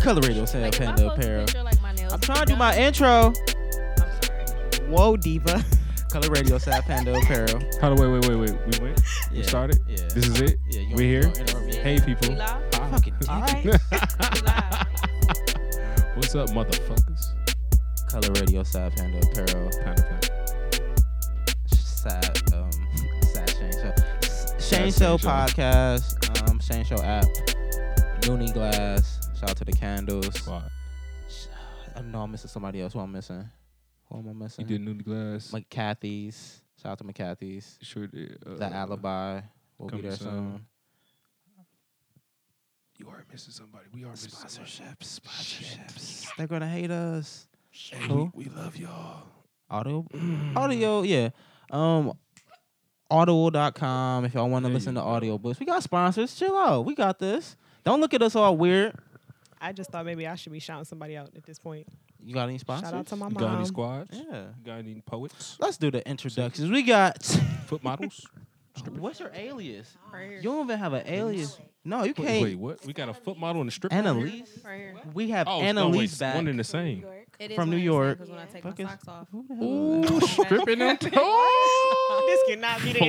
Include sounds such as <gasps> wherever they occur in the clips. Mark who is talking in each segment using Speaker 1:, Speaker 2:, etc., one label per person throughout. Speaker 1: coloring yourself,
Speaker 2: Like, am I
Speaker 1: Panda
Speaker 2: supposed to
Speaker 1: Apparel.
Speaker 2: picture, like, my nails
Speaker 1: I'm trying to do
Speaker 2: done?
Speaker 1: my intro.
Speaker 2: I'm sorry.
Speaker 1: Whoa, diva. Color radio side
Speaker 2: <laughs>
Speaker 1: Panda Apparel.
Speaker 3: Hold on, wait, wait, wait, wait. We went. We
Speaker 1: Yeah.
Speaker 3: started.
Speaker 1: Yeah.
Speaker 3: This is it.
Speaker 1: Yeah, you
Speaker 3: We're here.
Speaker 1: don't- you don't interrupt me.
Speaker 3: Hey, people.
Speaker 2: We live?
Speaker 3: Hi. <laughs>
Speaker 1: Fucking
Speaker 2: All right. We live.
Speaker 3: What's up, motherfuckers?
Speaker 1: Color radio side Panda Apparel.
Speaker 3: Panda, panda.
Speaker 1: Side, um, side Shane Show. S- Shane
Speaker 3: Shane
Speaker 1: Show
Speaker 3: Show.
Speaker 1: podcast. Um, Shane Show app. Looney Glass. Shout out to the candles.
Speaker 3: Why?
Speaker 1: I know I'm missing somebody else. Who I'm missing? Who am I
Speaker 3: You
Speaker 1: missing?
Speaker 3: did New Glass.
Speaker 1: McCarthy's. Shout out to McCarthy's.
Speaker 3: sure did. Uh,
Speaker 1: The Alibi. We'll be
Speaker 3: coming
Speaker 1: there
Speaker 3: soon.
Speaker 1: soon.
Speaker 3: You are missing somebody. We are missing somebody.
Speaker 1: Sponsorships. Sponsorships. They're gonna hate us.
Speaker 3: Hey,
Speaker 1: Who?
Speaker 3: we, we love y'all.
Speaker 1: Audio.
Speaker 3: Mm.
Speaker 1: Audio, yeah. Um audible.com if y'all want to
Speaker 3: There
Speaker 1: listen
Speaker 3: you
Speaker 1: to audiobooks. We got sponsors. Chill out. We got this. Don't look at us all weird.
Speaker 4: I just thought maybe I should be shouting somebody out at this point.
Speaker 1: You got any sponsors?
Speaker 4: Shout out to my
Speaker 3: You got any
Speaker 4: mom.
Speaker 3: squads?
Speaker 1: Yeah.
Speaker 3: You got any poets?
Speaker 1: Let's do the introductions. We got <laughs>
Speaker 3: Foot models?
Speaker 1: What's your alias? You don't even have an alias.
Speaker 2: Wait.
Speaker 1: No, you
Speaker 3: Wait,
Speaker 1: can't.
Speaker 3: wait, what? We got a foot model and a stripper?
Speaker 1: Annalise. We have
Speaker 3: Oh, no, wait,
Speaker 1: Annalise
Speaker 3: it's one
Speaker 1: back.
Speaker 3: and the same. <laughs>
Speaker 2: It is
Speaker 1: From
Speaker 2: one
Speaker 1: New
Speaker 2: of the
Speaker 1: York.
Speaker 2: same 'cause when I take
Speaker 1: Fuck is-
Speaker 2: my
Speaker 1: <laughs>
Speaker 2: socks off.
Speaker 1: Who the hell is
Speaker 3: Ooh,
Speaker 1: that?
Speaker 3: stripping
Speaker 1: <laughs>
Speaker 3: them
Speaker 4: <laughs>
Speaker 3: toes.
Speaker 4: This cannot be the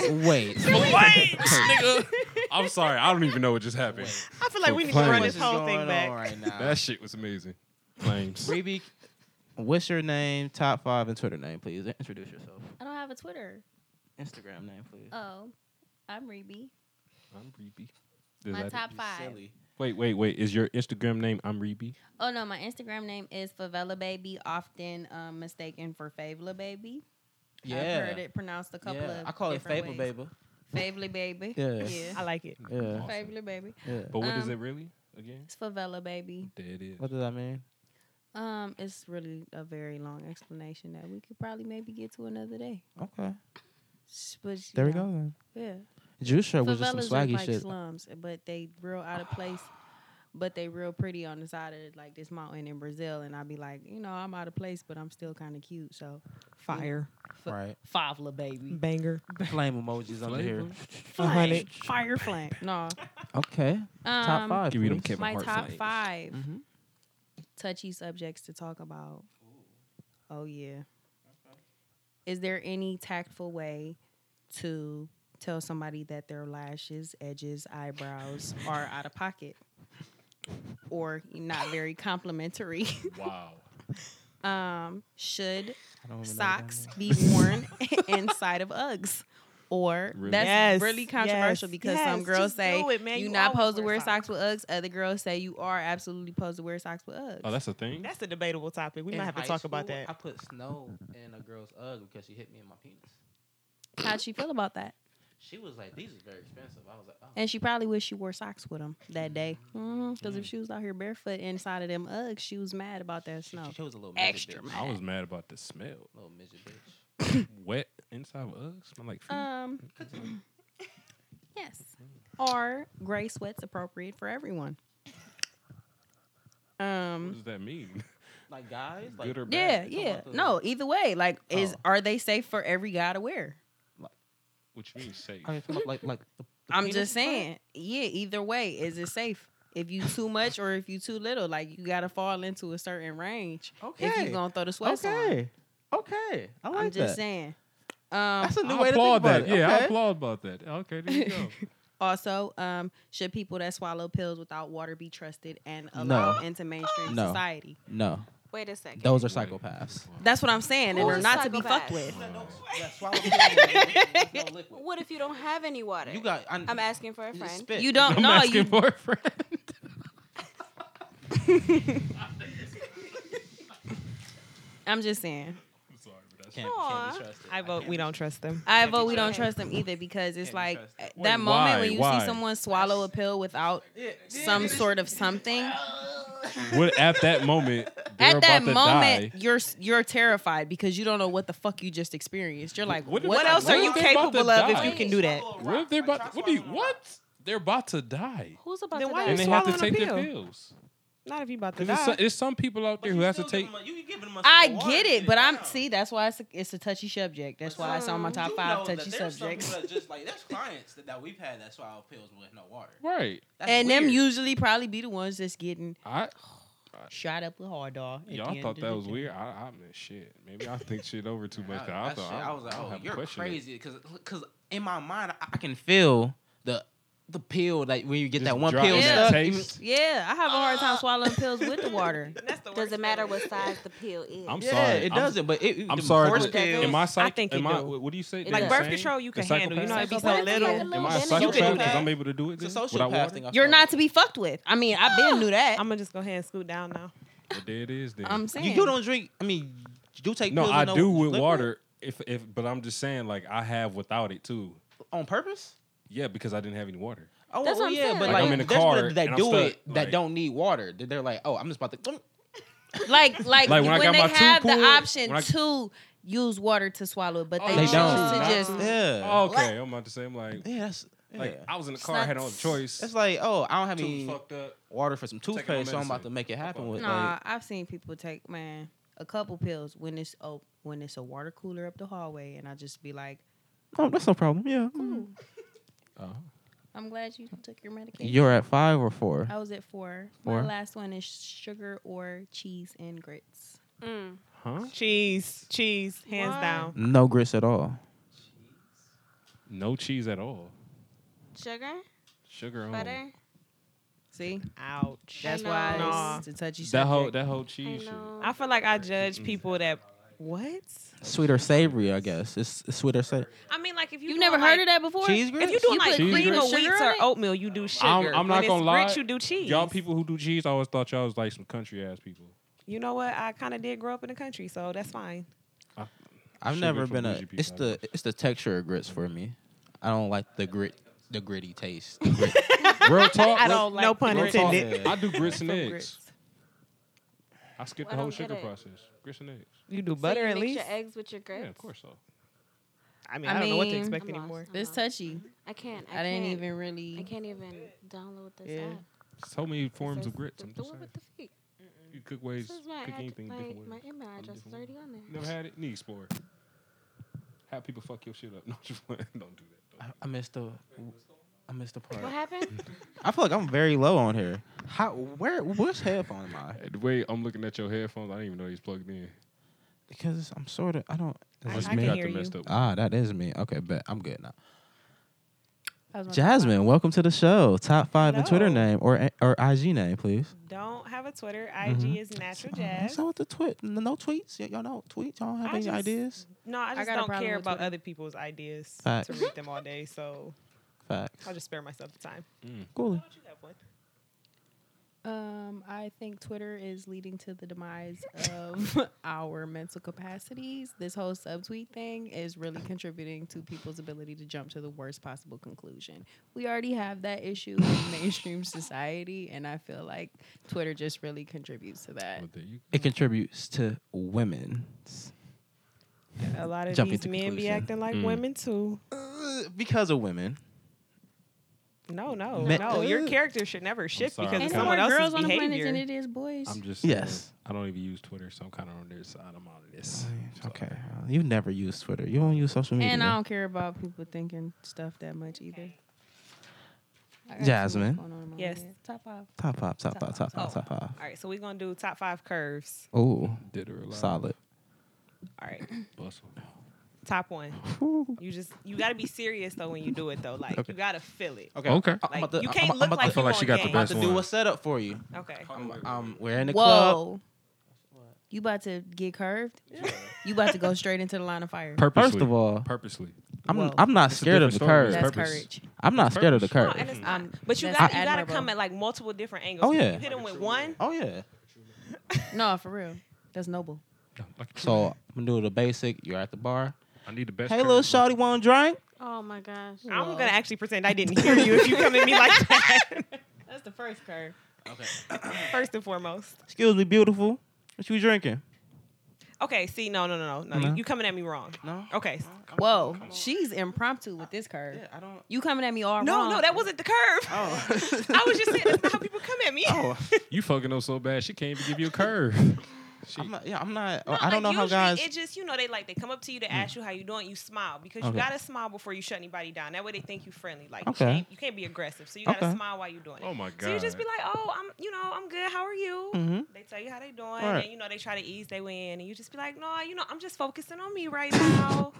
Speaker 1: Wait, <laughs>
Speaker 3: <laughs>
Speaker 1: wait.
Speaker 3: Wait, nigga. I'm sorry. I don't even know what just happened.
Speaker 4: I feel like we need to
Speaker 3: Complain.
Speaker 4: run
Speaker 1: What's
Speaker 4: this whole
Speaker 1: going
Speaker 4: thing
Speaker 1: on
Speaker 4: back.
Speaker 3: <laughs>
Speaker 1: right now?
Speaker 3: That shit was amazing. Claims.
Speaker 1: Rebe, what's your name, top five, and Twitter name, please? Introduce yourself.
Speaker 2: I don't have a Twitter.
Speaker 1: Instagram name, please.
Speaker 2: Oh, I'm Rebe.
Speaker 3: I'm Reby.
Speaker 2: My top five.
Speaker 3: Wait, wait, wait. Is your Instagram name I'm Reby?
Speaker 2: Oh no, my Instagram name is Favela Baby, often um, mistaken for Favela Baby.
Speaker 1: Yeah.
Speaker 2: I've heard it pronounced a couple
Speaker 1: yeah.
Speaker 2: of.
Speaker 1: I call it
Speaker 2: different
Speaker 1: Fable
Speaker 2: ways.
Speaker 1: Baby.
Speaker 2: Favela Baby.
Speaker 1: <laughs> Yeah.
Speaker 4: I like it.
Speaker 1: Yeah.
Speaker 3: Awesome.
Speaker 2: Favela Baby.
Speaker 1: Yeah.
Speaker 3: But what is
Speaker 2: Um,
Speaker 3: it really? Again?
Speaker 2: It's Favela Baby.
Speaker 3: There it is.
Speaker 1: What does that mean?
Speaker 2: Um, it's really a very long explanation that we could probably maybe get to another day.
Speaker 1: Okay.
Speaker 2: S- But you
Speaker 1: There we go
Speaker 2: know,
Speaker 1: then.
Speaker 2: Yeah.
Speaker 1: Juice shirt was just some
Speaker 2: Favelas look
Speaker 1: swaggy
Speaker 2: like
Speaker 1: shit.
Speaker 2: slums, eh, but they real out of place. But they real pretty on the side of like this mountain in Brazil, and I'd be like, you know, I'm out of place, but I'm still kind of cute. So,
Speaker 4: Fire.
Speaker 1: <laughs> Right.
Speaker 2: Favla baby,
Speaker 4: Banger.
Speaker 1: Flame emojis under here.
Speaker 4: A hundred.
Speaker 2: fire flame. No,
Speaker 1: Okay. top
Speaker 2: Um,
Speaker 1: five.
Speaker 3: Give me them
Speaker 1: please.
Speaker 3: Kevin
Speaker 2: My
Speaker 3: Hart
Speaker 2: top
Speaker 3: flames.
Speaker 2: 5
Speaker 1: Mhm.
Speaker 2: touchy subjects to talk about. Oh yeah. Is there any tactful way to tell somebody that their lashes, edges, eyebrows are out of pocket? Or not very complimentary. <laughs>
Speaker 3: Wow.
Speaker 2: Um, should
Speaker 1: I don't even know what that
Speaker 2: socks
Speaker 1: means.
Speaker 2: be worn <laughs> inside of Uggs? Or
Speaker 3: Really?
Speaker 2: that's
Speaker 4: Yes,
Speaker 2: really controversial
Speaker 4: yes,
Speaker 2: because
Speaker 4: yes.
Speaker 2: some girls
Speaker 4: Just
Speaker 2: say
Speaker 4: do it, man.
Speaker 2: you're
Speaker 4: You
Speaker 2: not
Speaker 4: always
Speaker 2: supposed to
Speaker 4: wear
Speaker 2: wear
Speaker 4: socks.
Speaker 2: socks with Uggs. Other girls say you are absolutely supposed to wear socks with Uggs.
Speaker 3: Oh, that's a thing?
Speaker 4: That's a debatable topic. We
Speaker 1: In
Speaker 4: might have to
Speaker 1: high
Speaker 4: talk about
Speaker 1: school, I
Speaker 4: that.
Speaker 1: put snow in a girl's UGG because she hit me in my penis.
Speaker 2: How'd she feel about that?
Speaker 1: She was like, "These are very expensive." I was like, "Oh."
Speaker 2: And she probably wished she wore socks with them that day. Because if she was out here barefoot inside of them Uggs, she was mad about that
Speaker 1: She-
Speaker 2: snow.
Speaker 1: She chose a little midget
Speaker 2: Extra
Speaker 1: bitch.
Speaker 2: mad.
Speaker 3: I was mad about the smell.
Speaker 1: Little midget bitch.
Speaker 3: Wet inside of Uggs? Smell like feet.
Speaker 2: Um, yes. Are gray sweats appropriate for everyone?
Speaker 3: what
Speaker 2: Um.
Speaker 3: does that mean?
Speaker 1: Like guys, like
Speaker 3: Good or
Speaker 2: Yeah,
Speaker 3: bad?
Speaker 1: You talking
Speaker 2: yeah.
Speaker 1: about the-
Speaker 2: No, either way, like, is
Speaker 1: Oh.
Speaker 2: are they safe for every guy to wear?
Speaker 3: Which means safe. <laughs>
Speaker 1: I mean, talking about, like like. The, the
Speaker 2: I'm
Speaker 1: penis
Speaker 2: just
Speaker 1: part?
Speaker 2: saying. Yeah, either way, is it safe? If you too much or if you too little, like you gotta fall into a certain range. If
Speaker 1: Okay.
Speaker 2: you gonna throw the sweats on.
Speaker 1: Okay. Okay. I like
Speaker 2: I'm
Speaker 1: that.
Speaker 2: just saying.
Speaker 1: That's
Speaker 2: Um,
Speaker 1: a new
Speaker 3: I
Speaker 1: way to think
Speaker 3: applaud
Speaker 1: about
Speaker 3: that.
Speaker 1: it.
Speaker 3: Yeah, I
Speaker 1: Okay.
Speaker 3: applaud about that. Okay, there you go.
Speaker 2: also, um, should people that swallow pills without water be trusted and allowed into mainstream
Speaker 1: No.
Speaker 2: society?
Speaker 1: No,
Speaker 4: Wait a second.
Speaker 1: those are
Speaker 3: Wait.
Speaker 1: psychopaths.
Speaker 2: That's what I'm saying, and
Speaker 5: Who's
Speaker 2: they're not to be
Speaker 5: psychopath?
Speaker 2: fucked with.
Speaker 3: Wow.
Speaker 5: What if you don't have any water?
Speaker 1: You got. I,
Speaker 5: I'm asking for a friend.
Speaker 1: Spit.
Speaker 2: You don't
Speaker 3: I'm
Speaker 2: know.
Speaker 3: asking
Speaker 2: You,
Speaker 3: for a friend.
Speaker 2: I'm just saying.
Speaker 3: I'm sorry, but that's
Speaker 1: Can't,
Speaker 5: Aw.
Speaker 1: can't be trusted.
Speaker 4: I vote
Speaker 1: can't
Speaker 4: we
Speaker 1: be
Speaker 4: don't trust them.
Speaker 2: I
Speaker 1: Can't be
Speaker 2: vote we don't
Speaker 1: trusted.
Speaker 2: trust them either because
Speaker 1: Can't
Speaker 2: it's
Speaker 1: be
Speaker 2: like
Speaker 1: trusted.
Speaker 2: uh,
Speaker 3: Wait,
Speaker 2: that moment when
Speaker 3: why?
Speaker 2: you
Speaker 3: Why?
Speaker 2: see someone swallow a pill without
Speaker 1: trusted. Yeah,
Speaker 2: some
Speaker 1: yeah.
Speaker 2: sort of something.
Speaker 3: What at that moment? They're
Speaker 2: At that
Speaker 3: about to
Speaker 2: moment,
Speaker 3: die.
Speaker 2: you're s- you're terrified because you don't know what the fuck you just experienced. You're like, what,
Speaker 3: What did
Speaker 4: What
Speaker 3: Like,
Speaker 4: else
Speaker 3: what
Speaker 4: are
Speaker 3: if
Speaker 4: you
Speaker 3: they're about to
Speaker 4: capable of if
Speaker 3: die?
Speaker 4: you can do that?
Speaker 3: What if they're about? To, what do you? What? They're about to die,
Speaker 5: Who's about
Speaker 4: Then
Speaker 5: to
Speaker 4: why
Speaker 5: die?
Speaker 3: and they have to
Speaker 4: swallowing a
Speaker 3: take their
Speaker 4: pill.
Speaker 3: pills.
Speaker 4: Not if you about to
Speaker 3: Because there's,
Speaker 4: die.
Speaker 3: some- there's some people out there who has to take.
Speaker 2: I get it, but I'm see. That's why it's a, it's a touchy subject. That's why it's on my
Speaker 5: Um,
Speaker 2: top
Speaker 1: You
Speaker 2: five
Speaker 1: know that
Speaker 2: touchy
Speaker 1: there's some
Speaker 2: subjects.
Speaker 1: people that just like there's clients that, that we've had that swallow pills with no water.
Speaker 3: Right.
Speaker 1: That's
Speaker 2: And them
Speaker 1: weird.
Speaker 2: usually probably be the ones that's getting
Speaker 3: I
Speaker 2: shot up with hard dog. at the
Speaker 3: y'all
Speaker 2: end
Speaker 3: thought
Speaker 2: of
Speaker 3: that
Speaker 2: the
Speaker 3: was
Speaker 2: day.
Speaker 3: weird. I, I mean, shit. Maybe I think shit over too much. 'cause I,
Speaker 1: I, that
Speaker 3: thought
Speaker 1: shit,
Speaker 3: I,
Speaker 1: I was like,
Speaker 3: I
Speaker 1: oh,
Speaker 3: have a
Speaker 1: you're
Speaker 3: question.
Speaker 1: crazy, because in my mind I, I can feel the the pill like when you get
Speaker 3: Just
Speaker 1: that one
Speaker 3: drop
Speaker 1: pill
Speaker 2: in
Speaker 1: stuck.
Speaker 3: that
Speaker 1: you-
Speaker 3: taste.
Speaker 2: Yeah, I have a hard
Speaker 1: Ah.
Speaker 2: time swallowing pills with the
Speaker 1: <laughs>
Speaker 2: water.
Speaker 5: Doesn't matter what size the pill is.
Speaker 3: I'm
Speaker 1: yeah,
Speaker 3: sorry.
Speaker 1: it
Speaker 3: I'm-
Speaker 1: doesn't. But it,
Speaker 3: I'm
Speaker 1: the
Speaker 3: sorry.
Speaker 1: Horse
Speaker 5: but it
Speaker 1: pill,
Speaker 3: Am I psych?
Speaker 4: think it
Speaker 3: am I,
Speaker 4: do.
Speaker 3: what do you say?
Speaker 5: It
Speaker 3: They're
Speaker 4: like
Speaker 5: does.
Speaker 3: the
Speaker 4: birth
Speaker 3: same?
Speaker 4: control, you
Speaker 3: The
Speaker 4: can handle. You know, it'd be so
Speaker 5: psychopath?
Speaker 4: little.
Speaker 5: Like
Speaker 3: Am I a
Speaker 5: It's a
Speaker 3: psychopath?
Speaker 1: sociopath.
Speaker 3: Because I'm able to do it.
Speaker 1: it's a
Speaker 3: Then?
Speaker 1: social
Speaker 3: without
Speaker 1: path
Speaker 3: water?
Speaker 1: thing. I
Speaker 2: You're
Speaker 1: feel
Speaker 2: not to be fucked with. I mean, I've been knew that.
Speaker 4: I'm gonna just go ahead and scoot down now.
Speaker 3: Well, there it is. Then
Speaker 2: I'm
Speaker 1: like.
Speaker 2: saying
Speaker 1: you, you don't drink. I mean, you do take
Speaker 3: no,
Speaker 1: pills.
Speaker 3: I
Speaker 1: no
Speaker 3: do with
Speaker 1: liquid
Speaker 3: water. If if, but I'm just saying, like I have without it too.
Speaker 1: on purpose.
Speaker 3: Yeah, because I didn't have any water.
Speaker 1: Oh
Speaker 5: That's what
Speaker 1: well,
Speaker 5: I'm
Speaker 1: yeah,
Speaker 5: saying.
Speaker 1: but
Speaker 5: Like,
Speaker 1: like,
Speaker 5: I'm
Speaker 3: in the
Speaker 1: there's
Speaker 3: car
Speaker 1: people that
Speaker 3: and I'm
Speaker 1: do it
Speaker 3: stuck,
Speaker 1: that
Speaker 3: like-
Speaker 1: don't need water. That They're like, oh, I'm just about to.
Speaker 2: <laughs> like like,
Speaker 3: Like,
Speaker 2: when,
Speaker 3: when I got
Speaker 2: they
Speaker 3: my tube
Speaker 2: have
Speaker 3: pulled,
Speaker 2: the option
Speaker 3: when I-
Speaker 2: to use water to swallow, it, but
Speaker 3: Oh,
Speaker 2: they,
Speaker 3: They
Speaker 2: choose
Speaker 3: don't.
Speaker 2: to just Oh,
Speaker 1: yeah.
Speaker 3: Oh, Okay, I'm about to say. I'm like,
Speaker 1: yeah, that's yeah.
Speaker 3: like I was in the
Speaker 2: It's
Speaker 3: car, I had
Speaker 2: not-
Speaker 3: no choice.
Speaker 1: it's like, oh, I don't have
Speaker 3: Tooth
Speaker 1: any
Speaker 3: fucked up.
Speaker 1: water for some
Speaker 3: my
Speaker 1: toothpaste, so I'm about
Speaker 3: medicine.
Speaker 1: to make it happen with.
Speaker 2: Nah,
Speaker 1: Like,
Speaker 2: I've seen people take man a couple pills when it's oh when it's a water cooler up the hallway, and I just be like,
Speaker 1: oh, that's no problem. Yeah.
Speaker 3: Oh.
Speaker 2: I'm glad you took your medication.
Speaker 1: You're at five or four.
Speaker 2: I was at four.
Speaker 1: Four.
Speaker 2: My last one is sugar or cheese and grits.
Speaker 5: Mm.
Speaker 1: Huh?
Speaker 4: Cheese, cheese, hands
Speaker 5: Why?
Speaker 4: down.
Speaker 1: No grits at all.
Speaker 3: No cheese at all.
Speaker 5: Sugar,
Speaker 3: Sugar only.
Speaker 5: butter.
Speaker 2: See,
Speaker 4: Ouch.
Speaker 2: that's
Speaker 5: know.
Speaker 2: why
Speaker 4: Nah.
Speaker 2: it's a touchy
Speaker 3: That
Speaker 2: subject.
Speaker 3: whole that whole cheese shit.
Speaker 5: know.
Speaker 4: I feel like I judge people that what?
Speaker 1: Sweet or savory, I guess. It's, it's sweet or savory.
Speaker 4: I mean, like if you
Speaker 2: You've never heard of that before?
Speaker 1: Cheese grits?
Speaker 4: If Mm, you doing
Speaker 2: You
Speaker 4: like
Speaker 2: put
Speaker 4: cream
Speaker 3: cheese
Speaker 4: of
Speaker 2: grits?
Speaker 4: wheat
Speaker 2: sugar
Speaker 4: or
Speaker 2: on it?
Speaker 4: oatmeal, you do sugar.
Speaker 3: I'm not
Speaker 4: when it's
Speaker 3: gonna lie.
Speaker 4: grits, you do cheese.
Speaker 3: Y'all people who do cheese, I always thought y'all was like some country ass
Speaker 4: <laughs>
Speaker 3: people.
Speaker 4: You know what? I kind of did grow up in the country, so that's fine.
Speaker 1: I've
Speaker 3: Sugar
Speaker 1: never
Speaker 3: from
Speaker 1: been a.
Speaker 3: bougie people,
Speaker 1: It's
Speaker 3: I
Speaker 1: the it's the texture of grits for me. I don't like the grit the gritty taste.
Speaker 4: <laughs>
Speaker 1: The grit.
Speaker 3: Real talk.
Speaker 4: I don't like no pun
Speaker 1: grits.
Speaker 4: intended.
Speaker 1: intended.
Speaker 3: I do grits
Speaker 4: From
Speaker 3: and eggs.
Speaker 4: grits.
Speaker 3: I skip
Speaker 5: Well, I
Speaker 3: the whole
Speaker 5: don't get
Speaker 3: sugar
Speaker 5: it.
Speaker 3: process. Grits and eggs.
Speaker 4: You do
Speaker 5: So
Speaker 4: butter
Speaker 5: you
Speaker 4: at
Speaker 5: mix
Speaker 4: least.
Speaker 5: your eggs with your grapes.
Speaker 3: Yeah, of course so.
Speaker 4: I mean,
Speaker 2: I
Speaker 4: I, don't know what to
Speaker 2: mean,
Speaker 4: expect
Speaker 5: I'm lost.
Speaker 4: anymore.
Speaker 2: It's touchy.
Speaker 5: I can't.
Speaker 2: I,
Speaker 5: I,
Speaker 2: didn't
Speaker 5: can't-
Speaker 2: even
Speaker 5: I
Speaker 2: really.
Speaker 5: can't even download this
Speaker 2: Yeah.
Speaker 5: app.
Speaker 3: So many forms
Speaker 5: Says
Speaker 3: of grits.
Speaker 5: the-
Speaker 3: I'm
Speaker 5: the
Speaker 3: just
Speaker 5: one
Speaker 3: saying.
Speaker 5: with the feet.
Speaker 3: You cook ways,
Speaker 5: Says my
Speaker 3: cook
Speaker 5: ad-
Speaker 3: anything
Speaker 5: my,
Speaker 3: different
Speaker 5: my
Speaker 3: ways.
Speaker 5: email address is
Speaker 3: different
Speaker 5: already on there.
Speaker 3: Never had it? Need explorer. Have people fuck your shit up. <laughs> No, just playing. don't do that.
Speaker 1: I, I missed the I missed the part.
Speaker 5: What happened?
Speaker 1: I feel like I'm very low on here. How where which headphone am I?
Speaker 3: Hey, The way I'm looking at your headphones, I didn't even know he's plugged in.
Speaker 1: Because I'm sort of I don't.
Speaker 4: I-
Speaker 1: That's
Speaker 4: I can
Speaker 1: me.
Speaker 3: got
Speaker 4: hear
Speaker 3: the
Speaker 4: you.
Speaker 3: messed up.
Speaker 1: Ah, that is me. Okay, bet I'm good now.
Speaker 2: That was my top five.
Speaker 1: Jasmine, welcome to the show. Top five and Twitter
Speaker 4: Hello.
Speaker 1: name or or IG name, please.
Speaker 4: Don't have a Twitter. IG
Speaker 3: Mm-hmm.
Speaker 1: Mhm.
Speaker 4: is natural
Speaker 1: Uh,
Speaker 4: jazz.
Speaker 1: What's up with the tweet? No, no tweets. Y- y'all know tweets. Y'all don't have
Speaker 4: I
Speaker 1: any
Speaker 4: just-
Speaker 1: ideas.
Speaker 4: No, I just
Speaker 2: got a
Speaker 4: don't
Speaker 2: problem
Speaker 4: care
Speaker 2: with
Speaker 4: about
Speaker 2: Twitter.
Speaker 4: other people's ideas
Speaker 1: Facts.
Speaker 4: to read them all day, so
Speaker 1: Facts.
Speaker 4: I'll just spare myself the time.
Speaker 1: Cool.
Speaker 4: Why don't you have one?
Speaker 2: Um, I think Twitter is leading to the demise of <laughs> our mental capacities. This whole subtweet thing is really contributing to people's ability to jump to the worst possible conclusion. We already have that issue <laughs> in mainstream society, and I feel like Twitter just really contributes to that.
Speaker 3: But there you
Speaker 1: It contributes to women
Speaker 4: A lot of
Speaker 1: Jump
Speaker 4: these
Speaker 1: into
Speaker 4: men be
Speaker 1: conclusion.
Speaker 4: acting like
Speaker 3: Mm.
Speaker 4: women too.
Speaker 1: Uh, because of women.
Speaker 4: No, no,
Speaker 1: Me-
Speaker 4: no. Your
Speaker 1: Ugh.
Speaker 4: character should never shift
Speaker 3: sorry,
Speaker 4: because
Speaker 3: I'm
Speaker 4: of
Speaker 3: sorry.
Speaker 4: someone
Speaker 3: Ain't
Speaker 4: else's
Speaker 2: girls on the
Speaker 4: behavior.
Speaker 2: planet than it is boys.
Speaker 3: I'm just
Speaker 1: Yes.
Speaker 3: Uh, I don't even use Twitter, so I'm kind of on their side. I'm out of this.
Speaker 1: Okay, uh, you never use Twitter. You don't use social media.
Speaker 2: and I don't care about people thinking stuff that much either. I got too much
Speaker 1: Jasmine.
Speaker 2: going on in my
Speaker 4: Yes.
Speaker 2: head. Top off.
Speaker 1: top five, top
Speaker 2: Top
Speaker 1: five, top
Speaker 4: five.
Speaker 1: five, top five.
Speaker 4: All right, so we're gonna do top five curves.
Speaker 1: Ooh,
Speaker 3: Did or alive.
Speaker 1: solid.
Speaker 4: All right,
Speaker 3: Bustle.
Speaker 4: top one. You just you gotta be serious though when you do it though. Like
Speaker 1: Okay.
Speaker 4: you gotta feel it.
Speaker 1: Okay.
Speaker 3: Okay. Uh,
Speaker 1: I'm
Speaker 4: Like
Speaker 1: about to-
Speaker 4: you
Speaker 1: I'm-
Speaker 4: can't
Speaker 1: I'm
Speaker 4: look
Speaker 1: about
Speaker 4: like
Speaker 1: to-
Speaker 3: feel
Speaker 4: you
Speaker 3: like
Speaker 4: on
Speaker 3: she got the
Speaker 4: game.
Speaker 1: about
Speaker 3: best-
Speaker 1: to
Speaker 3: That's
Speaker 1: do
Speaker 3: one.
Speaker 1: a setup for you.
Speaker 4: Okay.
Speaker 1: Um, um, we're in the club.
Speaker 2: Whoa. You about to get curved? You about to go straight into the line of fire.
Speaker 3: Purposely.
Speaker 1: First of all,
Speaker 3: purposely.
Speaker 1: I'm
Speaker 2: Whoa.
Speaker 1: I'm not
Speaker 3: It's a
Speaker 1: scared of the
Speaker 3: different story.
Speaker 1: curve.
Speaker 3: It's
Speaker 2: That's
Speaker 3: purpose.
Speaker 2: courage.
Speaker 1: I'm not scared of the
Speaker 3: purpose.
Speaker 4: No,
Speaker 5: Oh,
Speaker 1: curve.
Speaker 4: and it's not.
Speaker 2: Um,
Speaker 4: But you
Speaker 2: that's
Speaker 4: got you gotta
Speaker 2: admirable.
Speaker 4: come at like multiple different angles.
Speaker 1: Oh, yeah.
Speaker 4: You hit them with one.
Speaker 1: oh yeah.
Speaker 2: No, for real. That's noble.
Speaker 1: So I'm gonna do the basic. You're at the bar.
Speaker 3: I need the best.
Speaker 1: Hey, little
Speaker 3: curve.
Speaker 1: shorty, want to drink?
Speaker 5: oh my gosh.
Speaker 4: I'm
Speaker 2: Whoa.
Speaker 4: gonna actually pretend I didn't hear you if you come at me like that. <laughs>
Speaker 2: That's the first curve.
Speaker 1: Okay.
Speaker 4: First and foremost.
Speaker 1: Excuse me, beautiful. What you drinking?
Speaker 4: Okay, see, no, no, no, no, no.
Speaker 1: No.
Speaker 4: You, you coming at me wrong.
Speaker 1: No.
Speaker 4: Okay.
Speaker 2: Whoa, she's impromptu with this curve.
Speaker 1: I don't.
Speaker 2: You coming at me all
Speaker 4: No,
Speaker 2: wrong?
Speaker 4: no, that wasn't the curve.
Speaker 1: <laughs> Oh.
Speaker 4: I
Speaker 1: <laughs>
Speaker 4: was just saying that's not how people come at me.
Speaker 1: Oh,
Speaker 4: <laughs>
Speaker 3: You fucking know so bad she can't even give you a curve.
Speaker 1: <laughs>
Speaker 3: She,
Speaker 1: I'm not, yeah, I'm not.
Speaker 4: No,
Speaker 1: Oh, I don't
Speaker 4: like,
Speaker 1: know how
Speaker 4: usually
Speaker 1: guys. Mm.
Speaker 4: It just you know they like they come up to you to ask you how you doing. You smile because
Speaker 1: Okay.
Speaker 4: you gotta smile before you shut anybody down. That way they think you friendly.
Speaker 1: Okay.
Speaker 4: Like you, can't, you can't be aggressive, so you gotta
Speaker 1: Okay.
Speaker 4: smile while you're doing it.
Speaker 3: oh my
Speaker 4: so you
Speaker 3: god.
Speaker 4: just be like, oh, I'm you know I'm good. How are you?
Speaker 1: hmm
Speaker 4: They tell you how they doing,
Speaker 1: Right.
Speaker 4: and you know they try to ease their way in, and you just be like, no, you know I'm just focusing on me right now.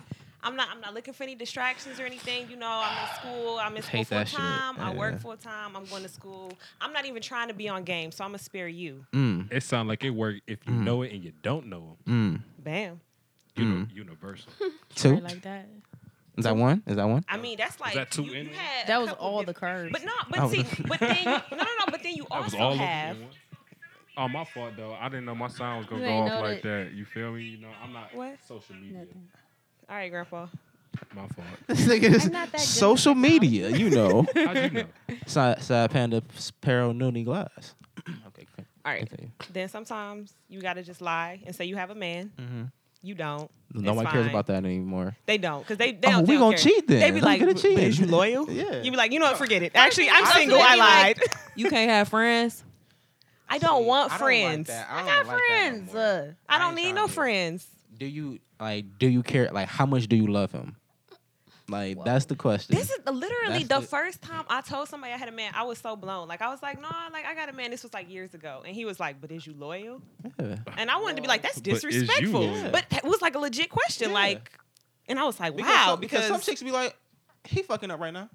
Speaker 4: I'm not. I'm not looking for any distractions or anything. You know, I'm in school.
Speaker 1: <sighs>
Speaker 4: I'm in school
Speaker 1: Hate
Speaker 4: full
Speaker 1: that shit.
Speaker 4: time. I
Speaker 1: Yeah.
Speaker 4: work full time. I'm going to school. I'm not even trying to be on game, so I'm gonna spare you.
Speaker 1: Mm,
Speaker 3: it sound like it work if you
Speaker 1: Mm.
Speaker 3: know it and you don't know
Speaker 1: mm.
Speaker 4: Bam.
Speaker 3: it. You know,
Speaker 1: Mm.
Speaker 3: universal.
Speaker 1: Two.
Speaker 2: Right like that.
Speaker 1: Is that one? Is that one?
Speaker 4: I mean, that's like
Speaker 3: that too
Speaker 4: you,
Speaker 3: in
Speaker 4: you
Speaker 3: there?
Speaker 4: had a
Speaker 2: That was
Speaker 4: couple
Speaker 2: all
Speaker 4: diff-
Speaker 2: the curves.
Speaker 4: But not,
Speaker 1: Oh,
Speaker 4: but see,
Speaker 1: the-
Speaker 4: but then no, no, no. But then
Speaker 3: <laughs>
Speaker 4: you
Speaker 3: That was
Speaker 4: also
Speaker 3: all of
Speaker 4: have.
Speaker 3: them. in one. Oh, my fault though. I didn't know my sound was gonna
Speaker 2: You
Speaker 3: go
Speaker 2: ain't
Speaker 3: off
Speaker 2: know
Speaker 3: like
Speaker 2: that-
Speaker 3: that. You feel me? You know, I'm not
Speaker 4: What?
Speaker 3: social media.
Speaker 5: Nothing.
Speaker 4: All right, Grandpa.
Speaker 3: My fault.
Speaker 1: <laughs> This nigga is
Speaker 5: I'm not that good
Speaker 1: social
Speaker 5: with technology.
Speaker 1: media, you know.
Speaker 5: <laughs>
Speaker 3: How'd you know?
Speaker 1: Side, side panda Peril Noonie Glass. okay, great.
Speaker 4: All right. Then sometimes you gotta just lie and say you have a man.
Speaker 1: Mm-hmm.
Speaker 4: You don't.
Speaker 1: No
Speaker 4: It's
Speaker 1: one cares
Speaker 4: fine.
Speaker 1: about that anymore.
Speaker 4: They don't, cause they they
Speaker 1: oh,
Speaker 4: don't.
Speaker 1: we
Speaker 4: they
Speaker 1: gonna
Speaker 4: don't care.
Speaker 1: cheat then.
Speaker 4: They be like,
Speaker 1: Look at the
Speaker 4: "But- but
Speaker 1: cheating."
Speaker 4: is you loyal?
Speaker 1: Yeah.
Speaker 4: You be like, you know what? Forget it. Actually, I'm
Speaker 2: I feel
Speaker 4: single. I
Speaker 2: like-
Speaker 4: lied.
Speaker 2: You can't have friends.
Speaker 4: I don't want friends.
Speaker 2: I, got friends. uh,
Speaker 4: I
Speaker 1: I ain't
Speaker 4: don't need no
Speaker 1: tryna be-
Speaker 4: friends.
Speaker 1: Do you like? Do you care? Like, how much do you love him? Like, that's the question.
Speaker 4: This is the- literally
Speaker 1: That's
Speaker 4: the
Speaker 1: the-
Speaker 4: first time I told somebody I had a man. I was so blown. Like I was like, no, like I got a man. This was like years ago, and he was like, but is you loyal?
Speaker 1: yeah.
Speaker 4: And I wanted to be like, that's
Speaker 3: But is you
Speaker 4: disrespectful.
Speaker 3: loyal?
Speaker 4: But that was like a legit question.
Speaker 1: Yeah.
Speaker 4: Like, and I was like, wow, because,
Speaker 1: chicks be like, he fucking up right now.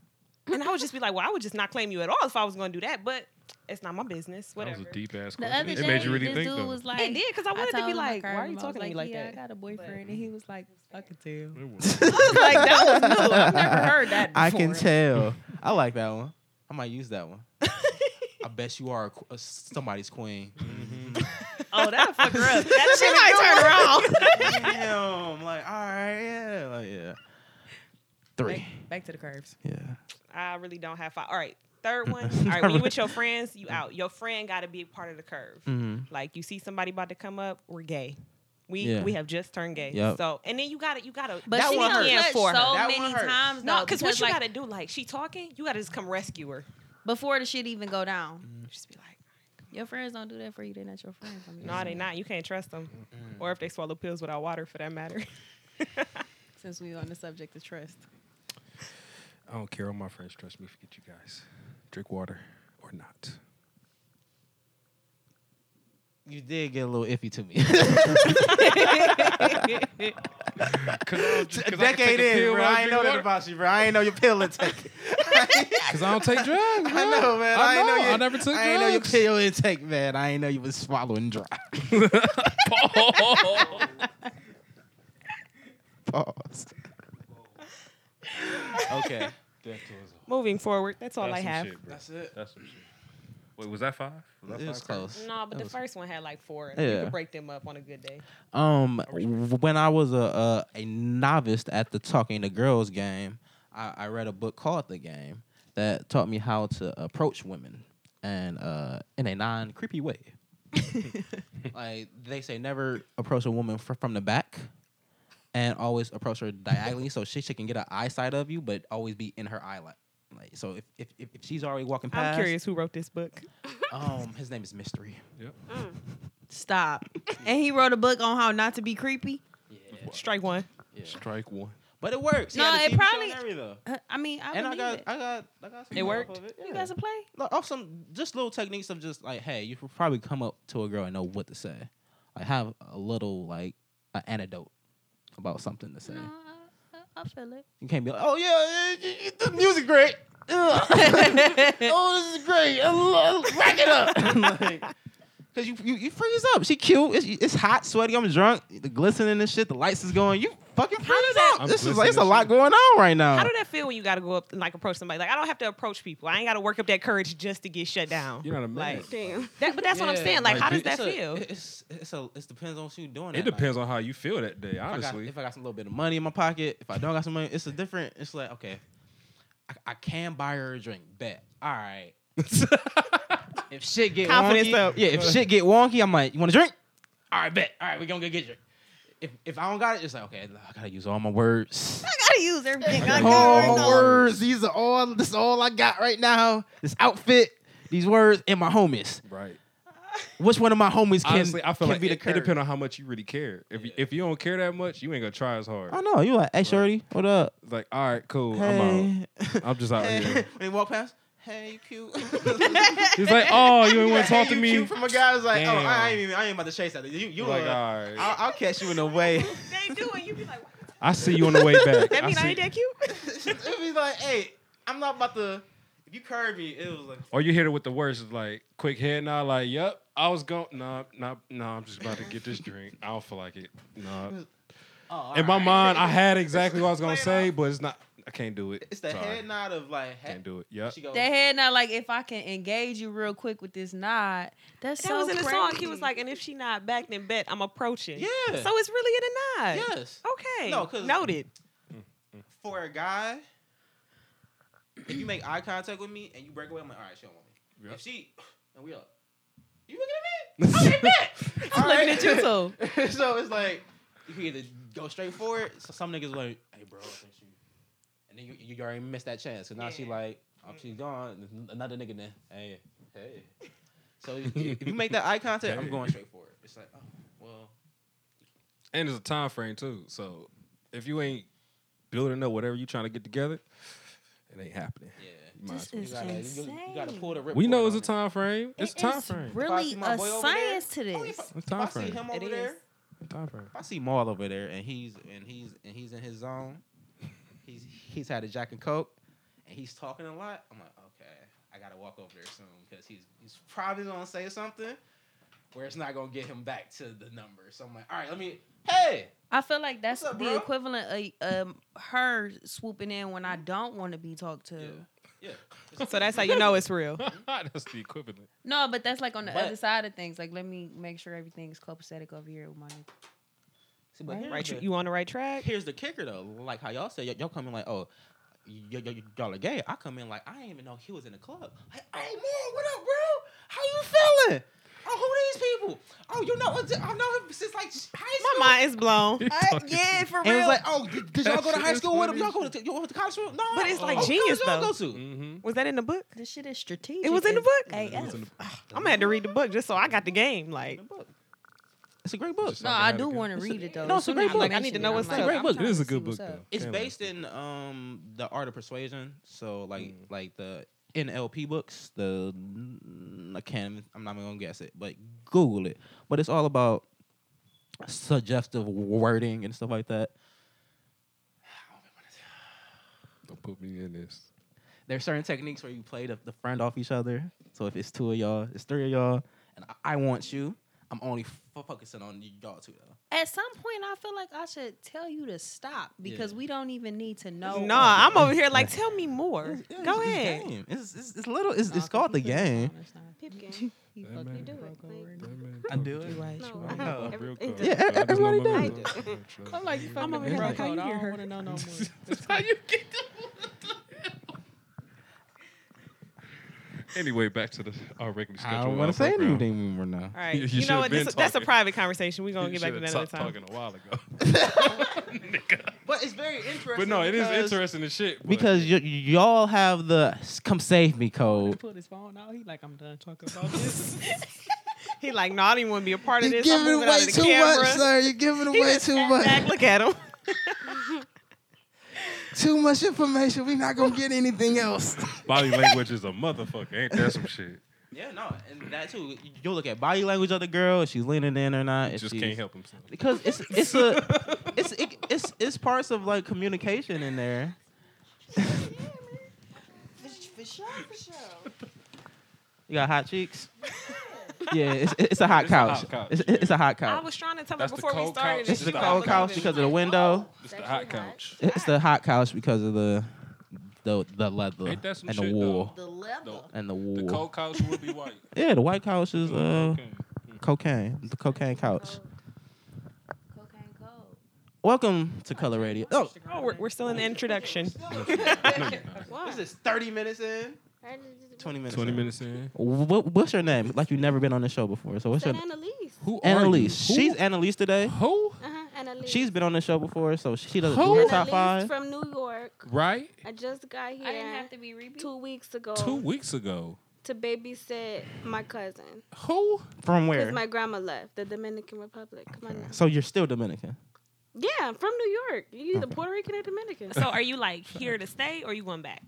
Speaker 4: and I would just be like, well, I would just not claim you at all if I was going to do that. But it's not my business.
Speaker 3: That
Speaker 4: Whatever.
Speaker 3: was a deep ass
Speaker 5: The
Speaker 3: question.
Speaker 5: other
Speaker 3: it
Speaker 5: day,
Speaker 3: made you really
Speaker 5: this
Speaker 3: think
Speaker 5: dude
Speaker 3: though.
Speaker 5: was like,
Speaker 4: it did because I wanted to
Speaker 5: told
Speaker 4: be
Speaker 5: him my
Speaker 4: like, why are
Speaker 5: curve.
Speaker 4: you
Speaker 5: I was
Speaker 4: talking to me like
Speaker 5: yeah, I
Speaker 4: that?
Speaker 5: got a boyfriend, and he was like, I could tell.
Speaker 3: It
Speaker 4: <laughs>
Speaker 3: was.
Speaker 4: Like that was new.
Speaker 1: <laughs>
Speaker 4: I've never heard that.
Speaker 1: I can
Speaker 4: before.
Speaker 1: tell. I like that one. I might use that
Speaker 4: <laughs>
Speaker 1: one. I bet you are a qu- a somebody's queen. Mm-hmm.
Speaker 4: <laughs> Oh, that'll fuck her <laughs> up. That
Speaker 1: She
Speaker 4: shit might turn around.
Speaker 1: Damn. Like, all right, yeah, like, yeah. Three.
Speaker 2: Back to the curves.
Speaker 1: Yeah.
Speaker 4: I really don't have five. All right, third one. All right, when you with your friends, you out. Your friend got to be part of the curve.
Speaker 1: Mm-hmm.
Speaker 4: Like you see somebody about to come up, we're gay. We
Speaker 1: Yeah.
Speaker 4: we have just turned gay.
Speaker 1: Yep.
Speaker 4: So and then you got to you got to
Speaker 2: But
Speaker 1: That
Speaker 2: she
Speaker 1: one
Speaker 2: done
Speaker 1: hurt.
Speaker 2: touched
Speaker 4: for
Speaker 2: so
Speaker 4: her.
Speaker 1: That one
Speaker 2: many
Speaker 1: hurt.
Speaker 2: times
Speaker 4: no
Speaker 2: though,
Speaker 4: because what you
Speaker 2: like,
Speaker 4: got to do like she talking, you got to just come rescue her.
Speaker 2: before the shit even go down,
Speaker 1: Mm-hmm.
Speaker 4: Just be like,
Speaker 2: your friends don't do that for you. They're not your friends. I mean,
Speaker 4: no, they not. You can't trust them. Or if they swallow pills without water, for that <laughs> matter.
Speaker 2: Since we on the subject of trust,
Speaker 3: I don't care. All my friends trust me. Forget you guys. Drink water or <laughs> not.
Speaker 1: You did get a little iffy to me. a decade in, bro. I ain't know that about you, bro. I ain't know your pill intake.
Speaker 3: Because I
Speaker 1: <laughs>
Speaker 3: don't take drugs.
Speaker 1: I know, man.
Speaker 3: I
Speaker 1: I, ain't know.
Speaker 3: know.
Speaker 1: your-
Speaker 3: I never took
Speaker 1: I ain't know your
Speaker 3: drugs.
Speaker 1: pill intake, man. I ain't know you was swallowing dry. <laughs> Pause. okay.
Speaker 4: Moving forward, that's all I have.
Speaker 1: That's it.
Speaker 3: That's some shit. Wait, was that five? Was that
Speaker 1: It was
Speaker 3: five, Chris?
Speaker 1: close.
Speaker 4: No, but
Speaker 1: That
Speaker 4: the
Speaker 1: was-
Speaker 4: first one had like four. You
Speaker 1: Yeah.
Speaker 4: could break them up on a good day.
Speaker 1: Um, w- when I was a a, a novice at the Talking to Girls game, I, I read a book called The Game that taught me how to approach women and uh, in a non creepy way. like they say, never approach a woman fr- from the back, and always approach her diagonally so she, she can get an eyesight of you, but always be in her eye line. Like so, if if, if, if she's already walking past,
Speaker 4: I'm curious who wrote this book.
Speaker 1: Um, his name is Mystery.
Speaker 2: stop. and he wrote a book on how not to be creepy.
Speaker 1: Yeah,
Speaker 4: Strike one.
Speaker 3: Strike one.
Speaker 1: but it works. He
Speaker 2: No,
Speaker 1: had a TV
Speaker 2: it
Speaker 1: show
Speaker 2: probably-
Speaker 1: and everything.
Speaker 2: Uh, I mean, I
Speaker 1: and I
Speaker 2: believe
Speaker 1: got,
Speaker 2: it.
Speaker 1: I got, I got some.
Speaker 4: It
Speaker 1: stuff
Speaker 4: worked?
Speaker 1: Off it.
Speaker 2: you
Speaker 1: yeah.
Speaker 2: guys a play?
Speaker 1: Like, off some just little techniques of just like, hey, you could probably come up to a girl and know what to say. Like have a little like an anecdote about something to say.
Speaker 5: No,
Speaker 2: Uh,
Speaker 5: I, I, I feel it.
Speaker 1: You can't be like, oh yeah, yeah, yeah, the music great. Ugh. <laughs> oh, this is great. I love, rack it up. <laughs> like, Cause you, you you freeze up. She cute. It's, it's hot, sweaty. I'm drunk. The glistening and shit. The lights is going. You fucking freeze
Speaker 4: that-
Speaker 1: up.
Speaker 3: I'm
Speaker 1: This is like it's a
Speaker 3: glistening
Speaker 1: lot
Speaker 3: shit.
Speaker 1: going on right now.
Speaker 4: How do that feel when you got to go up and like approach somebody? Like I don't have to approach people. I ain't got to work up that courage just to get shut down.
Speaker 3: You're not a man.
Speaker 4: Like,
Speaker 5: Damn.
Speaker 4: that, but that's what I'm
Speaker 1: Yeah,
Speaker 4: saying. Like, how does
Speaker 1: it's
Speaker 4: that
Speaker 1: a-
Speaker 4: feel?
Speaker 1: It's it's a it depends on what you doing.
Speaker 3: It
Speaker 1: that night.
Speaker 3: depends on how you feel that day,
Speaker 1: If I got-
Speaker 3: honestly.
Speaker 1: if I got some little bit of money in my pocket, if I don't got some money, it's a different. It's like okay, I, I can buy her a drink. Bet. All right. If shit <laughs> get
Speaker 4: Confidence
Speaker 1: wonky,
Speaker 4: up.
Speaker 1: yeah. If shit get wonky, I'm like, you want a drink? All right, bet. All right, we gonna go get you. if if I don't got it, it's like okay, I gotta use all my words.
Speaker 2: I gotta use everything
Speaker 1: Oh,
Speaker 2: I got.
Speaker 3: Okay.
Speaker 1: all
Speaker 2: right
Speaker 1: my
Speaker 2: now.
Speaker 1: words. These are all. This is all I got right now. This outfit, these words, and my homies.
Speaker 3: <laughs> Right.
Speaker 1: Which one of my homies can,
Speaker 3: Honestly, I feel
Speaker 1: can
Speaker 3: like
Speaker 1: be the
Speaker 3: it, it
Speaker 1: curve?
Speaker 3: depends on how much you really care. If you
Speaker 1: Yeah.
Speaker 3: if you don't care that much, you ain't gonna try as hard.
Speaker 1: I know you like, hey, shorty, what up?
Speaker 3: It's like, all right, cool, I'm
Speaker 1: Hey,
Speaker 3: out. I'm just out
Speaker 1: hey.
Speaker 3: here.
Speaker 1: <laughs> when he walk past, hey, you cute.
Speaker 3: <laughs> He's like, oh, you ain't want
Speaker 1: Like,
Speaker 3: to talk
Speaker 1: hey,
Speaker 3: to
Speaker 1: you
Speaker 3: me.
Speaker 1: cute from a guy who's like, oh, I
Speaker 3: Damn.
Speaker 1: ain't even, I ain't about to chase that. You, you
Speaker 3: like, uh,
Speaker 1: like,
Speaker 3: all
Speaker 1: I'll,
Speaker 3: right.
Speaker 1: I'll catch you in a
Speaker 3: <laughs>
Speaker 1: way.
Speaker 4: They do, and you be like, what?
Speaker 3: I see you on the way back.
Speaker 4: that mean I,
Speaker 3: see-
Speaker 4: ain't that cute?
Speaker 1: It'd be like, hey, I'm not about to. If you curve me, it was like,
Speaker 3: Or you hit it with the worst, it's like quick head nod, like, yep, I was going, nah, nah, nah, I'm just about to get this drink. I don't feel like it. Nah.
Speaker 1: oh,
Speaker 3: In my
Speaker 1: alright.
Speaker 3: mind, I had exactly what I was gonna
Speaker 1: Play it
Speaker 3: say,
Speaker 1: off.
Speaker 3: but it's not. I can't do it.
Speaker 1: <laughs> It's the
Speaker 3: Sorry.
Speaker 1: head nod of like, hey,
Speaker 3: Can't do it. Yep.
Speaker 1: She <laughs> goes,
Speaker 2: The head not like if I can engage you real quick with this nod.
Speaker 5: That's
Speaker 4: That
Speaker 5: so
Speaker 4: was in the song. He
Speaker 5: crazy.
Speaker 4: was like, and if she not back, then bet I'm approaching.
Speaker 1: yeah,
Speaker 4: So it's really in a nod.
Speaker 1: yes.
Speaker 4: Okay.
Speaker 1: No, 'cause-
Speaker 4: noted.
Speaker 1: For a guy, if you make eye contact with me and you break away, I'm like, all right, she don't want me.
Speaker 3: Yep.
Speaker 1: If she, and we up. You looking at me? Okay,
Speaker 2: <laughs>
Speaker 1: bet.
Speaker 2: I'm
Speaker 1: All
Speaker 2: looking
Speaker 1: right.
Speaker 2: at you
Speaker 1: <laughs>
Speaker 2: too.
Speaker 1: so it's like you can either go straight for it. So some niggas like, hey bro, I think she, and then you, you already missed that chance. Cause now she
Speaker 4: Yeah.
Speaker 1: like, oh, she's gone. There's Another nigga then, hey, hey. So if you- if you make that eye contact, I'm
Speaker 3: Hey.
Speaker 1: going straight for it. It's like, oh well,
Speaker 3: And there's a time frame too. So if you ain't building up whatever you trying to get together, it ain't happening.
Speaker 1: yeah.
Speaker 3: You might
Speaker 5: This
Speaker 3: as well.
Speaker 1: You
Speaker 5: It's
Speaker 1: gotta, you, you gotta
Speaker 5: insane.
Speaker 1: pull the rip.
Speaker 3: we know
Speaker 1: cord
Speaker 3: it's a
Speaker 1: on it.
Speaker 3: time frame. It's a
Speaker 5: It
Speaker 3: time
Speaker 5: is
Speaker 3: frame.
Speaker 1: If I
Speaker 5: Really
Speaker 1: see my
Speaker 5: a
Speaker 1: boy over there,
Speaker 5: science to
Speaker 1: oh, if
Speaker 5: this.
Speaker 1: I-
Speaker 3: It's time
Speaker 1: if I see
Speaker 3: frame.
Speaker 1: him
Speaker 4: It
Speaker 1: over
Speaker 4: is.
Speaker 1: there,
Speaker 3: Time frame.
Speaker 1: if I see Maul over there and he's and he's and he's in his zone, he's he's had a Jack and Coke, and he's talking a lot. I'm like, okay, I gotta walk over there soon because he's he's probably gonna say something where it's not gonna get him back to the number. So I'm like, all right, let me. Hey,
Speaker 2: I feel like that's
Speaker 1: What's up,
Speaker 2: the
Speaker 1: bro?
Speaker 2: equivalent of um, her swooping in when I don't want to be talked to.
Speaker 1: yeah.
Speaker 4: <laughs> So that's
Speaker 1: <laughs>
Speaker 4: how you know it's
Speaker 3: <laughs>
Speaker 4: real.
Speaker 3: That's the equivalent.
Speaker 2: No, but that's like on the
Speaker 1: But-
Speaker 2: other side of things. Like, let me make sure everything's copacetic over here with my nigga.
Speaker 1: See, but here's
Speaker 4: Right, you,
Speaker 1: the-
Speaker 4: you on the right track?
Speaker 1: Here's the kicker though, like how y'all say y- y'all come in like, oh, y- y- y- y'all are gay. I come in like I didn't even know he was in the club. Like, hey man, what up, bro? How you feeling? Oh, who these people? Oh, you know, what? I know him since like high
Speaker 4: My
Speaker 1: school.
Speaker 4: mind is
Speaker 3: <laughs>
Speaker 4: blown.
Speaker 2: I, yeah, for
Speaker 1: And it
Speaker 2: real.
Speaker 1: was like, oh, did, did y'all
Speaker 3: That
Speaker 1: go to
Speaker 3: shit
Speaker 1: high
Speaker 3: is
Speaker 1: school with him?
Speaker 3: funny
Speaker 1: Y'all
Speaker 3: as
Speaker 1: go to y'all went to college with him? No,
Speaker 4: But it's like
Speaker 1: Oh,
Speaker 4: genius,
Speaker 1: college y'all
Speaker 4: though.
Speaker 1: Go to?
Speaker 3: Mm-hmm.
Speaker 4: Was that in the book?
Speaker 5: this shit is strategic.
Speaker 4: It was in the book?
Speaker 5: Hey,
Speaker 3: It was in the-
Speaker 4: I'm gonna have to read the book just so I got the game.
Speaker 1: In
Speaker 4: Like,
Speaker 1: the book. It's a great book.
Speaker 3: Just-
Speaker 2: no,
Speaker 3: Talking
Speaker 2: I
Speaker 3: about
Speaker 2: do
Speaker 3: it again.
Speaker 2: want to
Speaker 1: It's a-
Speaker 2: read it though.
Speaker 1: no,
Speaker 2: As
Speaker 1: it's a
Speaker 2: soon
Speaker 1: great
Speaker 2: as you
Speaker 1: book.
Speaker 4: I need to
Speaker 2: mention
Speaker 4: know
Speaker 2: it, I'm
Speaker 4: what's
Speaker 2: like,
Speaker 4: up.
Speaker 2: I'm
Speaker 1: Great book.
Speaker 2: trying
Speaker 3: It is
Speaker 2: to
Speaker 3: a
Speaker 2: see
Speaker 3: good
Speaker 2: what's
Speaker 3: book,
Speaker 2: up.
Speaker 3: though.
Speaker 1: It's
Speaker 3: Yeah, I like
Speaker 1: based
Speaker 3: it.
Speaker 1: in um the art of persuasion, so like
Speaker 3: Mm.
Speaker 1: like the NLP books. The I can't. even- I'm not even gonna guess it, but Google it. But it's all about suggestive wording and stuff like that.
Speaker 3: Don't put me in this.
Speaker 1: There's certain techniques where you play the, the friend off each other. So if it's two of y'all, it's three of y'all, and I, I want you. I'm only f- focusing on y'all two though.
Speaker 2: At some point, I feel like I should tell you to stop because
Speaker 1: Yeah.
Speaker 2: we don't even need to know.
Speaker 4: no, nah, I'm over here like, tell me more.
Speaker 1: It's- yeah, it's-
Speaker 4: Go
Speaker 1: it's
Speaker 4: ahead.
Speaker 1: game. It's, it's, it's little. It's,
Speaker 2: Nah,
Speaker 1: it's
Speaker 2: 'cause
Speaker 1: called
Speaker 2: he
Speaker 1: the
Speaker 2: put it
Speaker 1: game.
Speaker 2: on, it's not-
Speaker 5: Pip game.
Speaker 2: <laughs> He
Speaker 3: That
Speaker 2: fucking
Speaker 3: man-
Speaker 2: do it.
Speaker 5: That
Speaker 2: Like,
Speaker 1: I do it.
Speaker 2: right,
Speaker 4: No,
Speaker 2: you
Speaker 4: I
Speaker 2: right.
Speaker 4: know.
Speaker 2: Fuck.
Speaker 4: every-
Speaker 1: Yeah, e- everybody
Speaker 4: do.
Speaker 2: I'm like, you fucking
Speaker 4: I'm over here
Speaker 2: bro
Speaker 4: like, how
Speaker 2: code.
Speaker 4: you
Speaker 2: I
Speaker 4: hear
Speaker 2: don't
Speaker 4: her?
Speaker 2: want to know <laughs> no more.
Speaker 3: That's how you get the Anyway, back to the our uh, regular schedule.
Speaker 1: I don't want to say anything more now.
Speaker 4: All right.
Speaker 3: <laughs> You
Speaker 4: You,
Speaker 3: should've
Speaker 4: know what?
Speaker 3: been
Speaker 4: This, that's a
Speaker 3: talking.
Speaker 4: private conversation. We're gonna
Speaker 3: You
Speaker 4: get back to
Speaker 3: should've
Speaker 4: that another
Speaker 3: stopped
Speaker 4: time.
Speaker 3: talking a while ago.
Speaker 1: But it's very interesting.
Speaker 3: But no, it is
Speaker 1: because-
Speaker 3: interesting as shit. but-
Speaker 1: Because y- y'all have the s- "come save me"
Speaker 5: He
Speaker 1: code.
Speaker 5: pulled his phone out. He like, I'm done talking
Speaker 4: <laughs>
Speaker 5: about this.
Speaker 4: He like, no, I don't even want to be a part of this. I'm moving out of the camera.
Speaker 1: You're giving
Speaker 4: <laughs> He just sat Back, look at him.
Speaker 1: Too much information. We're not gonna get anything else. <laughs>
Speaker 3: body language is a motherfucker. Ain't that some shit?
Speaker 1: Yeah, no, and that too. You look at body language of the girl. If she's leaning in or not. if
Speaker 3: Just
Speaker 1: she's- <laughs>
Speaker 3: can't help himself.
Speaker 1: because it's it's a it's it, it's it's parts of like communication in there. <laughs> You got hot <laughs> cheeks. Yeah, it's, it's a hot
Speaker 3: It's a hot
Speaker 1: couch.
Speaker 3: couch,
Speaker 1: It's, it's a hot
Speaker 4: I
Speaker 1: couch.
Speaker 4: was trying to tell him
Speaker 3: That's the
Speaker 4: before we
Speaker 3: cold
Speaker 4: started.
Speaker 3: couch.
Speaker 1: It's
Speaker 4: and
Speaker 1: the
Speaker 4: she "Oh,
Speaker 3: just a
Speaker 1: cold
Speaker 4: was
Speaker 1: couch
Speaker 4: like,
Speaker 1: because of the window.
Speaker 3: It's the hot couch.
Speaker 1: It's the hot couch because of the the the leather
Speaker 3: Ain't that some
Speaker 1: and the
Speaker 3: shit,
Speaker 1: wool
Speaker 2: The leather.
Speaker 3: No.
Speaker 1: and the
Speaker 3: The
Speaker 1: wool.
Speaker 3: cold couch will be white.
Speaker 1: yeah, the white couch is <laughs> uh
Speaker 3: Okay.
Speaker 1: cocaine. The cocaine couch.
Speaker 5: Cocaine cold.
Speaker 1: Welcome to Color Radio. Oh,
Speaker 4: Oh, we're, we're still in the introduction.
Speaker 1: this is thirty minutes in. Twenty minutes.
Speaker 3: Twenty
Speaker 1: in.
Speaker 3: minutes in.
Speaker 1: What, what's your name? Like you've never been on the show before. So what's your
Speaker 6: Annalise.
Speaker 3: Who
Speaker 1: Annalise?
Speaker 3: Who-
Speaker 1: She's Annalise today.
Speaker 3: who?
Speaker 6: Uh-huh, Annalise.
Speaker 1: She's been on the show before, so she doesn't
Speaker 3: Who?
Speaker 1: do her
Speaker 3: You're
Speaker 1: top five.
Speaker 6: from New York.
Speaker 3: Right?
Speaker 6: I just got here
Speaker 2: I didn't have to be repeated.
Speaker 6: two weeks ago
Speaker 3: Two
Speaker 1: <laughs>
Speaker 3: weeks ago.
Speaker 6: to babysit my cousin
Speaker 3: Who?
Speaker 1: from where?
Speaker 6: because my grandma left the Dominican Republic. Come on now.
Speaker 1: so you're still Dominican.
Speaker 6: Yeah, I'm from New York. You either Puerto Rican or Dominican.
Speaker 4: <laughs> So are you like here to stay or you going back?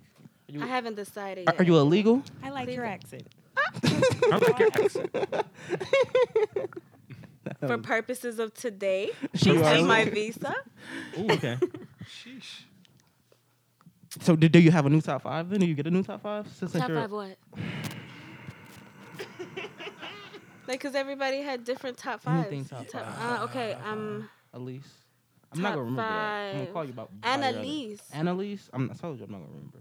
Speaker 6: I haven't decided.
Speaker 1: Are,
Speaker 6: Yet.
Speaker 1: are you illegal?
Speaker 4: I like your accent.
Speaker 3: I like your <laughs> accent.
Speaker 6: For purposes of today,
Speaker 1: You are
Speaker 6: and my <laughs>
Speaker 1: illegal?
Speaker 6: visa.
Speaker 3: Ooh,
Speaker 1: okay.
Speaker 3: sheesh.
Speaker 1: So do, do you have a new top five? Then do you get a new top five? Since
Speaker 6: Top
Speaker 1: you're-
Speaker 6: five <laughs> what? like, cause everybody had different top fives.
Speaker 1: Anything top
Speaker 6: five. Uh, okay, um,
Speaker 1: Elise. I'm not
Speaker 6: Top
Speaker 1: gonna remember. That. I'm gonna
Speaker 6: five.
Speaker 1: call you about by your other-
Speaker 6: Annalise.
Speaker 1: Annalise. I'm, I told you I'm not gonna remember.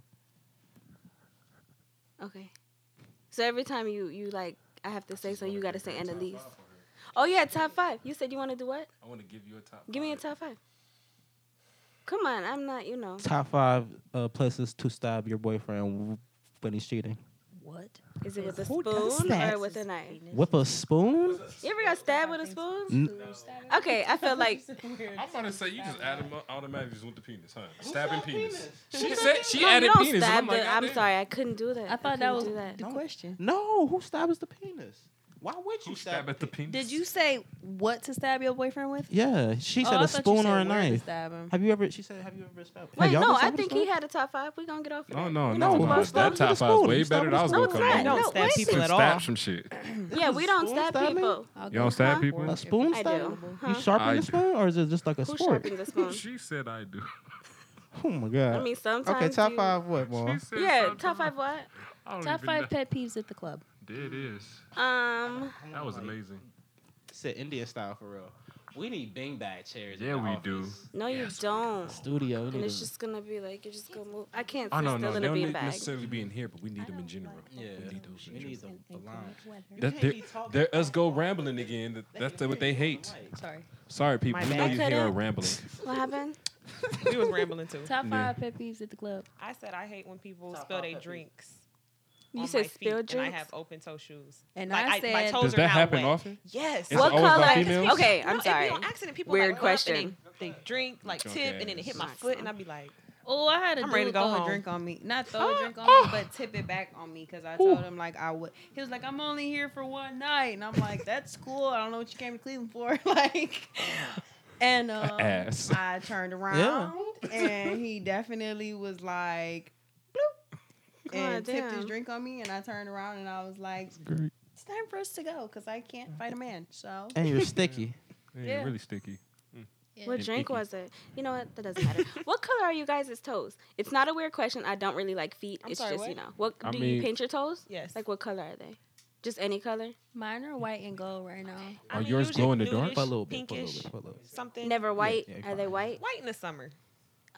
Speaker 6: Okay. So every time you you like, I have to say so. You gotta say Annalise. Oh yeah, top five. You said you want to do what?
Speaker 3: I want to give you a top.
Speaker 6: Give me a top five. Come on, I'm not. You know,
Speaker 1: Top five uh, places to stab your boyfriend when he's cheating.
Speaker 2: What?
Speaker 6: is it with a
Speaker 2: Who does
Speaker 6: spoon
Speaker 2: that?
Speaker 6: or with a knife?
Speaker 1: Whip a spoon?
Speaker 6: You ever got stabbed with a spoon?
Speaker 1: N-
Speaker 6: Okay, I
Speaker 2: <laughs>
Speaker 6: feel like
Speaker 3: I'm gonna say you just added automatically just went to penis, huh? Stabbing penis. She said she
Speaker 6: no, you
Speaker 3: added
Speaker 6: don't
Speaker 3: penis. and
Speaker 6: stab
Speaker 3: I'm, like,
Speaker 6: the. I'm
Speaker 3: goddamn.
Speaker 6: sorry, I couldn't do that.
Speaker 2: I thought that
Speaker 6: couldn't
Speaker 2: was
Speaker 6: do
Speaker 2: the question.
Speaker 1: No, who stabs the penis? Why would you
Speaker 3: Who stab at the penis?
Speaker 2: Did you say what to stab your boyfriend with?
Speaker 1: Yeah, she said
Speaker 2: Oh, I
Speaker 1: a
Speaker 2: thought you
Speaker 1: spoon
Speaker 2: said
Speaker 1: or
Speaker 2: where
Speaker 1: a
Speaker 2: to
Speaker 1: knife.
Speaker 2: Stab him.
Speaker 1: Have you ever? She said, have you ever been stabbed?
Speaker 6: Wait,
Speaker 1: Have y'all
Speaker 6: no,
Speaker 1: been
Speaker 6: I
Speaker 1: stabbed with a
Speaker 6: think he
Speaker 1: spoon?
Speaker 6: had a top five. We're gonna get off. Of
Speaker 3: Oh
Speaker 6: that.
Speaker 3: no,
Speaker 1: No,
Speaker 3: no, no,
Speaker 1: why
Speaker 3: no.
Speaker 1: stab
Speaker 3: That
Speaker 1: with
Speaker 3: top
Speaker 1: a
Speaker 3: five is
Speaker 1: spoon?
Speaker 3: way
Speaker 1: You stab
Speaker 3: better
Speaker 1: with
Speaker 3: than I
Speaker 1: a
Speaker 3: was
Speaker 6: spoon.
Speaker 3: gonna come
Speaker 6: No,
Speaker 3: up
Speaker 6: it's
Speaker 3: with.
Speaker 6: not.
Speaker 2: don't stab
Speaker 6: No, wait.
Speaker 2: people at
Speaker 3: Stab
Speaker 2: all.
Speaker 3: some shit.
Speaker 6: Yeah, we don't stab
Speaker 1: stab me?
Speaker 6: people.
Speaker 3: You don't stab people?
Speaker 1: A spoon
Speaker 6: I
Speaker 1: stab?
Speaker 6: do.
Speaker 1: You
Speaker 6: Huh?
Speaker 1: sharpen
Speaker 3: I
Speaker 1: the
Speaker 3: do.
Speaker 1: spoon, or is it just like a
Speaker 6: Who
Speaker 1: sport?
Speaker 6: sharpened the spoon?
Speaker 3: She said I do.
Speaker 1: Oh my god.
Speaker 6: I mean, sometimes.
Speaker 1: okay, top
Speaker 6: you-
Speaker 1: five. What more?
Speaker 3: She said
Speaker 6: Yeah,
Speaker 3: something.
Speaker 6: top five. What?
Speaker 3: I don't
Speaker 2: Top
Speaker 3: even
Speaker 2: five
Speaker 3: know.
Speaker 2: pet peeves at the club.
Speaker 3: There it is.
Speaker 6: Um,
Speaker 3: That was amazing.
Speaker 1: Said India style for real. We need beanbag chairs.
Speaker 3: Yeah, we do.
Speaker 6: no, you don't.
Speaker 1: Studio.
Speaker 6: And it's just gonna be like you're just gonna move. I can't sit
Speaker 3: Oh no,
Speaker 6: still
Speaker 3: no,
Speaker 6: in
Speaker 3: they
Speaker 6: a
Speaker 3: don't need
Speaker 6: beanbag.
Speaker 3: necessarily be in here, but we need them in general.
Speaker 1: yeah.
Speaker 3: We need those in
Speaker 1: We
Speaker 3: general.
Speaker 1: need the, the line.
Speaker 3: That, they're, they're us go rambling again. that- That's what they hate.
Speaker 2: Sorry.
Speaker 3: Sorry, people.
Speaker 2: My
Speaker 3: We know
Speaker 2: bad.
Speaker 3: you hear her
Speaker 6: Couldn't-
Speaker 3: rambling.
Speaker 6: What happened?
Speaker 4: We was rambling too.
Speaker 2: Top
Speaker 3: Yeah.
Speaker 2: five pet peeves at the club.
Speaker 4: <laughs> I said I hate when people
Speaker 1: Top
Speaker 4: spill
Speaker 1: five
Speaker 4: their
Speaker 1: pet peeves.
Speaker 4: drinks.
Speaker 6: You
Speaker 4: on
Speaker 6: said
Speaker 4: my feet,
Speaker 6: spill
Speaker 4: And I
Speaker 6: drinks.
Speaker 4: have open toe shoes.
Speaker 2: And
Speaker 4: Like,
Speaker 2: I
Speaker 4: my
Speaker 2: said,
Speaker 4: toes
Speaker 3: Does
Speaker 4: are
Speaker 3: that
Speaker 4: not
Speaker 3: happen
Speaker 4: wet.
Speaker 3: often?
Speaker 4: Yes.
Speaker 3: It's
Speaker 6: What
Speaker 3: always by
Speaker 6: color?
Speaker 3: females?
Speaker 6: <laughs> Okay, I'm
Speaker 4: no,
Speaker 6: sorry.
Speaker 4: It be on accident. People like,
Speaker 6: Weird
Speaker 4: go up and
Speaker 6: question.
Speaker 4: They, they drink like
Speaker 3: Drunk
Speaker 4: tip and then it
Speaker 3: ass.
Speaker 4: hit my
Speaker 6: Nice.
Speaker 4: foot and I'd be like,
Speaker 2: Oh, I had a
Speaker 4: I'm
Speaker 2: dude
Speaker 4: ready to go
Speaker 2: throw
Speaker 4: home.
Speaker 2: a drink on me. Not throw a drink on me, but tip it back on me because I told him like I would. He was like, "I'm only here for one night," and I'm like, "That's cool. I don't know what you came to Cleveland for." <laughs> like, and um,
Speaker 3: Ass.
Speaker 2: I turned around and he definitely was like, "Bloop," and
Speaker 6: God
Speaker 2: tipped his
Speaker 6: damn.
Speaker 2: drink on me. And I turned around and I was like,
Speaker 3: great.
Speaker 2: "It's time for us to go because I can't fight a man." So
Speaker 1: And you're sticky.
Speaker 3: Yeah,
Speaker 2: Yeah.
Speaker 3: really sticky.
Speaker 6: What
Speaker 3: It-
Speaker 6: drink
Speaker 3: it-
Speaker 6: was it? You know what? That doesn't matter. what color are you guys' toes? It's not a weird question. I don't really like feet.
Speaker 4: I'm
Speaker 6: it's
Speaker 4: sorry,
Speaker 6: just
Speaker 4: what?
Speaker 6: you know. What
Speaker 3: I
Speaker 6: do
Speaker 3: mean-
Speaker 6: you paint your toes?
Speaker 4: yes.
Speaker 6: Like what color are they? Just any color?
Speaker 2: mine are white and gold right now.
Speaker 4: I
Speaker 3: Are
Speaker 4: mean,
Speaker 3: yours
Speaker 4: usually
Speaker 3: glow in the dark?
Speaker 4: nudish,
Speaker 1: Put a little bit. Put a
Speaker 4: pinkish,
Speaker 1: little bit. Put a little bit.
Speaker 4: something.
Speaker 6: Never white.
Speaker 1: yeah,
Speaker 6: are they
Speaker 1: fine.
Speaker 6: white?
Speaker 4: White in the summer.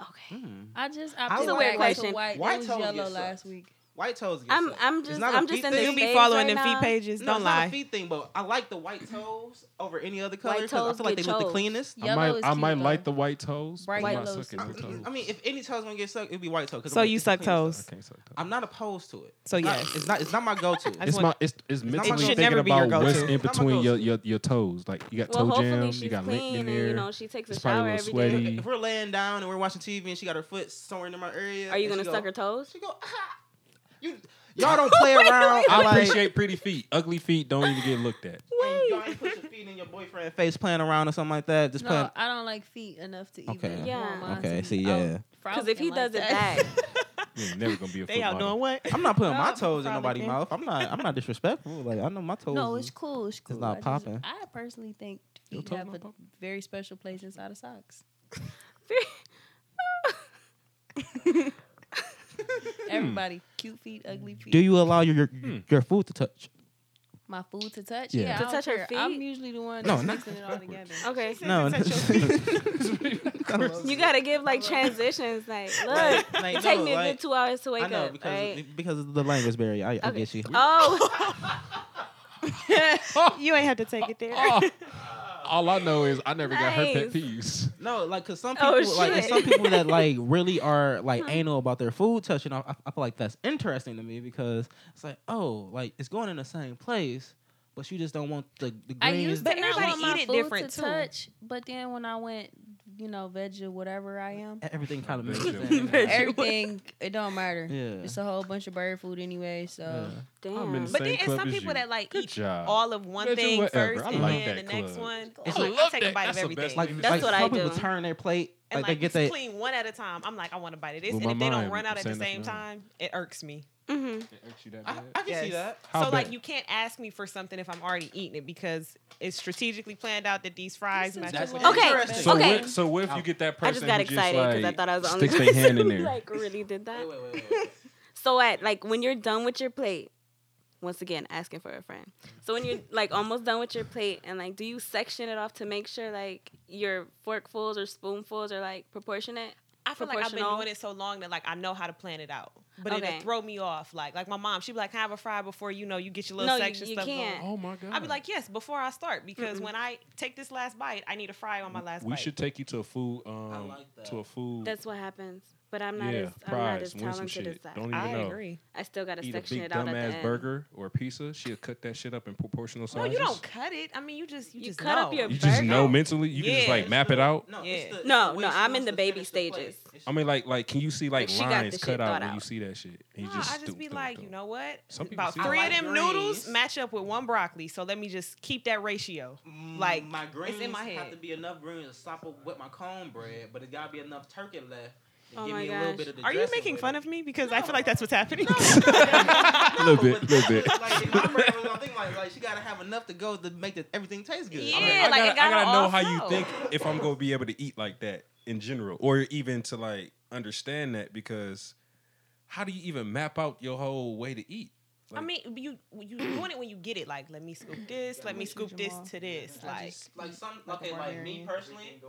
Speaker 6: Okay.
Speaker 1: Hmm.
Speaker 2: I just
Speaker 1: I
Speaker 2: opted
Speaker 1: like
Speaker 2: back
Speaker 6: white.
Speaker 2: to white.
Speaker 1: White
Speaker 2: It was
Speaker 1: toes
Speaker 2: yellow
Speaker 1: get
Speaker 2: last
Speaker 1: sucked.
Speaker 2: week.
Speaker 1: White toes.
Speaker 3: Hmm.
Speaker 1: Get
Speaker 6: I'm
Speaker 1: sucked.
Speaker 6: I'm
Speaker 1: It's
Speaker 6: just
Speaker 1: not a
Speaker 6: I'm just
Speaker 1: feet
Speaker 6: in the
Speaker 1: thing.
Speaker 4: You be
Speaker 6: phase
Speaker 4: following
Speaker 6: right
Speaker 4: them feet
Speaker 6: now.
Speaker 4: pages.
Speaker 1: No,
Speaker 4: Don't
Speaker 1: it's not a
Speaker 4: lie.
Speaker 1: feet thing, but I like the white toes over any other color
Speaker 6: White
Speaker 1: 'cause I
Speaker 6: toes
Speaker 1: feel like they
Speaker 6: get
Speaker 1: look the
Speaker 6: chose.
Speaker 1: cleanest.
Speaker 2: Yellow
Speaker 3: I might,
Speaker 2: is
Speaker 3: I
Speaker 2: cute,
Speaker 3: might
Speaker 2: though.
Speaker 3: light the white toes.
Speaker 2: Bright
Speaker 3: I'm not
Speaker 2: yellows.
Speaker 3: sucking
Speaker 1: I,
Speaker 3: no toes.
Speaker 1: I mean, if any toes gonna get sucked, it'd be white toe. 'cause
Speaker 4: So
Speaker 1: the-
Speaker 4: you
Speaker 1: it's the
Speaker 4: suck
Speaker 1: cleanest
Speaker 3: I
Speaker 1: toes.
Speaker 4: toes.
Speaker 3: can't suck toes.
Speaker 1: I'm not opposed to it.
Speaker 4: So
Speaker 1: It's not-
Speaker 4: yes.
Speaker 1: It's not. It's not my go-to.
Speaker 4: <laughs> I
Speaker 3: It's
Speaker 4: just
Speaker 3: my
Speaker 4: want-
Speaker 3: it's it's mentally
Speaker 1: should
Speaker 3: thinking
Speaker 4: never be your
Speaker 3: about
Speaker 4: go-to.
Speaker 3: what's in
Speaker 1: It's not my
Speaker 3: between your,
Speaker 1: go-to.
Speaker 3: your your toes. Like you got
Speaker 6: Well,
Speaker 3: toe
Speaker 6: hopefully
Speaker 3: jam,
Speaker 6: she's
Speaker 3: you got lint
Speaker 6: clean
Speaker 3: in
Speaker 6: and
Speaker 3: there.
Speaker 6: you know she takes a
Speaker 3: It's probably
Speaker 6: shower
Speaker 3: a
Speaker 6: every day.
Speaker 3: little sweaty.
Speaker 1: If we're laying down and we're watching TV and she got her foot somewhere in my area,
Speaker 6: Are you
Speaker 1: and
Speaker 6: gonna
Speaker 1: she
Speaker 6: suck
Speaker 1: go,
Speaker 6: her toes?
Speaker 1: She go. Ah!
Speaker 3: <laughs>
Speaker 1: You y'all don't play around.
Speaker 3: I
Speaker 1: like,
Speaker 3: appreciate pretty feet. Ugly feet don't even get looked <laughs> at.
Speaker 1: and y'all ain't put your feet in your boyfriend's face playing around or something like that. Just
Speaker 2: No, <laughs>
Speaker 1: playing.
Speaker 2: I don't like feet enough to even.
Speaker 1: Okay.
Speaker 6: Yeah.
Speaker 1: Okay, see, yeah.
Speaker 6: Because if he does it back,
Speaker 2: <laughs>
Speaker 3: You're never gonna be a foot
Speaker 4: They out doing
Speaker 3: model.
Speaker 4: what?
Speaker 1: I'm not putting my
Speaker 2: No,
Speaker 1: toes in
Speaker 2: probably
Speaker 1: nobody's
Speaker 2: can't.
Speaker 1: mouth. I'm not. I'm not disrespectful. Like I know my toes.
Speaker 2: no,
Speaker 1: is-
Speaker 2: it's cool. It's cool.
Speaker 1: not
Speaker 2: I just-
Speaker 1: popping.
Speaker 2: I personally think
Speaker 3: Your
Speaker 2: feet
Speaker 3: toes
Speaker 2: have
Speaker 3: not
Speaker 2: a
Speaker 3: popping?
Speaker 2: very special place inside of socks. <laughs> Everybody, cute feet, ugly feet.
Speaker 1: Do you allow your your,
Speaker 3: Hmm.
Speaker 1: your food to touch?
Speaker 2: My food to touch.
Speaker 1: Yeah.
Speaker 2: Yeah,
Speaker 1: To
Speaker 2: I don't
Speaker 6: touch her
Speaker 2: care. I'm
Speaker 6: feet?
Speaker 2: usually the one
Speaker 1: No,
Speaker 2: that's
Speaker 1: not-
Speaker 2: mixing it all together. <laughs>
Speaker 6: okay,
Speaker 1: No. <laughs>
Speaker 4: touch your
Speaker 3: <laughs>
Speaker 6: you gotta give like
Speaker 1: <laughs>
Speaker 6: transitions. Like, look,
Speaker 1: Like,
Speaker 6: it take
Speaker 1: no,
Speaker 6: me a
Speaker 1: like-
Speaker 6: good two hours to
Speaker 1: I
Speaker 6: wake
Speaker 1: know
Speaker 6: up.
Speaker 1: because
Speaker 6: right?
Speaker 1: because of the language barrier. I, I
Speaker 6: Okay.
Speaker 1: get you. <laughs>
Speaker 6: Oh,
Speaker 4: <laughs>
Speaker 6: <laughs>
Speaker 4: you ain't have to take it there.
Speaker 3: Oh, all I know is I never got her pet
Speaker 6: Nice.
Speaker 3: peeves.
Speaker 1: No, like cause some people
Speaker 6: Oh,
Speaker 1: like it's
Speaker 6: shit.
Speaker 1: some people that like really are like anal about their food touching. I, I feel like that's interesting to me because it's like oh like it's going in the same place, but you just don't want the the
Speaker 2: I
Speaker 1: greens.
Speaker 2: used
Speaker 4: But
Speaker 2: to not
Speaker 4: everybody
Speaker 2: want my
Speaker 4: eat it
Speaker 2: food
Speaker 4: different,
Speaker 2: to
Speaker 4: too.
Speaker 2: touch, but then when I went, you know, veg or whatever I am,
Speaker 1: everything kind of <laughs>
Speaker 3: Veggie.
Speaker 2: <laughs>
Speaker 1: mixes.
Speaker 2: everything it don't matter.
Speaker 1: Yeah.
Speaker 2: It's a whole bunch of bird food anyway, so
Speaker 1: yeah.
Speaker 3: I'm in the
Speaker 6: Damn.
Speaker 4: <laughs>
Speaker 6: But
Speaker 4: But then
Speaker 3: Same
Speaker 4: it's
Speaker 3: club
Speaker 4: some
Speaker 3: as
Speaker 4: people
Speaker 3: you.
Speaker 4: that like
Speaker 3: Good
Speaker 4: eat
Speaker 3: job.
Speaker 4: all of one
Speaker 3: Bitch,
Speaker 4: thing
Speaker 3: whatever.
Speaker 4: first
Speaker 3: I
Speaker 4: and
Speaker 3: like
Speaker 4: then the
Speaker 3: that
Speaker 4: next
Speaker 3: club.
Speaker 4: one.
Speaker 1: It's
Speaker 4: I'm
Speaker 1: like-
Speaker 4: like, I take a bite of
Speaker 3: That's the best
Speaker 4: everything.
Speaker 1: Like
Speaker 3: thing to
Speaker 1: like,
Speaker 6: what I
Speaker 1: some people
Speaker 6: do.
Speaker 1: turn their plate
Speaker 4: and
Speaker 1: like,
Speaker 4: like
Speaker 1: they get
Speaker 4: just
Speaker 1: that.
Speaker 4: clean one at a time. I'm like, I want to bite of this,
Speaker 3: Blew
Speaker 4: and
Speaker 3: my
Speaker 4: if they don't
Speaker 3: mind
Speaker 4: run
Speaker 3: when
Speaker 4: out at
Speaker 3: you
Speaker 4: the
Speaker 3: said that
Speaker 4: same
Speaker 3: for real.
Speaker 4: time, it irks me.
Speaker 6: hmm
Speaker 1: I, I can see
Speaker 4: Yes.
Speaker 1: that.
Speaker 3: How
Speaker 4: so
Speaker 3: bad?
Speaker 4: like, you can't ask me for something if I'm already eating it because it's strategically planned out that these fries match.
Speaker 1: That's
Speaker 4: up with
Speaker 1: what-
Speaker 4: everything.
Speaker 6: Okay.
Speaker 1: Interesting.
Speaker 3: So
Speaker 6: okay.
Speaker 3: what? So what if you get that person?
Speaker 6: I just got
Speaker 3: who
Speaker 6: excited because
Speaker 3: like,
Speaker 6: I thought I was the only
Speaker 3: sticks
Speaker 6: <laughs>
Speaker 3: their hand in
Speaker 6: person who,
Speaker 3: there.
Speaker 6: like really did that.
Speaker 1: wait, wait, <laughs> wait, wait.
Speaker 6: So at like when you're done with your plate, once again asking for a friend. So when you're like almost done with your plate and like do you section it off to make sure like your forkfuls or spoonfuls are like proportionate?
Speaker 4: I feel like I've been
Speaker 6: Proportional.
Speaker 4: doing it so long that like I know how to plan it out, but
Speaker 6: Okay.
Speaker 4: it'll throw me off. Like like my mom, she'd be like, "Can I have a fry before you know you get your little
Speaker 6: No, you-
Speaker 4: section
Speaker 6: you
Speaker 4: stuff
Speaker 6: can't.
Speaker 4: going?"
Speaker 3: oh my god!
Speaker 4: I'd be like, "Yes, before I start because when I take this last bite, I need a fry on my last
Speaker 3: we
Speaker 4: bite."
Speaker 3: should take you to a food. Um,
Speaker 1: like that.
Speaker 3: to a food.
Speaker 6: That's what happens. But I'm not
Speaker 3: yeah,
Speaker 6: as I'm not
Speaker 3: prize,
Speaker 6: as
Speaker 3: win some
Speaker 6: talented as
Speaker 3: shit.
Speaker 6: that.
Speaker 3: Don't even
Speaker 4: I
Speaker 3: know.
Speaker 4: agree.
Speaker 6: I still gotta
Speaker 3: Eat a
Speaker 6: section
Speaker 3: big
Speaker 6: it out at the
Speaker 3: dumbass
Speaker 6: end.
Speaker 3: burger or pizza. She'll cut that shit up in proportional
Speaker 4: Well,
Speaker 3: sizes.
Speaker 4: you don't cut it. I mean, you just you,
Speaker 6: You
Speaker 4: just
Speaker 6: cut up
Speaker 4: know.
Speaker 6: your-
Speaker 3: You just
Speaker 6: Burger?
Speaker 3: know mentally. You can just
Speaker 4: Yeah.
Speaker 3: like map it out.
Speaker 1: No,
Speaker 4: Yeah.
Speaker 1: it's the-
Speaker 6: No,
Speaker 1: it's the way
Speaker 6: no,
Speaker 1: she
Speaker 6: I'm in
Speaker 1: wants
Speaker 6: the
Speaker 1: to
Speaker 6: baby
Speaker 1: finish the plate.
Speaker 6: stages.
Speaker 1: It's-
Speaker 3: I mean, like, like, can you see like
Speaker 6: Like, she got
Speaker 3: lines
Speaker 6: the
Speaker 3: cut
Speaker 6: shit
Speaker 3: out
Speaker 6: thought
Speaker 3: when you
Speaker 6: out.
Speaker 3: see that shit? And you
Speaker 4: Nah,
Speaker 3: just
Speaker 4: I just
Speaker 3: thump,
Speaker 4: be
Speaker 3: thump,
Speaker 4: like,
Speaker 3: thump.
Speaker 4: you know what?
Speaker 3: Some people
Speaker 4: About
Speaker 3: see
Speaker 4: three
Speaker 1: it.
Speaker 4: of them
Speaker 1: I like
Speaker 4: noodles
Speaker 1: greens.
Speaker 4: match up with one broccoli, so let me just keep that ratio. Mm, Like,
Speaker 1: Mm, my
Speaker 4: it's
Speaker 1: greens
Speaker 4: in my
Speaker 1: have
Speaker 4: head.
Speaker 1: to be enough greens to stop up with my cornbread, but it gotta be enough turkey left. and
Speaker 6: Oh
Speaker 1: give
Speaker 6: my
Speaker 1: me a little
Speaker 6: gosh.
Speaker 1: bit of <laughs> the
Speaker 4: Are you
Speaker 1: dressing
Speaker 4: making
Speaker 1: with
Speaker 4: fun
Speaker 1: it.
Speaker 4: of me? Because I feel like that's what's happening. <laughs>
Speaker 6: <laughs>
Speaker 3: a little bit,
Speaker 1: But
Speaker 3: a little bit.
Speaker 1: that's <laughs> Like, if my brain was on thing like, like she gotta have enough to go to make the, everything taste good.
Speaker 4: Yeah,
Speaker 1: I mean,
Speaker 3: I
Speaker 4: like,
Speaker 3: gotta,
Speaker 4: it gotta
Speaker 3: I gotta know
Speaker 4: all
Speaker 3: how you
Speaker 4: flow.
Speaker 3: think if I'm gonna be able to eat like that in general, or even to like understand that because how do you even map out your whole way to eat?
Speaker 4: I mean, you you doing it when you get it. Like, let me scoop this, let me scoop this to this.
Speaker 1: I
Speaker 4: Like,
Speaker 1: just- like some
Speaker 2: like a
Speaker 1: okay, like me
Speaker 2: barbarian.
Speaker 1: personally.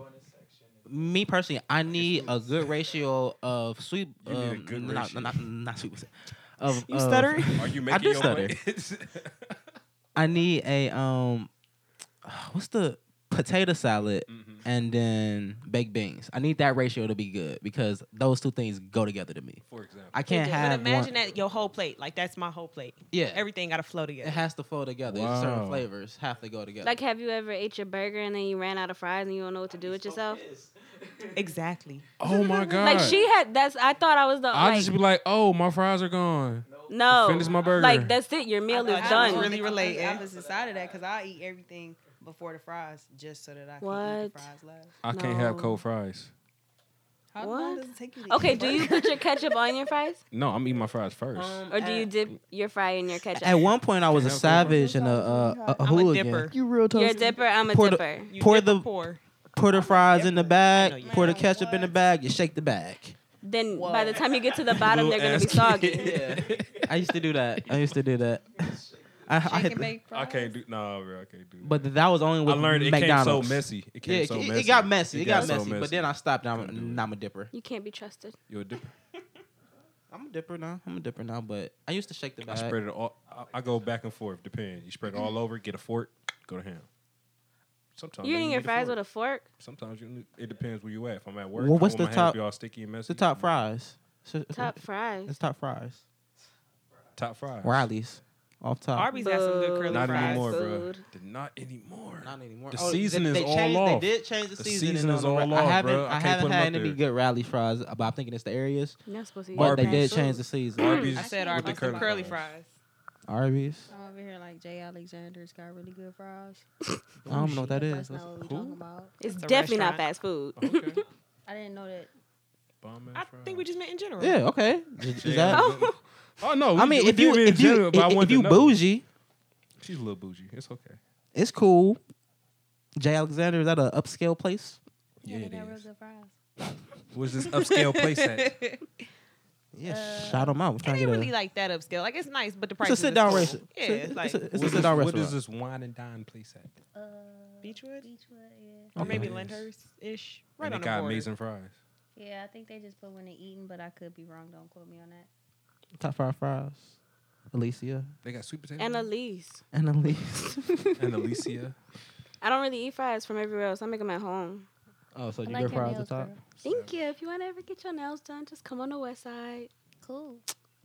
Speaker 1: Me personally, I need a good ratio of sweet.
Speaker 3: You need a good
Speaker 1: um, not,
Speaker 3: ratio.
Speaker 1: not, not sweet. Of,
Speaker 4: You
Speaker 1: of-
Speaker 4: stuttering?
Speaker 3: Are you
Speaker 1: I
Speaker 3: making
Speaker 1: do
Speaker 3: your
Speaker 1: stutter.
Speaker 3: way? <laughs>
Speaker 1: I need a um, <sighs> what's the potato salad
Speaker 6: Mm-hmm.
Speaker 3: Mhm.
Speaker 1: and then baked beans. I need that ratio to be good because those two things go together to me.
Speaker 3: For example,
Speaker 1: I can't
Speaker 4: but
Speaker 1: have
Speaker 4: imagine
Speaker 1: one.
Speaker 4: that your whole plate. Like, that's my whole plate.
Speaker 1: Yeah,
Speaker 4: Everything gotta flow
Speaker 1: it
Speaker 4: together.
Speaker 1: has to flow together. It's Certain
Speaker 3: Wow.
Speaker 1: flavors have to go together.
Speaker 6: Like have you ever ate your burger and then you ran out of fries and you don't know what to do with yourself?
Speaker 4: exactly.
Speaker 3: <laughs>
Speaker 1: <laughs>
Speaker 3: oh my god!
Speaker 6: Like she had that's I thought I was the
Speaker 3: I
Speaker 6: like
Speaker 3: just be like, oh, my fries are gone.
Speaker 6: no
Speaker 3: Finish my burger.
Speaker 6: like that's it your meal
Speaker 2: I
Speaker 6: is
Speaker 2: was
Speaker 6: done.
Speaker 2: really
Speaker 4: Really
Speaker 2: related.
Speaker 4: related.
Speaker 2: I was inside of that because I eat everything before the fries just so that I can eat the
Speaker 6: What?
Speaker 2: fries last.
Speaker 3: I can't have
Speaker 6: No.
Speaker 3: cold fries.
Speaker 2: How long
Speaker 6: What?
Speaker 2: does it take you to
Speaker 6: Okay,
Speaker 2: eat
Speaker 6: do you
Speaker 2: burgers?
Speaker 4: <laughs>
Speaker 6: put your ketchup on your fries?
Speaker 3: No, I'm eating my fries first.
Speaker 1: Um,
Speaker 6: Or do
Speaker 1: at-
Speaker 6: you dip your fry in your ketchup?
Speaker 1: At one point, I was a
Speaker 3: Can I go
Speaker 1: savage and a, a, a, a
Speaker 4: I'm a
Speaker 1: hooligan.
Speaker 4: dipper.
Speaker 2: You real
Speaker 6: You're a dipper, I'm a
Speaker 1: Pour the-
Speaker 6: dipper.
Speaker 4: You
Speaker 1: Pour
Speaker 4: dip or
Speaker 1: the-
Speaker 4: pour.
Speaker 1: Pour the fries in the
Speaker 4: I know
Speaker 1: bag.
Speaker 4: you
Speaker 1: Pour the
Speaker 2: are.
Speaker 1: ketchup in the
Speaker 2: What?
Speaker 1: bag. You shake the bag.
Speaker 6: Then
Speaker 2: Whoa.
Speaker 6: by the time you get
Speaker 1: <laughs>
Speaker 6: to the bottom, they're
Speaker 3: Little
Speaker 6: gonna be
Speaker 3: ass
Speaker 6: soggy.
Speaker 1: Yeah,
Speaker 3: kid.
Speaker 6: <laughs>
Speaker 1: <laughs> I used to do that. I used to do
Speaker 2: <laughs>
Speaker 1: that. I, I
Speaker 2: Shake
Speaker 1: hit
Speaker 2: and
Speaker 1: the,
Speaker 2: bake
Speaker 3: I
Speaker 2: fries?
Speaker 3: can't do no, bro. I can't do. that.
Speaker 1: but that was only
Speaker 3: I
Speaker 1: with
Speaker 3: learned it came
Speaker 1: McDonald's.
Speaker 3: so messy. It
Speaker 1: Yeah,
Speaker 3: came
Speaker 1: it,
Speaker 3: so
Speaker 1: it
Speaker 3: messy.
Speaker 1: got messy. It, got,
Speaker 3: so
Speaker 1: messy, But then I stopped. Now
Speaker 3: Couldn't do
Speaker 1: I'm,
Speaker 3: it.
Speaker 1: now I'm a dipper.
Speaker 6: You can't be trusted.
Speaker 3: You're a dipper.
Speaker 1: I'm a dipper now. I'm a dipper now. But I used to shake the
Speaker 3: I
Speaker 1: bag.
Speaker 3: spread it all. I, I go back and forth. Depend. You spread it all over. Get a fork. Go to ham. Sometimes
Speaker 6: You eating your fries with
Speaker 3: <laughs>
Speaker 6: a fork?
Speaker 3: Sometimes you. need- It depends where you at. If I'm at work,
Speaker 1: Well, what's the
Speaker 3: I want my hands to
Speaker 1: top-
Speaker 3: Be all sticky and messy.
Speaker 1: It's the top fries. So- uh,
Speaker 6: Top fries.
Speaker 1: It's top fries.
Speaker 3: Top fries.
Speaker 1: Riley's off top.
Speaker 4: Arby's got some good
Speaker 6: Boo.
Speaker 4: curly
Speaker 3: Not
Speaker 4: fries.
Speaker 3: anymore, bro.
Speaker 6: Food.
Speaker 3: Did not anymore.
Speaker 1: Not anymore.
Speaker 3: The
Speaker 1: Oh,
Speaker 3: season
Speaker 1: they,
Speaker 3: is
Speaker 1: they
Speaker 3: all
Speaker 1: changed,
Speaker 3: off.
Speaker 1: They did change the,
Speaker 3: The
Speaker 1: season.
Speaker 3: season
Speaker 1: and
Speaker 3: is
Speaker 1: on the
Speaker 3: all
Speaker 1: ra- I
Speaker 3: off,
Speaker 1: haven't,
Speaker 3: bro. I
Speaker 1: I
Speaker 3: can't
Speaker 1: haven't
Speaker 3: put 'em
Speaker 1: had
Speaker 3: up
Speaker 1: any
Speaker 3: there.
Speaker 1: good rally fries, uh, but I'm thinking it's the areas.
Speaker 6: You're not supposed to eat
Speaker 1: But they
Speaker 6: fries.
Speaker 1: did
Speaker 3: Arby's.
Speaker 1: change the season.
Speaker 4: <clears throat>
Speaker 3: Arby's
Speaker 4: I said
Speaker 3: with the
Speaker 4: Arby's curly, curly fries.
Speaker 1: Arby's.
Speaker 2: I'm over here like Jay Alexander's got really good fries.
Speaker 1: I don't know what that is.
Speaker 2: That's not what we
Speaker 1: Who?
Speaker 2: talking about.
Speaker 6: It's
Speaker 4: It's a
Speaker 6: definitely not
Speaker 4: restaurant.
Speaker 6: fast
Speaker 4: <laughs>
Speaker 6: food. <laughs>
Speaker 3: Okay.
Speaker 2: I didn't know that.
Speaker 3: Bomb
Speaker 4: I
Speaker 3: ass fries.
Speaker 4: think we just meant in general.
Speaker 1: Yeah. Okay. Is, is that?
Speaker 6: Oh.
Speaker 3: Oh no.
Speaker 1: I
Speaker 3: we-
Speaker 1: mean,
Speaker 3: we
Speaker 1: if you
Speaker 3: did it in
Speaker 1: if you
Speaker 3: general, but I
Speaker 1: if,
Speaker 3: wanted
Speaker 1: if
Speaker 3: to
Speaker 1: you
Speaker 3: know.
Speaker 1: bougie,
Speaker 3: she's a little bougie. It's okay.
Speaker 1: it's cool. Jay Alexander is that a upscale place?
Speaker 3: Yeah,
Speaker 2: they
Speaker 3: it
Speaker 2: got real
Speaker 3: is.
Speaker 2: good fries.
Speaker 3: Where's this upscale place
Speaker 1: <laughs>
Speaker 3: at?
Speaker 1: Yeah.
Speaker 2: Uh,
Speaker 1: shout them out. I'm
Speaker 4: It
Speaker 1: trying to get
Speaker 4: ain't
Speaker 1: a.
Speaker 4: really like that upscale. Like it's nice, but the price
Speaker 1: it's a
Speaker 4: is
Speaker 1: sit down
Speaker 4: cool.
Speaker 1: restaurant.
Speaker 4: Yeah,
Speaker 1: It's a-
Speaker 4: like
Speaker 1: it's a, it's a
Speaker 3: Where's
Speaker 1: sit
Speaker 3: this-
Speaker 1: down
Speaker 3: What is
Speaker 1: restaurant.
Speaker 3: this wine and dine place at?
Speaker 2: Uh,
Speaker 4: Beechwood
Speaker 2: Beechwood, yeah.
Speaker 4: or
Speaker 1: Okay.
Speaker 4: maybe
Speaker 3: Nice.
Speaker 4: Lyndhurst ish. Right
Speaker 3: And
Speaker 4: on
Speaker 3: they
Speaker 4: the
Speaker 3: got
Speaker 4: border.
Speaker 3: amazing fries.
Speaker 2: Yeah, I think they just put one in Eaton, but I could be wrong. Don't quote me on that.
Speaker 1: Top five fries. Alicia
Speaker 3: They got sweet potatoes.
Speaker 6: And Elise.
Speaker 1: and Elise.
Speaker 3: <laughs>
Speaker 4: <laughs>
Speaker 3: and Alicia.
Speaker 6: I don't really eat fries from everywhere else. I make them at home.
Speaker 1: oh, so
Speaker 2: I
Speaker 1: you
Speaker 2: like
Speaker 1: get
Speaker 2: your
Speaker 1: fries
Speaker 2: nails,
Speaker 1: at top?
Speaker 2: girl.
Speaker 6: Thank you. If you want to ever get your nails done, just come on the west side.
Speaker 2: Cool.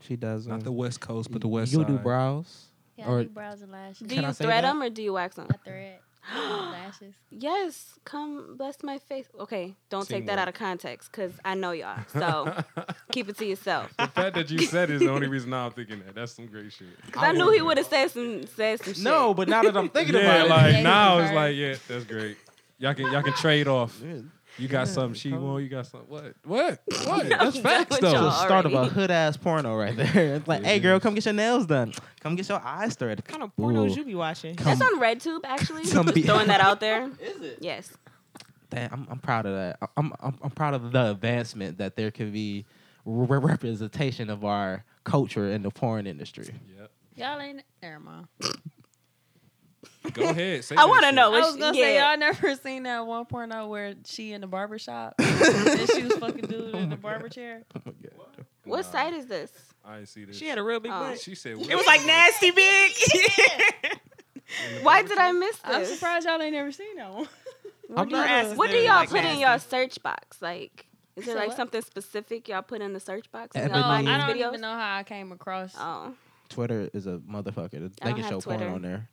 Speaker 1: She does.
Speaker 3: Not the West Coast, but the
Speaker 1: y-
Speaker 3: West
Speaker 1: You
Speaker 3: Side.
Speaker 1: do brows.
Speaker 7: Yeah,
Speaker 1: Or-
Speaker 7: I do brows and lashes.
Speaker 6: Do
Speaker 1: Can I
Speaker 6: you
Speaker 1: say
Speaker 6: thread
Speaker 1: that?
Speaker 6: them or do you wax them?
Speaker 7: I thread
Speaker 5: <gasps>
Speaker 7: lashes.
Speaker 6: Yes, come bless my face. Okay, don't take
Speaker 3: Teamwork.
Speaker 6: that out of context because I know y'all. So
Speaker 1: <laughs>
Speaker 6: keep it to yourself.
Speaker 3: <laughs> the fact that you said is the
Speaker 4: <laughs>
Speaker 3: only reason I'm thinking that. That's some great shit.
Speaker 6: Because I, knew he would have said some said some shit.
Speaker 1: No, but now that I'm thinking
Speaker 3: Yeah,
Speaker 1: about
Speaker 3: like
Speaker 7: Yeah,
Speaker 3: now
Speaker 7: you
Speaker 3: it's
Speaker 7: heard.
Speaker 3: like yeah, that's great. Y'all can y'all can trade off.
Speaker 1: it, Yeah,
Speaker 3: You got something she
Speaker 1: cool.
Speaker 3: want. You got something. What? What? What?
Speaker 6: I'm
Speaker 3: That's
Speaker 6: done
Speaker 3: facts
Speaker 6: with
Speaker 3: though.
Speaker 1: the
Speaker 6: y'all.
Speaker 1: start of a
Speaker 6: already.
Speaker 1: hood ass porno right there. It's like, hey
Speaker 3: Yeah.
Speaker 1: girl, come get your nails done. Come get your eyes threaded.
Speaker 4: kind of pornos
Speaker 1: Ooh.
Speaker 4: you be watching?
Speaker 6: <laughs> That's on RedTube
Speaker 1: <laughs>
Speaker 6: actually.
Speaker 1: Some
Speaker 6: Just
Speaker 1: be-
Speaker 6: throwing that out there.
Speaker 1: Is it?
Speaker 6: Yes.
Speaker 1: Damn, I'm, I'm proud of that. I'm, I'm I'm proud of the advancement that there could be re- representation of our culture in the porn
Speaker 6: <laughs>
Speaker 1: industry.
Speaker 3: Yep.
Speaker 7: Y'all ain't.
Speaker 5: Never mind.
Speaker 3: Go ahead. Say
Speaker 6: I
Speaker 3: that
Speaker 6: want to
Speaker 3: shit.
Speaker 6: know.
Speaker 5: I was
Speaker 6: Which,
Speaker 5: gonna say
Speaker 6: yeah.
Speaker 5: y'all never <laughs> seen that one porno where she in the barber
Speaker 6: <laughs>
Speaker 5: shop and she was fucking dude in the barber chair.
Speaker 1: Oh my God.
Speaker 6: What
Speaker 3: Nah,
Speaker 6: site is this?
Speaker 3: I ain't see this.
Speaker 4: She had a real big
Speaker 6: Oh.
Speaker 4: butt.
Speaker 3: She said
Speaker 4: It was like nasty big.
Speaker 6: Why did I miss this?
Speaker 5: I'm surprised y'all ain't never seen that one.
Speaker 1: I'm
Speaker 4: Her
Speaker 1: not-
Speaker 4: ass is
Speaker 6: What do
Speaker 4: literally,
Speaker 6: y'all
Speaker 4: like,
Speaker 6: put in
Speaker 4: nasty.
Speaker 6: y'all search box? Like, is there
Speaker 7: So
Speaker 6: like
Speaker 7: what?
Speaker 6: something specific y'all put in the search box?
Speaker 1: Uh,
Speaker 6: when
Speaker 1: no,
Speaker 6: y'all find
Speaker 1: I
Speaker 6: these
Speaker 5: I don't
Speaker 6: videos?
Speaker 5: even know how I came across.
Speaker 6: Oh,
Speaker 1: Twitter is a motherfucker.
Speaker 6: I
Speaker 1: They
Speaker 6: don't
Speaker 1: can
Speaker 6: have
Speaker 1: show porn
Speaker 6: Twitter.
Speaker 1: on there.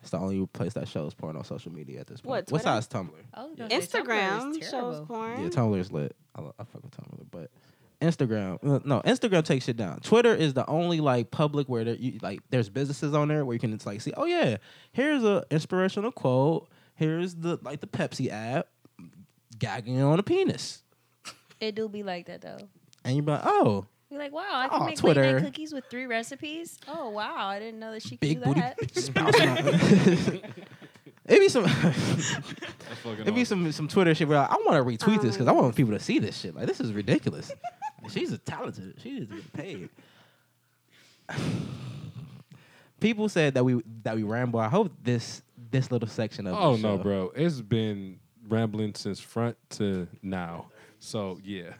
Speaker 1: It's the only place that shows porn on social media at this point.
Speaker 6: What,
Speaker 1: What
Speaker 6: Twitter?
Speaker 1: size Tumblr?
Speaker 7: I was gonna say Tumblr
Speaker 6: Instagram
Speaker 7: is
Speaker 6: shows
Speaker 7: terrible.
Speaker 6: porn.
Speaker 1: Yeah, Tumblr is lit. I, lo- I fuck with Tumblr, but Instagram, uh, no, Instagram takes shit down. Twitter is the only like public where there, you, like there's businesses on there where you can just like see, oh yeah, here's a inspirational quote. Here's the like the Pepsi ad gagging on a penis,
Speaker 7: It do be like that though.
Speaker 1: and you're like, oh,
Speaker 7: You're like, wow, I can make
Speaker 1: Oh,
Speaker 7: late night
Speaker 1: Twitter.
Speaker 7: cookies with three recipes.
Speaker 5: Oh wow, I didn't know that she could
Speaker 1: big
Speaker 5: do
Speaker 1: booty <laughs>
Speaker 5: that.
Speaker 1: spouting. <laughs> It'd be some, <laughs>
Speaker 5: <laughs>
Speaker 3: That's fucking
Speaker 1: it'd be
Speaker 3: awesome.
Speaker 1: some some Twitter shit where I want to retweet
Speaker 6: Oh
Speaker 1: this
Speaker 6: my
Speaker 1: because I want people to see this shit. Like this is ridiculous. She's a talented. She is paid. <sighs> people said that we that we ramble. I hope this this little section of the
Speaker 3: Oh no,
Speaker 1: show-
Speaker 3: bro. It's been rambling since front to now. So yeah,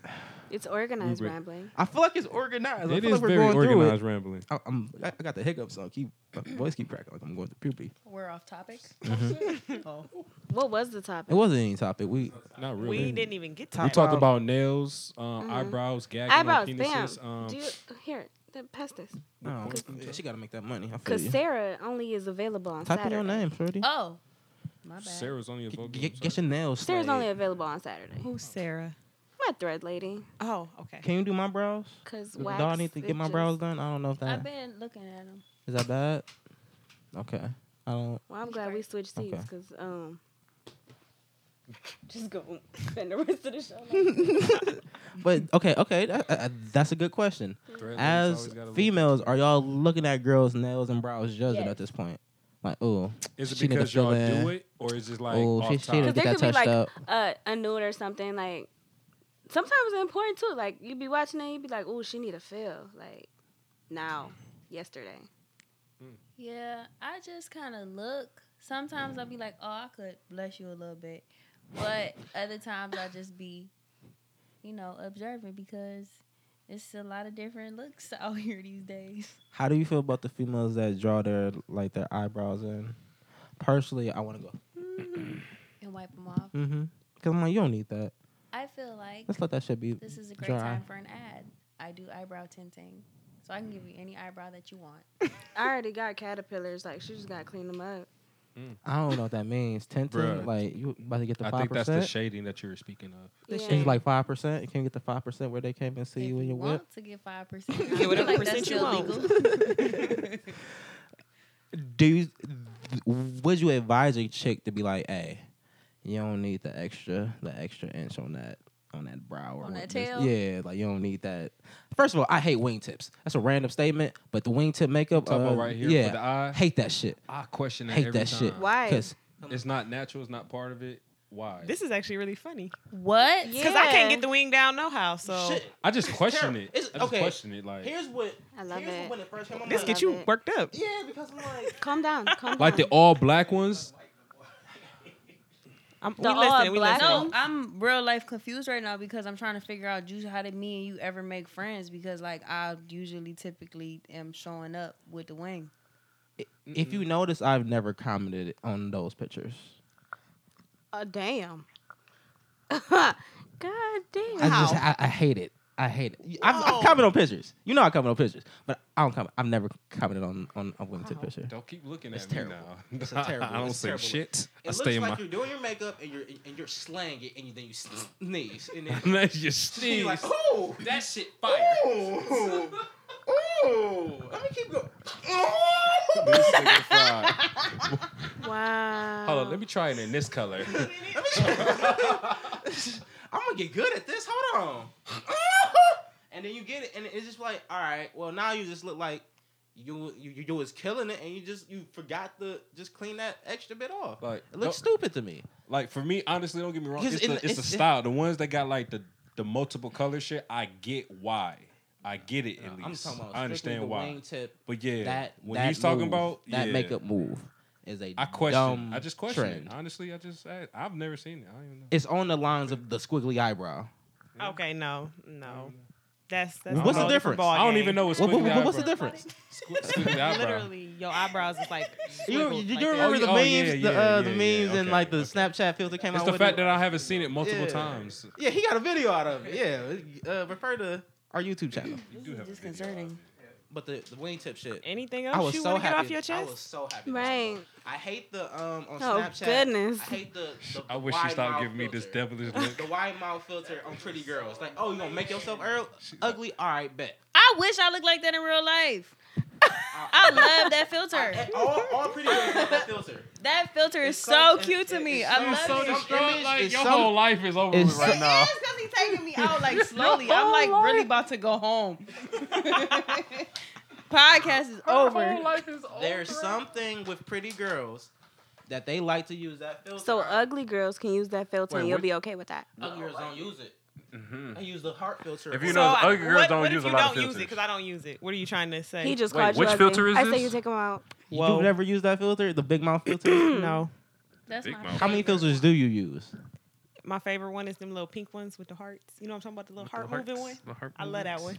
Speaker 6: It's organized
Speaker 3: Rubric.
Speaker 6: rambling.
Speaker 1: I feel like it's organized. I
Speaker 3: it
Speaker 1: feel
Speaker 3: is
Speaker 1: like we're
Speaker 3: very
Speaker 1: going through
Speaker 3: organized
Speaker 1: it.
Speaker 3: rambling.
Speaker 1: I, I'm, I I got the hiccups, so keep my voice keep cracking like I'm going through puberty.
Speaker 5: We're off topic.
Speaker 1: Mm-hmm.
Speaker 5: oh.
Speaker 6: What was the topic?
Speaker 1: It wasn't any topic. We
Speaker 3: Not really.
Speaker 4: We didn't even get to
Speaker 3: We
Speaker 4: that.
Speaker 3: talked about nails, um,
Speaker 6: Mhm.
Speaker 3: eyebrows, gagging, on
Speaker 6: Eyebrows, bam.
Speaker 3: penises. Um,
Speaker 6: Do you, here, th- pass this.
Speaker 1: no, yeah, she got to make that money. I feel
Speaker 6: Because
Speaker 1: you.
Speaker 6: Sarah only is available on
Speaker 1: Type in
Speaker 6: Saturday.
Speaker 1: your name, Shorty.
Speaker 5: oh, my bad.
Speaker 3: Sarah's only a
Speaker 1: G-
Speaker 3: vocal.
Speaker 1: g- get your nails.
Speaker 6: Sarah's
Speaker 1: slayed.
Speaker 6: only available on Saturday.
Speaker 4: Who's Sarah?
Speaker 6: My thread lady.
Speaker 4: Oh, okay.
Speaker 1: Can you do my brows?
Speaker 6: Because
Speaker 1: Do
Speaker 6: wax.
Speaker 1: I need to
Speaker 6: it
Speaker 1: get my
Speaker 6: just-
Speaker 1: brows done? I don't know if
Speaker 7: I've
Speaker 1: that
Speaker 7: been looking at them.
Speaker 1: is that bad. Okay, I
Speaker 6: <laughs>
Speaker 1: don't.
Speaker 6: Well, I'm glad we switched seats
Speaker 1: Okay.
Speaker 6: because um, <laughs> just go <laughs> spend the rest of the show. <laughs> like-
Speaker 1: But okay, okay, that, uh, uh, that's a good question. As females, are y'all looking at girls' nails and brows judging
Speaker 7: Yes.
Speaker 1: at this point? Like, ooh,
Speaker 3: is it
Speaker 1: she need to
Speaker 3: because y'all
Speaker 1: fill in.
Speaker 3: do it, or is it like
Speaker 1: ooh,
Speaker 3: off
Speaker 1: she, she didn't
Speaker 6: Cause
Speaker 1: get
Speaker 6: there
Speaker 1: that
Speaker 6: could be
Speaker 1: touched
Speaker 6: like
Speaker 1: up.
Speaker 6: uh, a nude or something like. Sometimes it's important too. Like you'd be watching it, you'd be like, "Oh, she need a fill." Like now, yesterday.
Speaker 7: Yeah, I just kind of look. Sometimes I'll be like, oh, I could bless you a little bit. But other times I'll just be, you know, observant because it's a lot of different looks <laughs> out here these days.
Speaker 1: How do you feel about the females that draw their like their eyebrows in? Personally, I want to go.
Speaker 7: And wipe them off.
Speaker 1: Mm-hmm. Cause I'm like, you don't need that.
Speaker 7: I feel like
Speaker 1: Let's let that shit be.
Speaker 7: this is a great
Speaker 1: dry.
Speaker 7: time for an ad. I do eyebrow tinting. So I can give you any eyebrow that you want.
Speaker 6: I already got caterpillars. Like she just got to clean them up.
Speaker 1: I don't know what that means. Tinting,
Speaker 3: Bruh.
Speaker 1: like you about to get the
Speaker 3: I
Speaker 1: five
Speaker 3: think that's the
Speaker 1: percent.
Speaker 3: shading that you were speaking of.
Speaker 7: The
Speaker 1: It's like five percent. You can't get the five percent where they came and see
Speaker 7: if
Speaker 1: you when
Speaker 7: you
Speaker 1: you're whip.
Speaker 7: want to get 5%.
Speaker 4: Get whatever percent you want.
Speaker 1: do you would you advise a chick to be like, hey, you don't need the extra the extra inch on that on that brow or
Speaker 7: On
Speaker 1: what
Speaker 7: that
Speaker 1: this-
Speaker 7: tail?
Speaker 1: Yeah, like you don't need that. First of all, I hate wingtips. That's a random statement, but the wingtip makeup,
Speaker 3: Talk
Speaker 1: uh,
Speaker 3: about right here
Speaker 1: yeah,
Speaker 3: for the eye.
Speaker 1: hate that shit.
Speaker 3: I question that
Speaker 1: Hate
Speaker 3: every
Speaker 1: that
Speaker 3: time.
Speaker 1: shit.
Speaker 6: Why?
Speaker 1: 'Cause
Speaker 3: It's not natural. It's not part of it. Why?
Speaker 4: This is actually really funny
Speaker 7: What?
Speaker 6: Yeah.
Speaker 4: because I can't get the wing down no how. So
Speaker 1: Shit.
Speaker 3: I just question
Speaker 1: terrible.
Speaker 3: it.
Speaker 1: It's-
Speaker 3: I just
Speaker 1: okay.
Speaker 3: question it. Like,
Speaker 1: Here's what
Speaker 6: I love
Speaker 1: here's
Speaker 6: it.
Speaker 1: When it first came, I'm
Speaker 4: this
Speaker 1: like,
Speaker 4: get you
Speaker 6: it.
Speaker 4: worked up.
Speaker 1: yeah, because I'm like,
Speaker 6: Calm down. Calm down.
Speaker 3: like the all black ones.
Speaker 4: I'm, we
Speaker 6: The all
Speaker 2: uh,
Speaker 4: listening. We
Speaker 6: black
Speaker 4: listening.
Speaker 5: No, I'm real life confused right now because I'm trying to figure out you how did me and you ever make friends because like I usually typically am showing up with the wing.
Speaker 1: if you notice, I've never commented on those pictures.
Speaker 6: Uh, damn. Oh, <laughs> God damn.
Speaker 1: I just I, I hate it. I hate it. I, I comment on pictures. You know I comment on pictures, but I don't comment. I've never commented on on a women tip picture.
Speaker 3: Don't keep looking
Speaker 1: It's
Speaker 3: at me
Speaker 1: terrible.
Speaker 3: now.
Speaker 1: It's a terrible-
Speaker 3: <laughs> I don't
Speaker 1: it's
Speaker 3: say
Speaker 1: terrible.
Speaker 3: shit.
Speaker 1: It
Speaker 3: I
Speaker 1: looks
Speaker 3: stay in
Speaker 1: like
Speaker 3: my.
Speaker 1: you're doing your makeup and you're and you're slaying it, and you, then you sneeze, <laughs> and
Speaker 3: <laughs>
Speaker 1: then
Speaker 3: That's your
Speaker 1: you're
Speaker 3: sneeze.
Speaker 1: like, "Ooh,
Speaker 3: that shit
Speaker 1: ooh, ooh." Let me keep <laughs> going.
Speaker 3: This
Speaker 1: <laughs>
Speaker 3: nigga fried.
Speaker 4: Wow.
Speaker 3: Hold on, let me try it in
Speaker 1: <laughs>
Speaker 3: this color.
Speaker 1: I'm gonna get good at this. <laughs> Hold on. and then you get it, and it's just like, all right, well now you just look like you you you was killing it, and you just you forgot to just clean that extra bit off.
Speaker 3: Like,
Speaker 1: It looks
Speaker 3: don't-
Speaker 1: stupid to me.
Speaker 3: like for me, honestly, don't get me wrong.
Speaker 1: Because
Speaker 3: It's,
Speaker 1: in
Speaker 3: the,
Speaker 1: the-
Speaker 3: it's the
Speaker 1: it's-
Speaker 3: style. The ones that got like the the multiple color shit, I get why. I get it at least.
Speaker 1: I'm talking about strictly
Speaker 3: I
Speaker 1: the
Speaker 3: understand why.
Speaker 1: wingtip.
Speaker 3: But yeah,
Speaker 1: That
Speaker 3: when
Speaker 1: that
Speaker 3: he's talking
Speaker 1: move,
Speaker 3: about
Speaker 1: that
Speaker 3: yeah,
Speaker 1: makeup move is a
Speaker 3: I question.
Speaker 1: dumb
Speaker 3: I just question
Speaker 1: trend.
Speaker 3: it. Honestly, I just I, I've never seen it. I don't even know.
Speaker 1: It's on the lines of the squiggly eyebrow.
Speaker 4: Okay, no, no. That's, that's
Speaker 1: What's
Speaker 4: a
Speaker 1: the
Speaker 4: whole different
Speaker 1: difference?
Speaker 4: ball
Speaker 3: I don't
Speaker 4: game. <laughs>
Speaker 3: even know what's
Speaker 1: What- what-
Speaker 3: squiggly
Speaker 1: what's the
Speaker 3: eyebrow.
Speaker 1: difference?
Speaker 3: Squ- squiggly eyebrow.
Speaker 2: Literally, your eyebrows is
Speaker 3: <laughs>
Speaker 2: like.
Speaker 1: You,
Speaker 2: squiggled
Speaker 1: you,
Speaker 2: like
Speaker 1: you
Speaker 2: that.
Speaker 1: remember
Speaker 3: Oh,
Speaker 1: the
Speaker 3: yeah,
Speaker 1: memes,
Speaker 3: yeah,
Speaker 1: the, uh, the
Speaker 3: yeah,
Speaker 1: memes,
Speaker 3: yeah,
Speaker 1: and like the
Speaker 3: okay,
Speaker 1: Snapchat filter came
Speaker 3: It's
Speaker 1: out.
Speaker 3: the
Speaker 1: with
Speaker 3: fact
Speaker 1: it.
Speaker 3: that I haven't seen it multiple
Speaker 1: Yeah.
Speaker 3: times.
Speaker 1: yeah, he got a video out of it. Yeah, uh, refer to our YouTube channel.
Speaker 3: You do have a video.
Speaker 1: <clears throat> But the the wingtip shit.
Speaker 4: Anything else
Speaker 1: I was
Speaker 4: you
Speaker 1: so
Speaker 4: want to
Speaker 1: happy.
Speaker 4: get off your
Speaker 1: I
Speaker 4: chest?
Speaker 1: was so happy.
Speaker 6: Right.
Speaker 1: I hate the um on
Speaker 6: Oh,
Speaker 1: Snapchat.
Speaker 6: goodness.
Speaker 1: I hate the. the
Speaker 3: I wish she
Speaker 1: wide
Speaker 3: stopped
Speaker 1: mouth
Speaker 3: giving me this
Speaker 1: filter.
Speaker 3: devilish look.
Speaker 1: The wide mouth filter on pretty girls. Like, oh, you gonna make yourself earl- <laughs> ugly? All right, bet.
Speaker 7: I wish I looked like that in
Speaker 5: <laughs>
Speaker 7: real life. I love that filter.
Speaker 1: And all, all pretty girls have
Speaker 6: <laughs>
Speaker 1: that filter.
Speaker 7: That filter is
Speaker 1: It's
Speaker 7: so
Speaker 1: so-
Speaker 7: cute
Speaker 1: it's-
Speaker 7: to me.
Speaker 1: it's
Speaker 7: I
Speaker 1: so-
Speaker 7: love
Speaker 1: so
Speaker 7: it.
Speaker 1: Some image is some-
Speaker 3: life is over
Speaker 1: is some-
Speaker 3: now.
Speaker 5: Yes, because he's taking me out like slowly. I'm like really about to go home. <laughs> Podcast is over.
Speaker 1: There's something with pretty girls that they like to use that filter.
Speaker 6: So
Speaker 1: on.
Speaker 6: ugly girls can use that filter,
Speaker 3: Wait,
Speaker 6: and you'll
Speaker 3: what-
Speaker 6: be okay with that.
Speaker 1: Ugly girls don't use it. <laughs>
Speaker 3: Mhm.
Speaker 1: They use the heart filter.
Speaker 3: If you
Speaker 4: So
Speaker 3: know-
Speaker 4: I-
Speaker 3: ugly girls
Speaker 4: what,
Speaker 3: don't
Speaker 4: what
Speaker 3: use
Speaker 4: if
Speaker 3: a
Speaker 4: you
Speaker 3: lot of
Speaker 4: don't use it
Speaker 3: filters.
Speaker 4: because I don't use it. What are you trying to say?
Speaker 6: He just
Speaker 3: Wait,
Speaker 6: called you
Speaker 3: which
Speaker 6: ugly.
Speaker 3: filter is
Speaker 6: I say
Speaker 3: this?
Speaker 6: you take him out.
Speaker 1: you've never used that filter, the big mouth
Speaker 6: <clears throat>
Speaker 1: filter.
Speaker 4: <clears throat> no.
Speaker 7: That's
Speaker 3: Big
Speaker 7: my
Speaker 3: mouth.
Speaker 1: How many filters do you use?
Speaker 4: My favorite one is them little pink ones with the hearts. You know what I'm talking about? The little heart moving one. I love that one.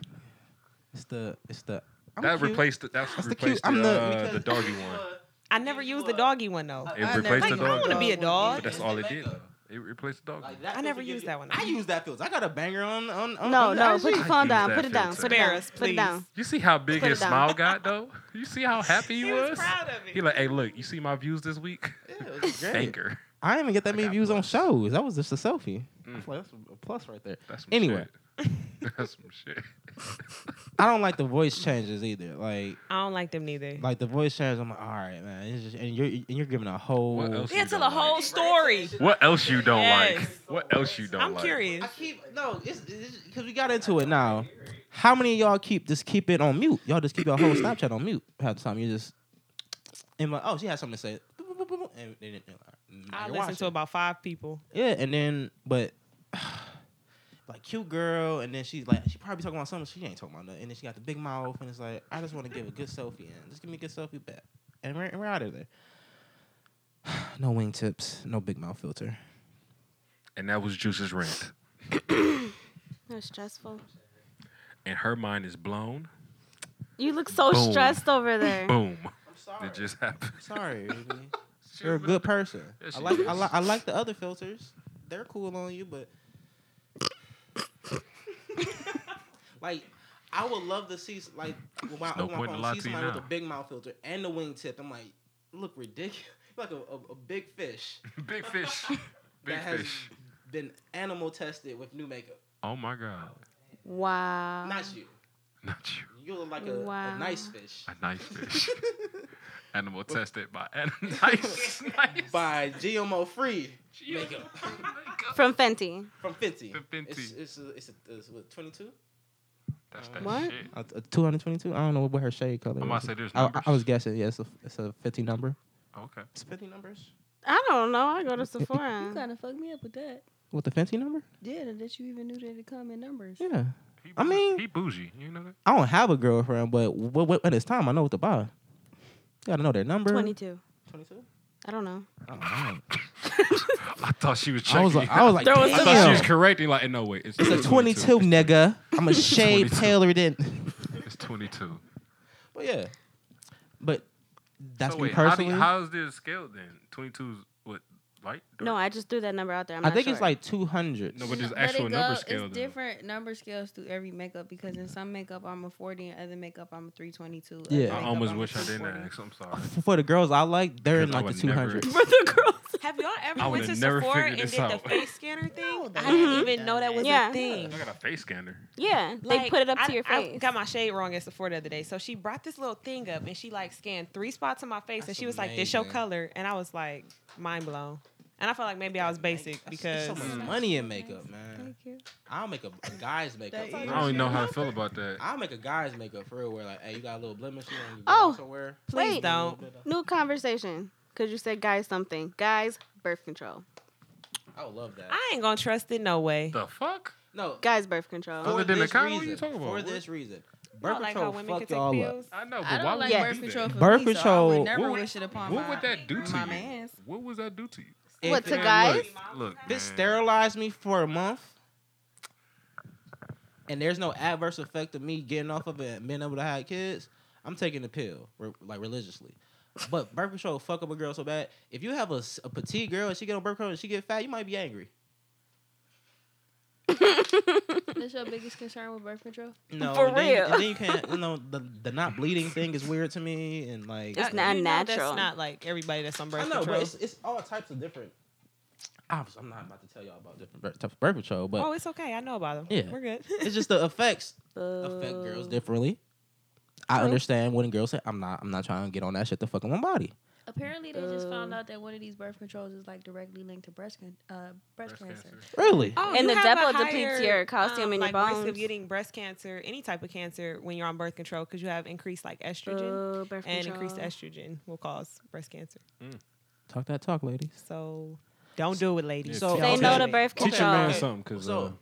Speaker 1: It's the it's the I'm
Speaker 3: that
Speaker 1: cute.
Speaker 3: replaced it. That's,
Speaker 1: That's the cute.
Speaker 3: replaced the,
Speaker 1: I'm the
Speaker 3: uh,
Speaker 1: because
Speaker 3: the doggy
Speaker 1: it gives you
Speaker 3: one.
Speaker 1: a-
Speaker 4: I never
Speaker 1: gives you
Speaker 4: used the
Speaker 1: a-
Speaker 4: doggy one though.
Speaker 1: a- I
Speaker 3: It
Speaker 1: never-
Speaker 3: replaced the
Speaker 1: like, I
Speaker 3: dog
Speaker 1: wanna
Speaker 3: one.
Speaker 4: be a dog.
Speaker 3: But that's all it did. though. It replaced the dog.
Speaker 1: Like, that
Speaker 4: I never
Speaker 1: filter gives
Speaker 4: used
Speaker 1: you-
Speaker 4: that one.
Speaker 1: I use that filter. I got a banger on on. on
Speaker 6: No,
Speaker 1: on
Speaker 6: no,
Speaker 1: IG.
Speaker 6: put your
Speaker 3: I
Speaker 6: phone
Speaker 3: use
Speaker 6: down.
Speaker 3: that
Speaker 6: Put it down.
Speaker 3: filter.
Speaker 6: Put it
Speaker 4: Spare
Speaker 6: down.
Speaker 4: us,
Speaker 6: Put it down.
Speaker 3: you see how big
Speaker 6: Put
Speaker 3: his
Speaker 6: it down.
Speaker 4: <laughs>
Speaker 3: smile got though? You see how happy he,
Speaker 4: He was
Speaker 3: was?
Speaker 4: proud of it.
Speaker 3: He like, hey, look, you see my views this week?
Speaker 1: Yeah, it was great.
Speaker 3: Anchor.
Speaker 1: I didn't even get that
Speaker 3: I
Speaker 1: many
Speaker 3: got
Speaker 1: views on
Speaker 3: blessed.
Speaker 1: shows. That was just a selfie.
Speaker 3: Mm.
Speaker 1: That's like- That's a plus right there.
Speaker 3: That's some
Speaker 1: Anyway.
Speaker 3: shit. <laughs> That's some shit.
Speaker 1: I don't like the voice changes either. Like
Speaker 4: I don't like them neither.
Speaker 1: like the voice changes. I'm like, all right, man. It's just, and you're and you're giving a whole.
Speaker 3: What else?
Speaker 4: Yeah,
Speaker 3: you
Speaker 4: tell a
Speaker 3: don't
Speaker 4: whole
Speaker 3: like?
Speaker 4: story.
Speaker 3: What else you don't like?
Speaker 4: Yes.
Speaker 3: What else you don't
Speaker 4: I'm
Speaker 3: like?
Speaker 4: curious.
Speaker 1: I keep no, it's because we got into it now. How many of y'all keep just keep it on mute? Y'all just keep your <clears throat> whole Snapchat on mute half the time. You just and like, oh, she has something to say, Boop, boop, boop, boop, and then, then, then, now
Speaker 4: I
Speaker 1: you're
Speaker 4: listened to
Speaker 1: watching.
Speaker 4: about five people.
Speaker 1: yeah, and then but <sighs> like cute girl, and then she's like she probably talking about something she ain't talking about nothing, and then she got the big mouth, and it's like I just want to give a good selfie and just give me a good selfie back, and we're and we're out of there. <sighs> No wingtips, no big mouth filter.
Speaker 3: And that was Juice's rant.
Speaker 6: That's stressful.
Speaker 3: And her mind is blown.
Speaker 6: You look so
Speaker 3: Boom.
Speaker 6: stressed over there.
Speaker 3: Boom.
Speaker 1: I'm sorry.
Speaker 3: It just happened.
Speaker 1: Sorry, Ruby. <laughs> you're a good person.
Speaker 3: Yes,
Speaker 1: I
Speaker 3: she
Speaker 1: like
Speaker 3: is.
Speaker 1: I, li- I like the other filters. They're cool on you, but <laughs> like I would love to see like when I
Speaker 3: no
Speaker 1: open my
Speaker 3: point in
Speaker 1: phone,
Speaker 3: lying
Speaker 1: see
Speaker 3: to you
Speaker 1: somebody with a
Speaker 3: now.
Speaker 1: big mouth filter and the wingtip. I'm like, look ridiculous, <laughs> like a, a, a big fish
Speaker 4: <laughs>
Speaker 3: Big fish. Big
Speaker 1: that has
Speaker 3: fish.
Speaker 1: been animal tested with new makeup.
Speaker 3: Oh my God.
Speaker 6: Wow.
Speaker 1: Not you.
Speaker 3: Not you.
Speaker 1: You look like a,
Speaker 6: Oh. Wow.
Speaker 1: a nice fish <laughs>
Speaker 3: A nice
Speaker 4: <laughs>
Speaker 3: fish. Animal tested by an- <laughs> nice, nice.
Speaker 1: by GMO free
Speaker 3: <laughs>
Speaker 1: makeup
Speaker 6: From Fenty.
Speaker 1: from Fenty.
Speaker 3: From Fenty.
Speaker 1: It's it's a, it's, a, it's what 22.
Speaker 3: That's that
Speaker 6: What?
Speaker 3: shit.
Speaker 1: Uh, 222? I don't know what her shade color
Speaker 3: I'm about
Speaker 1: was.
Speaker 3: to say there's
Speaker 1: I- I,
Speaker 3: numbers.
Speaker 1: I was guessing, yeah, it's a, it's a 50 number.
Speaker 3: Okay.
Speaker 1: It's 50 numbers?
Speaker 6: I don't know. I go to
Speaker 7: You
Speaker 6: Sephora.
Speaker 7: kind of fucked me up with that.
Speaker 1: With the Fenty number?
Speaker 7: Yeah, that you even knew that it come in numbers.
Speaker 1: Yeah.
Speaker 3: He
Speaker 1: I
Speaker 3: bougie-
Speaker 1: mean-
Speaker 3: he bougie. You know that?
Speaker 1: I don't have a girlfriend, but w- w- when it's time, I know what to buy. You gotta know their number.
Speaker 6: 22.
Speaker 1: 22?
Speaker 6: I don't know.
Speaker 1: Oh, man.
Speaker 3: I thought she was checking.
Speaker 1: I was like, I was like,
Speaker 6: There was
Speaker 3: I thought she
Speaker 1: damn.
Speaker 3: was correcting. Like, no wait, it's,
Speaker 1: It's a 22, nigga. I'm
Speaker 3: <laughs>
Speaker 1: a shade
Speaker 3: 22.
Speaker 1: paler than.
Speaker 3: It's 22.
Speaker 1: But yeah. But that's
Speaker 3: so
Speaker 1: me
Speaker 3: wait,
Speaker 1: personally.
Speaker 3: How, do, how is this scaled then? 22 is what light?
Speaker 6: No, I just threw that number out there. I'm
Speaker 1: I
Speaker 6: not
Speaker 1: think it's
Speaker 6: sure.
Speaker 1: like two hundred.
Speaker 3: No,
Speaker 7: No,
Speaker 3: but there's
Speaker 7: it
Speaker 3: actual number scale.
Speaker 7: It's
Speaker 3: though.
Speaker 7: different number scales through every makeup because in some makeup I'm a 40 and other makeup I'm a 322.
Speaker 1: Yeah. I
Speaker 3: I almost wish I didn't ask. I'm sorry.
Speaker 7: <laughs>
Speaker 1: For the girls I like, they're in
Speaker 3: Because
Speaker 1: like
Speaker 3: I
Speaker 1: the
Speaker 3: would
Speaker 1: two
Speaker 3: never-
Speaker 1: hundred.
Speaker 6: <laughs> for
Speaker 3: <laughs>
Speaker 6: the girls.
Speaker 4: Have y'all
Speaker 3: I
Speaker 4: ever
Speaker 3: would've
Speaker 4: went to
Speaker 3: never
Speaker 4: Sephora
Speaker 3: figured
Speaker 4: and
Speaker 3: this
Speaker 4: did
Speaker 3: out.
Speaker 4: the face scanner thing?
Speaker 2: they
Speaker 4: I didn't
Speaker 6: haven't
Speaker 4: even know that was
Speaker 6: Yeah.
Speaker 4: a thing.
Speaker 3: I got a face scanner.
Speaker 6: Yeah, they
Speaker 4: Like,
Speaker 6: put it up to
Speaker 4: I-
Speaker 6: your
Speaker 4: I
Speaker 6: face.
Speaker 4: got my shade wrong at Sephora the other day. So she brought this little thing up and she like scanned three spots on my face and
Speaker 1: That's
Speaker 4: she was like, "This your
Speaker 1: amazing.
Speaker 4: color," and I was like, mind blown. And I felt like maybe I was basic because
Speaker 1: so much
Speaker 3: Mm.
Speaker 1: money in makeup, man. I'll make a, a guy's makeup.
Speaker 5: That
Speaker 1: you
Speaker 5: is-
Speaker 1: know?
Speaker 3: I don't even know how to feel about that.
Speaker 1: I'll make a guy's makeup for real. Where like, hey, you got a little blemish you want to go
Speaker 6: Oh,
Speaker 1: somewhere?
Speaker 4: please
Speaker 6: Wait.
Speaker 4: don't.
Speaker 6: New conversation because you said guys something. Guys, birth control.
Speaker 1: I would love that.
Speaker 4: I ain't gonna trust it no way.
Speaker 3: The fuck?
Speaker 1: no,
Speaker 6: Guys, birth control.
Speaker 1: for
Speaker 3: Other than the
Speaker 1: this
Speaker 3: cow, what you
Speaker 1: reason.
Speaker 3: talking about?
Speaker 1: For
Speaker 3: What?
Speaker 1: this reason,
Speaker 4: You
Speaker 1: birth
Speaker 4: know, like
Speaker 1: control
Speaker 4: how women can
Speaker 1: fuck
Speaker 4: take
Speaker 1: y'all up.
Speaker 4: pills.
Speaker 3: I know, but
Speaker 7: I
Speaker 3: why
Speaker 7: don't
Speaker 3: would
Speaker 7: like
Speaker 3: you
Speaker 6: Yeah.
Speaker 7: birth
Speaker 3: do
Speaker 7: control
Speaker 3: that?
Speaker 7: for
Speaker 1: Birth
Speaker 7: me, so I
Speaker 1: control-
Speaker 7: would never
Speaker 3: What would-
Speaker 7: wish it upon
Speaker 3: What
Speaker 7: my,
Speaker 3: would that do to
Speaker 7: my
Speaker 3: you?
Speaker 7: man's.
Speaker 3: What would that do to you?
Speaker 1: If
Speaker 6: What, to
Speaker 1: man,
Speaker 6: guys?
Speaker 1: look,
Speaker 3: Look,
Speaker 1: If it
Speaker 3: man.
Speaker 1: sterilized me for a month, and there's no adverse effect of me getting off of it and being able to have kids, I'm taking the pill re- like religiously. But birth control fuck up a girl so bad. If you have a, s- a petite girl and she get on birth control and she get fat, you might be angry.
Speaker 7: <laughs> That's your biggest concern with birth control?
Speaker 1: No,
Speaker 6: For
Speaker 1: and then,
Speaker 6: real.
Speaker 1: And then you can't. You know, the, the not bleeding thing is weird to me, and like
Speaker 6: It's
Speaker 4: Uh,
Speaker 6: not
Speaker 4: you know
Speaker 6: natural.
Speaker 4: That's not like everybody that's on
Speaker 1: I
Speaker 4: birth
Speaker 1: know,
Speaker 4: control.
Speaker 1: but it's, it's all types of different. I'm, I'm not about to tell y'all about different bir- types of birth control, but
Speaker 4: oh, it's okay. I know about them.
Speaker 1: Yeah.
Speaker 4: we're good.
Speaker 1: it's just the effects affect
Speaker 6: Boo.
Speaker 1: girls differently. I
Speaker 4: True.
Speaker 1: understand when girls say, "I'm not, I'm not trying to get on that shit to fucking my body."
Speaker 7: Apparently, they just found
Speaker 6: Uh.
Speaker 7: out that one of these birth controls is like directly linked to breast can- uh, breast,
Speaker 3: Breast
Speaker 7: cancer.
Speaker 3: cancer.
Speaker 1: Really?
Speaker 4: <laughs> Oh,
Speaker 6: And
Speaker 4: you
Speaker 6: the
Speaker 4: have a
Speaker 6: depot depletes
Speaker 4: higher, uh,
Speaker 6: your calcium in your
Speaker 4: like, risk
Speaker 6: bones.
Speaker 4: of getting breast cancer, any type of cancer, when you're on birth control because you have increased like estrogen
Speaker 6: Boo, Oh, birth
Speaker 4: and
Speaker 6: control.
Speaker 4: increased estrogen will cause breast cancer.
Speaker 1: Talk that talk, ladies.
Speaker 4: So don't do it, ladies.
Speaker 1: So-
Speaker 6: Say
Speaker 1: Okay.
Speaker 6: no to birth
Speaker 1: Teach
Speaker 6: control.
Speaker 1: your
Speaker 3: man
Speaker 1: Okay.
Speaker 3: something, cause
Speaker 1: So-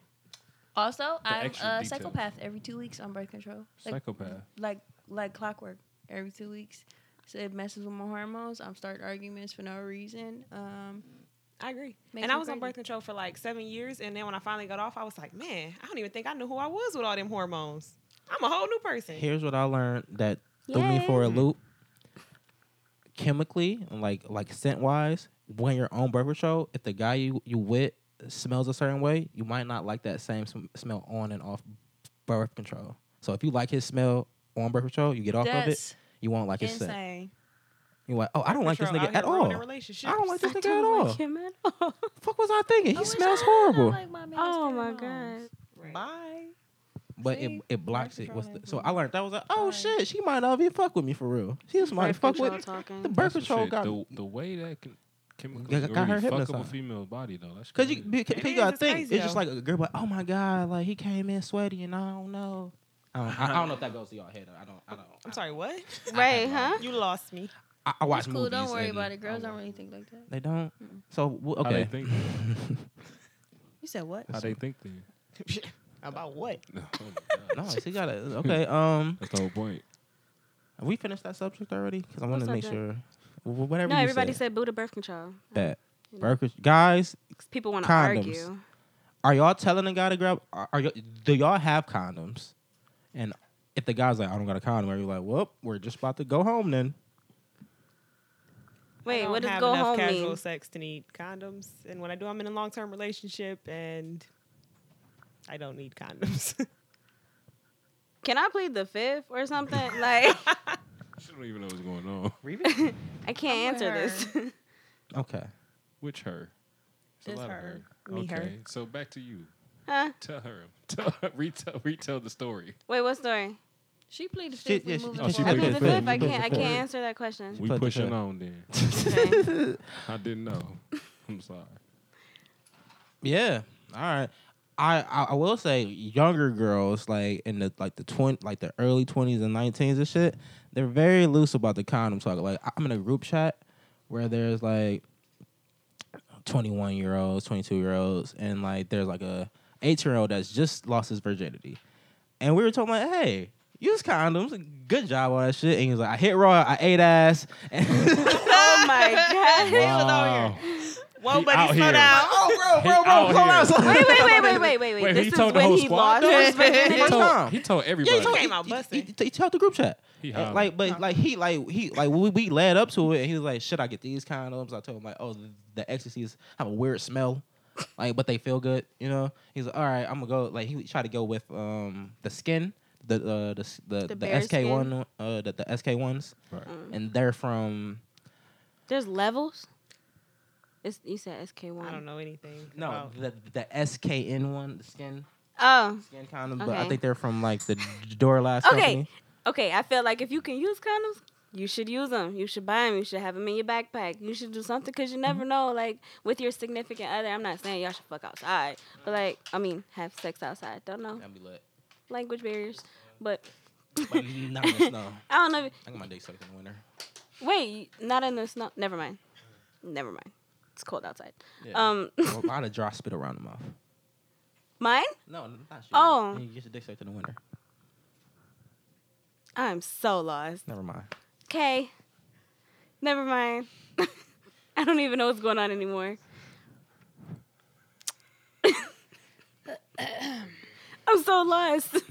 Speaker 3: uh,
Speaker 7: Also, I'm
Speaker 3: extra
Speaker 7: a
Speaker 3: detail.
Speaker 7: psychopath every two weeks on birth control. Like,
Speaker 3: psychopath.
Speaker 7: like like clockwork every two weeks. So it messes with my hormones. I'm starting arguments for no reason. Um,
Speaker 4: I agree.
Speaker 7: Makes
Speaker 4: and I
Speaker 7: me
Speaker 4: was on
Speaker 7: crazy.
Speaker 4: birth control for like seven years, and then when I finally got off, I was like, man, I don't even think I knew who I was with all them hormones. I'm a whole new person.
Speaker 1: Here's what I learned that threw me for a loop. Chemically, and like like scent wise, when you're on birth control, if the guy you you with smells a certain way, you might not like that same sm- smell on and off birth control. So if you like his smell on birth control, you get off of it.
Speaker 7: that's
Speaker 1: You won't like his scent.
Speaker 7: insane.
Speaker 1: You're like, oh, I don't like this
Speaker 4: Control
Speaker 1: nigga
Speaker 4: out
Speaker 1: at
Speaker 4: here ruining
Speaker 1: all.
Speaker 4: relationships.
Speaker 1: I don't like this
Speaker 6: I
Speaker 1: nigga at
Speaker 6: don't
Speaker 1: all.
Speaker 6: like him at <laughs> all.
Speaker 1: Fuck was I thinking? He
Speaker 7: I wish
Speaker 1: smells
Speaker 7: I
Speaker 1: horrible.
Speaker 7: like my man's
Speaker 6: Oh my
Speaker 7: pheromones.
Speaker 4: <laughs>
Speaker 6: god.
Speaker 4: Bye.
Speaker 1: But
Speaker 7: See?
Speaker 1: it it blocks
Speaker 7: Birth
Speaker 1: it. What's
Speaker 7: control
Speaker 1: the,
Speaker 7: ain't
Speaker 1: so
Speaker 7: for
Speaker 1: I learned that was like, oh
Speaker 7: Sorry.
Speaker 1: shit, she might not even fuck with me for real. She just might
Speaker 6: Birth
Speaker 1: fuck
Speaker 6: control
Speaker 1: with the
Speaker 6: talking.
Speaker 1: birth
Speaker 3: That's
Speaker 1: control
Speaker 3: what
Speaker 1: got
Speaker 3: the, the way that can chemically
Speaker 1: Got- got her
Speaker 3: really fuck up a
Speaker 1: hypnotized.
Speaker 3: female body though. That's
Speaker 1: Cause you,
Speaker 3: crazy.
Speaker 1: be- cause
Speaker 4: It
Speaker 1: you gotta
Speaker 4: is, it's
Speaker 1: think,
Speaker 4: crazy,
Speaker 1: it's just
Speaker 4: though.
Speaker 1: like a girl, like, oh my god, like he came in sweaty and I don't know. I don't, I, I don't know if that goes to y'all head. I don't. I don't.
Speaker 4: I'm sorry, what? <laughs>
Speaker 6: Right,
Speaker 1: I-
Speaker 6: huh?
Speaker 4: You lost me. <laughs>
Speaker 1: I, I watch
Speaker 7: It's cool.
Speaker 1: movies.
Speaker 7: Don't worry
Speaker 1: and
Speaker 7: about it. Girls
Speaker 1: I
Speaker 7: don't
Speaker 1: watch-
Speaker 7: really think like that.
Speaker 1: They don't.
Speaker 6: Hmm.
Speaker 7: Mm-mm.
Speaker 1: So w-
Speaker 3: How they
Speaker 1: okay. <laughs>
Speaker 3: think?
Speaker 2: You said what?
Speaker 3: How they think then?
Speaker 2: About what?
Speaker 3: No, oh <laughs> my God.
Speaker 1: nice. He got it. Okay. Um,
Speaker 3: That's the whole point.
Speaker 1: have we finished that subject already? Cause I want
Speaker 6: What
Speaker 1: to make sure.
Speaker 6: subject?
Speaker 1: W- Whatever.
Speaker 6: No,
Speaker 1: you
Speaker 6: everybody
Speaker 1: said
Speaker 6: said boo to birth control.
Speaker 1: that. Birth control- Guys,
Speaker 6: 'Cause People want to
Speaker 1: Condoms.
Speaker 6: argue.
Speaker 1: are y'all telling the guy to grab? Are, are y'all, do y'all have condoms? And if the guy's like, I don't got a condom, are you like, well, we're just about to go home then?
Speaker 4: I
Speaker 6: Wait,
Speaker 4: don't
Speaker 6: what does
Speaker 4: have
Speaker 6: go
Speaker 4: enough
Speaker 6: home
Speaker 4: casual
Speaker 6: mean?
Speaker 4: sex to need condoms, and when I do, I'm in a long term relationship, and I don't need condoms. <laughs>
Speaker 6: Can I plead the fifth
Speaker 4: <laughs>
Speaker 6: or something? Like
Speaker 3: She don't even know what's going on
Speaker 6: I can't
Speaker 7: I'm with
Speaker 6: answer
Speaker 7: her.
Speaker 6: this. <laughs>
Speaker 1: Okay.
Speaker 3: with her. a
Speaker 7: It's
Speaker 3: lot of
Speaker 7: her.
Speaker 4: Me, her.
Speaker 3: Okay, so back to you.
Speaker 6: huh?
Speaker 3: Tell her. <laughs> Tell her. Retell. Retell the story.
Speaker 6: Wait, what story?
Speaker 7: She pleaded
Speaker 1: Shit,
Speaker 7: fifth. we
Speaker 1: yeah, she-
Speaker 7: moving
Speaker 1: no,
Speaker 7: on.
Speaker 3: she
Speaker 6: I
Speaker 3: pleaded
Speaker 6: plead the
Speaker 3: the fifth.
Speaker 6: fifth. I
Speaker 3: You plead
Speaker 6: can't.
Speaker 3: the
Speaker 6: I
Speaker 3: fifth.
Speaker 6: can't answer
Speaker 3: <laughs>
Speaker 6: that question.
Speaker 3: We
Speaker 1: put the
Speaker 3: pushing
Speaker 1: fifth.
Speaker 3: on
Speaker 1: <laughs>
Speaker 3: then.
Speaker 6: Okay.
Speaker 3: I didn't know.
Speaker 1: <laughs>
Speaker 3: I'm sorry.
Speaker 1: Yeah. All right. I, I I will say younger girls like in the like the twenty like the early twenties and nineteens and shit, they're very loose about the condom talk. Like I'm in a group chat where there's like twenty one year olds, twenty two year olds, and like there's like a eight year old that's just lost his virginity, and we were talking like, hey. Use condoms. Good job on that shit. And he was <laughs> Oh,
Speaker 4: <laughs>
Speaker 1: like, I hit raw, I ate ass. And <laughs>
Speaker 6: oh my god.
Speaker 3: Wow.
Speaker 4: Whoa,
Speaker 8: He
Speaker 4: buddy,
Speaker 8: out
Speaker 4: slow
Speaker 8: here.
Speaker 4: down.
Speaker 1: Oh,
Speaker 8: He out here.
Speaker 6: <laughs> Wait, wait, wait, wait, wait, wait, wait.
Speaker 8: Wait,
Speaker 6: this
Speaker 8: he
Speaker 6: is
Speaker 8: told the
Speaker 6: when
Speaker 8: whole
Speaker 6: he
Speaker 8: squad?
Speaker 6: lost his virginity.
Speaker 8: He
Speaker 3: <laughs>
Speaker 1: First
Speaker 8: told,
Speaker 1: time.
Speaker 8: he told
Speaker 1: Yeah,
Speaker 8: everybody.
Speaker 1: he told,
Speaker 4: Came out
Speaker 1: he-
Speaker 4: busting.
Speaker 1: he- he told the group chat.
Speaker 8: He
Speaker 1: And,
Speaker 8: hollered.
Speaker 1: like, but like he like he like we, we led up to it, and he was like, "Should I get these condoms?" I told him like, "Oh, the, the ecstasies have a weird smell, like, but they feel good, you know." He's like, "All right, I'm gonna go." Like he tried to go with um the skin, the uh, the s- the
Speaker 6: The
Speaker 1: the
Speaker 6: bear
Speaker 1: SK one, uh, the, the SK ones,
Speaker 8: Right.
Speaker 1: and they're from
Speaker 6: Mm. There's levels. It's, you said SK1.
Speaker 4: I don't know anything.
Speaker 1: no
Speaker 4: about-
Speaker 1: the the SKN one, the skin
Speaker 6: Oh,
Speaker 1: skin condom, but I
Speaker 6: Okay.
Speaker 1: think they're from like the door last
Speaker 6: Okay.
Speaker 1: company.
Speaker 6: okay. I feel like if you can use condoms, you should use them. You should buy them. You should have them in your backpack. You should do something because you never know, like, with your significant other. I'm not saying y'all should fuck outside, but, like, I mean, have sex outside. Don't know.
Speaker 1: That'd be lit.
Speaker 6: Language barriers. But
Speaker 1: But not in the snow.
Speaker 6: I don't know. if-
Speaker 1: I got my dick sucked in the
Speaker 6: <laughs>
Speaker 1: winter.
Speaker 6: Wait, not in the snow. Never mind. Never mind. It's cold outside.
Speaker 1: Yeah.
Speaker 6: Um, <laughs>
Speaker 1: well, I done dry spit around the mouth.
Speaker 6: mine?
Speaker 1: No, n- not you.
Speaker 6: Oh.
Speaker 1: You get your dick sucked in the winter.
Speaker 6: I'm so lost.
Speaker 1: Never mind.
Speaker 6: Okay. Never mind. <laughs> I don't even know what's going on anymore. <coughs> I'm so lost. <laughs>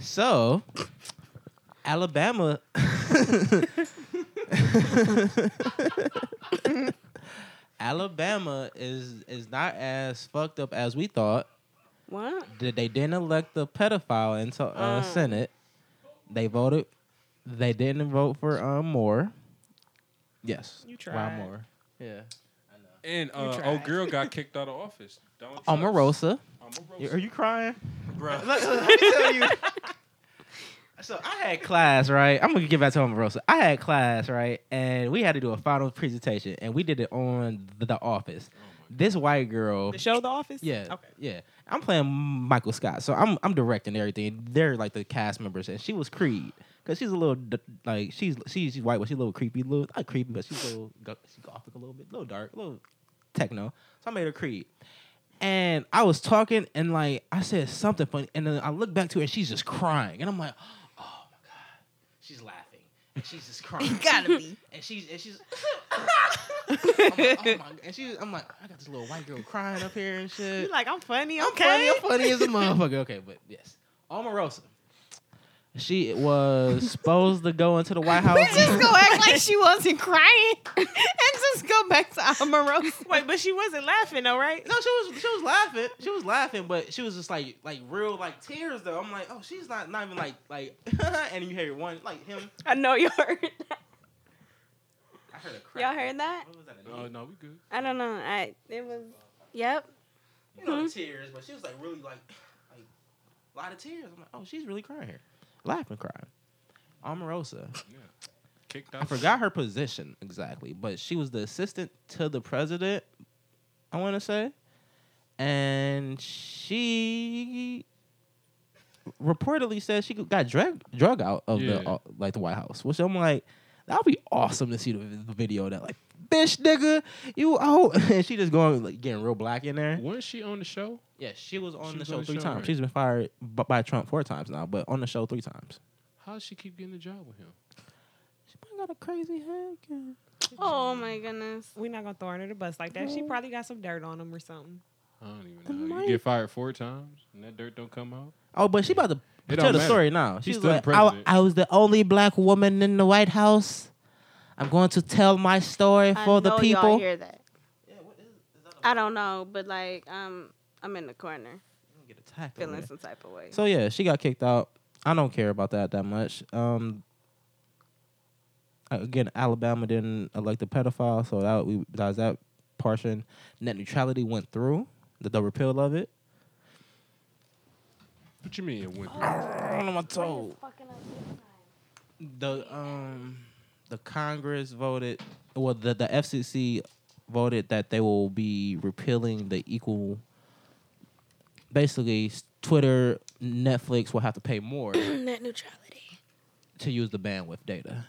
Speaker 1: So, Alabama. <laughs> Alabama is is not as fucked up as we thought.
Speaker 6: What?
Speaker 1: Did they didn't elect the pedophile into uh,
Speaker 6: Mm.
Speaker 1: Senate? They voted. They didn't vote for um Moore. Yes,
Speaker 4: You
Speaker 1: Ryan
Speaker 4: tried.
Speaker 1: Moore. Yeah,
Speaker 3: And uh,
Speaker 4: tried.
Speaker 3: old
Speaker 1: <laughs>
Speaker 3: girl got kicked out of office. Donald Trump.
Speaker 1: Omarosa.
Speaker 3: Omarosa.
Speaker 1: Are you crying?
Speaker 3: Bruh.
Speaker 1: Look, look, let me tell you. <laughs> So I had class, right? I'm gonna get back to Omarosa. I had class, right, and we had to do a final presentation, and we did it on the, the Office. This white girl,
Speaker 4: The show, The Office.
Speaker 1: yeah,
Speaker 4: Okay.
Speaker 1: yeah. I'm playing Michael Scott, so I'm I'm directing everything. They're like the cast members, and she was Creed, cause she's a little d- like she's she's, she's white, but she's a little creepy, little not creepy, but she's a little go- she's gothic a little bit, a little dark, a little techno. So I made her Creed, and I was talking, and like I said something funny, and then I look back to her, and she's just crying, and I'm like, oh my god, she's laughing, and she's just crying
Speaker 2: <laughs> Gotta be.
Speaker 1: and she's and she's <laughs> I'm like, oh my, and she I'm like I got this little white girl crying up here and shit.
Speaker 4: You like I'm funny.
Speaker 1: I'm funny, <laughs>
Speaker 4: okay.
Speaker 1: I'm funny as a motherfucker. Okay, but yes, Omarosa. She was supposed to go into the <laughs> White House.
Speaker 2: just go act like
Speaker 4: <laughs>
Speaker 2: she wasn't crying <laughs> and just go back to Omarosa.
Speaker 4: Wait, but she wasn't laughing though, right?
Speaker 1: No, she was she was laughing. She was laughing, but she was just like like real like tears though. I'm like, oh, she's not not even like like. <laughs> and you hear one like him.
Speaker 6: I know you heard that.
Speaker 1: I heard a crack.
Speaker 6: Y'all heard that?
Speaker 1: What was that? a knee?
Speaker 3: No, Oh, no, we good.
Speaker 6: I don't know. I it was yep.
Speaker 1: you know,
Speaker 6: Mhm.
Speaker 1: tears, but she was like really like like a lot of tears. I'm like, oh, she's really crying here, laughing, crying. Omarosa,
Speaker 3: Kicked out.
Speaker 1: I forgot her position exactly, but she was the assistant to the president. I want to say, and she reportedly said she got drug drug out of the
Speaker 3: Yeah.
Speaker 1: uh, like the White House, which I'm like. That'd be awesome to see the the video of that like, bitch, nigga, you out, <laughs> and she just going like getting real black in there.
Speaker 3: Wasn't she on the show?
Speaker 1: Yeah, she was on
Speaker 3: She
Speaker 1: the
Speaker 3: was
Speaker 1: show
Speaker 3: on the
Speaker 1: three
Speaker 3: show,
Speaker 1: times.
Speaker 3: right.
Speaker 1: She's been fired b- by Trump four times now, but on the show three times.
Speaker 3: How does she keep getting a job with him?
Speaker 1: She might got a crazy head. game.
Speaker 6: Oh my goodness.
Speaker 4: We're not gonna throw her under the bus like that. She probably got some dirt on him or something.
Speaker 3: I don't even
Speaker 1: The
Speaker 3: know.
Speaker 1: mic.
Speaker 3: You get fired four times and that dirt don't come out.
Speaker 1: Oh, but she about to tell
Speaker 3: It don't
Speaker 1: the
Speaker 3: matter.
Speaker 1: story now.
Speaker 3: She's
Speaker 1: She's
Speaker 3: still
Speaker 1: like,
Speaker 3: the
Speaker 1: I,
Speaker 3: president."
Speaker 1: I was the only black woman in the White House. I'm going to tell my story
Speaker 6: I
Speaker 1: for
Speaker 6: know
Speaker 1: the
Speaker 6: Y'all
Speaker 1: people.
Speaker 6: hear that. I don't know, but like um I'm in the corner
Speaker 1: Get attacked over
Speaker 6: feeling
Speaker 1: there.
Speaker 6: some type of way.
Speaker 1: So yeah, she got kicked out. I don't care about that that much. Um, uh, again, Alabama didn't elect a pedophile, so that we that, that portion. Net neutrality went through the, the repeal of it.
Speaker 3: What you mean it went
Speaker 2: Oh.
Speaker 3: through?
Speaker 1: on my toe. The um the Congress voted well the, the FCC voted that they will be repealing the equal basically s- Twitter Netflix will have to pay more
Speaker 6: <clears throat> Net neutrality.
Speaker 1: to use the bandwidth data.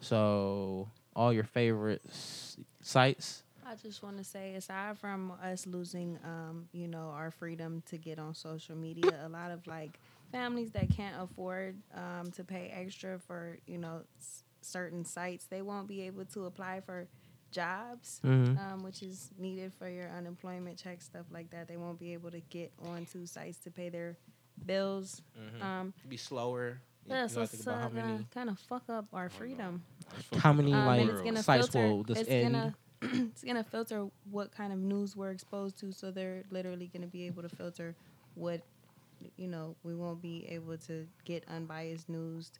Speaker 1: So all your favorite s- sites
Speaker 2: I just want to say, aside from us losing, um, you know, our freedom to get on social media, a lot of like families that can't afford um, to pay extra for, you know, s- certain sites, they won't be able to apply for jobs,
Speaker 1: Mhm.
Speaker 7: Mm-hmm.
Speaker 2: um, which is needed for your unemployment check, stuff like that. They won't be able to get onto sites to pay their bills.
Speaker 7: Mm-hmm.
Speaker 2: Um,
Speaker 1: Be slower.
Speaker 2: yeah, so it's uh, gonna kind of fuck up
Speaker 7: Oh,
Speaker 2: our freedom.
Speaker 1: how many
Speaker 2: Um,
Speaker 1: like
Speaker 2: and it's gonna
Speaker 1: sites
Speaker 2: filter.
Speaker 1: will this
Speaker 2: it's
Speaker 1: end?
Speaker 2: gonna <clears throat> it's gonna filter what kind of news we're exposed to. So they're literally gonna be able to filter what you know. We won't be able to get unbiased news.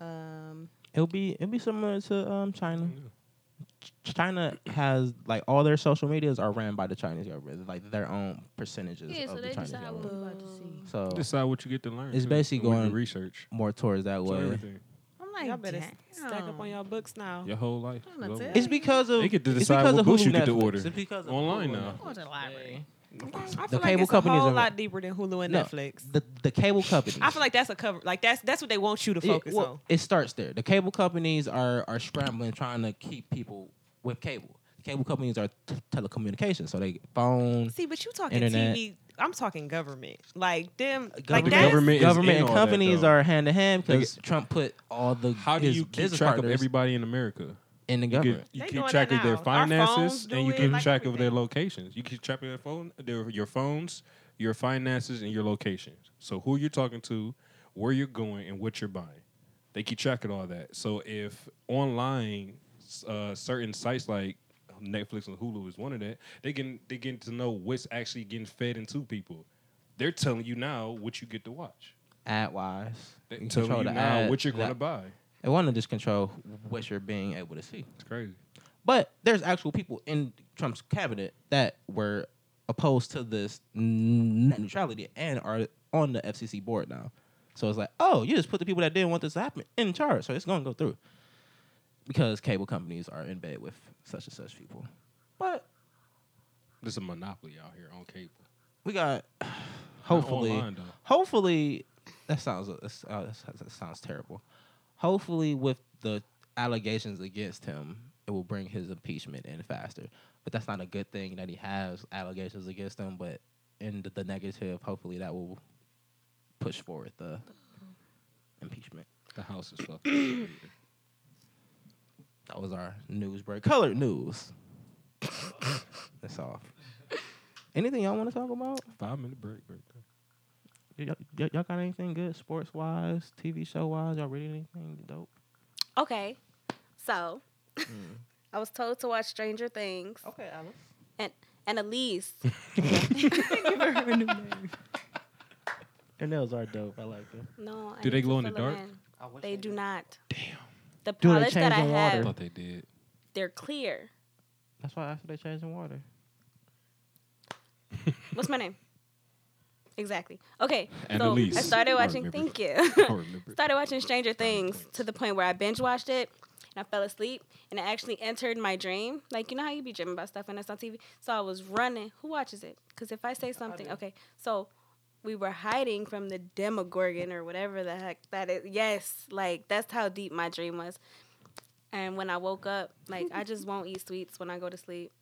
Speaker 2: Um,
Speaker 1: It'll be it'll be similar to um China. Ch- China has like all their social medias are ran by the Chinese government, like their own percentages
Speaker 7: Yeah,
Speaker 1: of
Speaker 7: so
Speaker 1: the
Speaker 7: they
Speaker 1: Chinese
Speaker 7: decide what
Speaker 1: government.
Speaker 7: we're about to see.
Speaker 1: So
Speaker 3: Decide what you get to learn.
Speaker 1: It's
Speaker 3: too,
Speaker 1: basically
Speaker 3: and what you
Speaker 1: going-
Speaker 3: research.
Speaker 1: more towards that
Speaker 3: So
Speaker 1: way.
Speaker 3: everything.
Speaker 2: I'm like,
Speaker 4: Y'all better s-
Speaker 2: damn.
Speaker 4: stack up on y'all books now.
Speaker 3: Your whole life.
Speaker 2: I'm gonna
Speaker 3: Love
Speaker 2: tell
Speaker 3: it.
Speaker 1: It's because of
Speaker 3: They get to
Speaker 1: it's
Speaker 3: decide
Speaker 1: because
Speaker 3: what
Speaker 1: of
Speaker 3: books
Speaker 1: Hulu
Speaker 3: you get to
Speaker 1: Netflix.
Speaker 3: order.
Speaker 1: It's because of
Speaker 3: Online
Speaker 1: Hulu
Speaker 3: now.
Speaker 1: Netflix.
Speaker 2: Go to the library.
Speaker 4: I feel
Speaker 1: The
Speaker 4: like
Speaker 1: cable
Speaker 4: it's
Speaker 1: companies
Speaker 4: a whole
Speaker 1: are-
Speaker 4: lot deeper than Hulu and
Speaker 1: No,
Speaker 4: Netflix.
Speaker 1: The the cable companies.
Speaker 4: I feel like that's a cover. Like that's that's what they want you to
Speaker 1: Yeah,
Speaker 4: focus
Speaker 1: well,
Speaker 4: on.
Speaker 1: It starts there. The cable companies are are scrambling trying to keep people with cable. Cable companies are t- telecommunications, so they phone.
Speaker 4: See, but you talking
Speaker 1: Internet.
Speaker 4: TV. I'm talking government. Like them. like
Speaker 1: Government-
Speaker 4: that's
Speaker 3: Government is
Speaker 1: government
Speaker 3: in
Speaker 1: and
Speaker 3: all that,
Speaker 1: companies
Speaker 3: though.
Speaker 1: are hand to hand
Speaker 3: They
Speaker 1: because Trump put all the
Speaker 3: How do
Speaker 1: his
Speaker 3: you keep
Speaker 1: business
Speaker 3: track of
Speaker 1: partners
Speaker 3: everybody in America?
Speaker 1: in the
Speaker 3: You,
Speaker 1: government.
Speaker 3: get, you
Speaker 4: They
Speaker 3: keep
Speaker 4: doing
Speaker 3: track
Speaker 4: that
Speaker 3: of their
Speaker 4: now. Our phones
Speaker 3: finances
Speaker 4: do
Speaker 3: and you
Speaker 4: it,
Speaker 3: keep
Speaker 4: like
Speaker 3: track of their
Speaker 4: everything.
Speaker 3: locations. You keep track of their phone, their, your phones, your finances, and your locations. So who you're talking to, where you're going, and what you're buying. They keep track of all that. So if online, s- uh, certain sites like Netflix and Hulu is one of that, they can they get to know what's actually getting fed into people. They're telling you now what you get to watch.
Speaker 1: Ad wise,
Speaker 3: They're telling you now what you're going to buy.
Speaker 1: They want to just control what you're being able to see.
Speaker 3: It's crazy.
Speaker 1: But there's actual people in Trump's cabinet that were opposed to this net neutrality and are on the FCC board now. So it's like, oh, you just put the people that didn't want this to happen in charge, so it's gonna go through because cable companies are in bed with such and such people. But
Speaker 3: There's a monopoly out here on cable.
Speaker 1: we got
Speaker 3: <sighs> Not
Speaker 1: hopefully,
Speaker 3: online, though.
Speaker 1: hopefully that sounds uh, that's- uh, that sounds- that sounds terrible. Hopefully, with the allegations against him, it will bring his impeachment in faster. But that's not a good thing that he has allegations against him. But in the, the negative, hopefully that will push forward the impeachment.
Speaker 3: The house is fucking.
Speaker 1: <clears throat> That was our news break. Colored news. <laughs> that's all. Anything y'all want to talk about?
Speaker 3: Five minute break right there.
Speaker 1: Y'all, y'all got anything good sports wise, TV show wise? Y'all read anything dope?
Speaker 6: Okay, so <laughs>
Speaker 1: Mm.
Speaker 6: I was told to watch Stranger Things.
Speaker 1: Oh.
Speaker 6: Okay, Alice. And and Elise.
Speaker 1: Their nails are dope. I like them.
Speaker 6: No. I
Speaker 3: Do they
Speaker 6: need to
Speaker 3: glow in the
Speaker 6: fill her
Speaker 3: dark?
Speaker 6: They do not. Damn. The
Speaker 1: Do they
Speaker 6: polish that I
Speaker 1: change the water?
Speaker 6: have,
Speaker 3: I thought they did.
Speaker 6: they're clear.
Speaker 1: That's why after they change the water.
Speaker 6: What's
Speaker 3: <laughs>
Speaker 6: my name? Exactly. Okay.
Speaker 3: And
Speaker 6: so
Speaker 3: Elise.
Speaker 6: I started
Speaker 3: I
Speaker 6: watching.
Speaker 3: remember. <laughs>
Speaker 6: thank
Speaker 3: I
Speaker 6: you. <laughs>
Speaker 3: remember.
Speaker 6: started watching Stranger
Speaker 3: Starting
Speaker 6: Things
Speaker 3: points.
Speaker 6: to the point where I binge watched it and I fell asleep and it actually entered my dream. Like you know how you be dreaming about stuff and it's on TV. So I was running. Who watches it? Because if I say something, okay. So we were hiding from the Demogorgon or whatever the heck that is. Yes, like that's how deep my dream was. And when I woke up, like I just won't eat sweets when I go to sleep.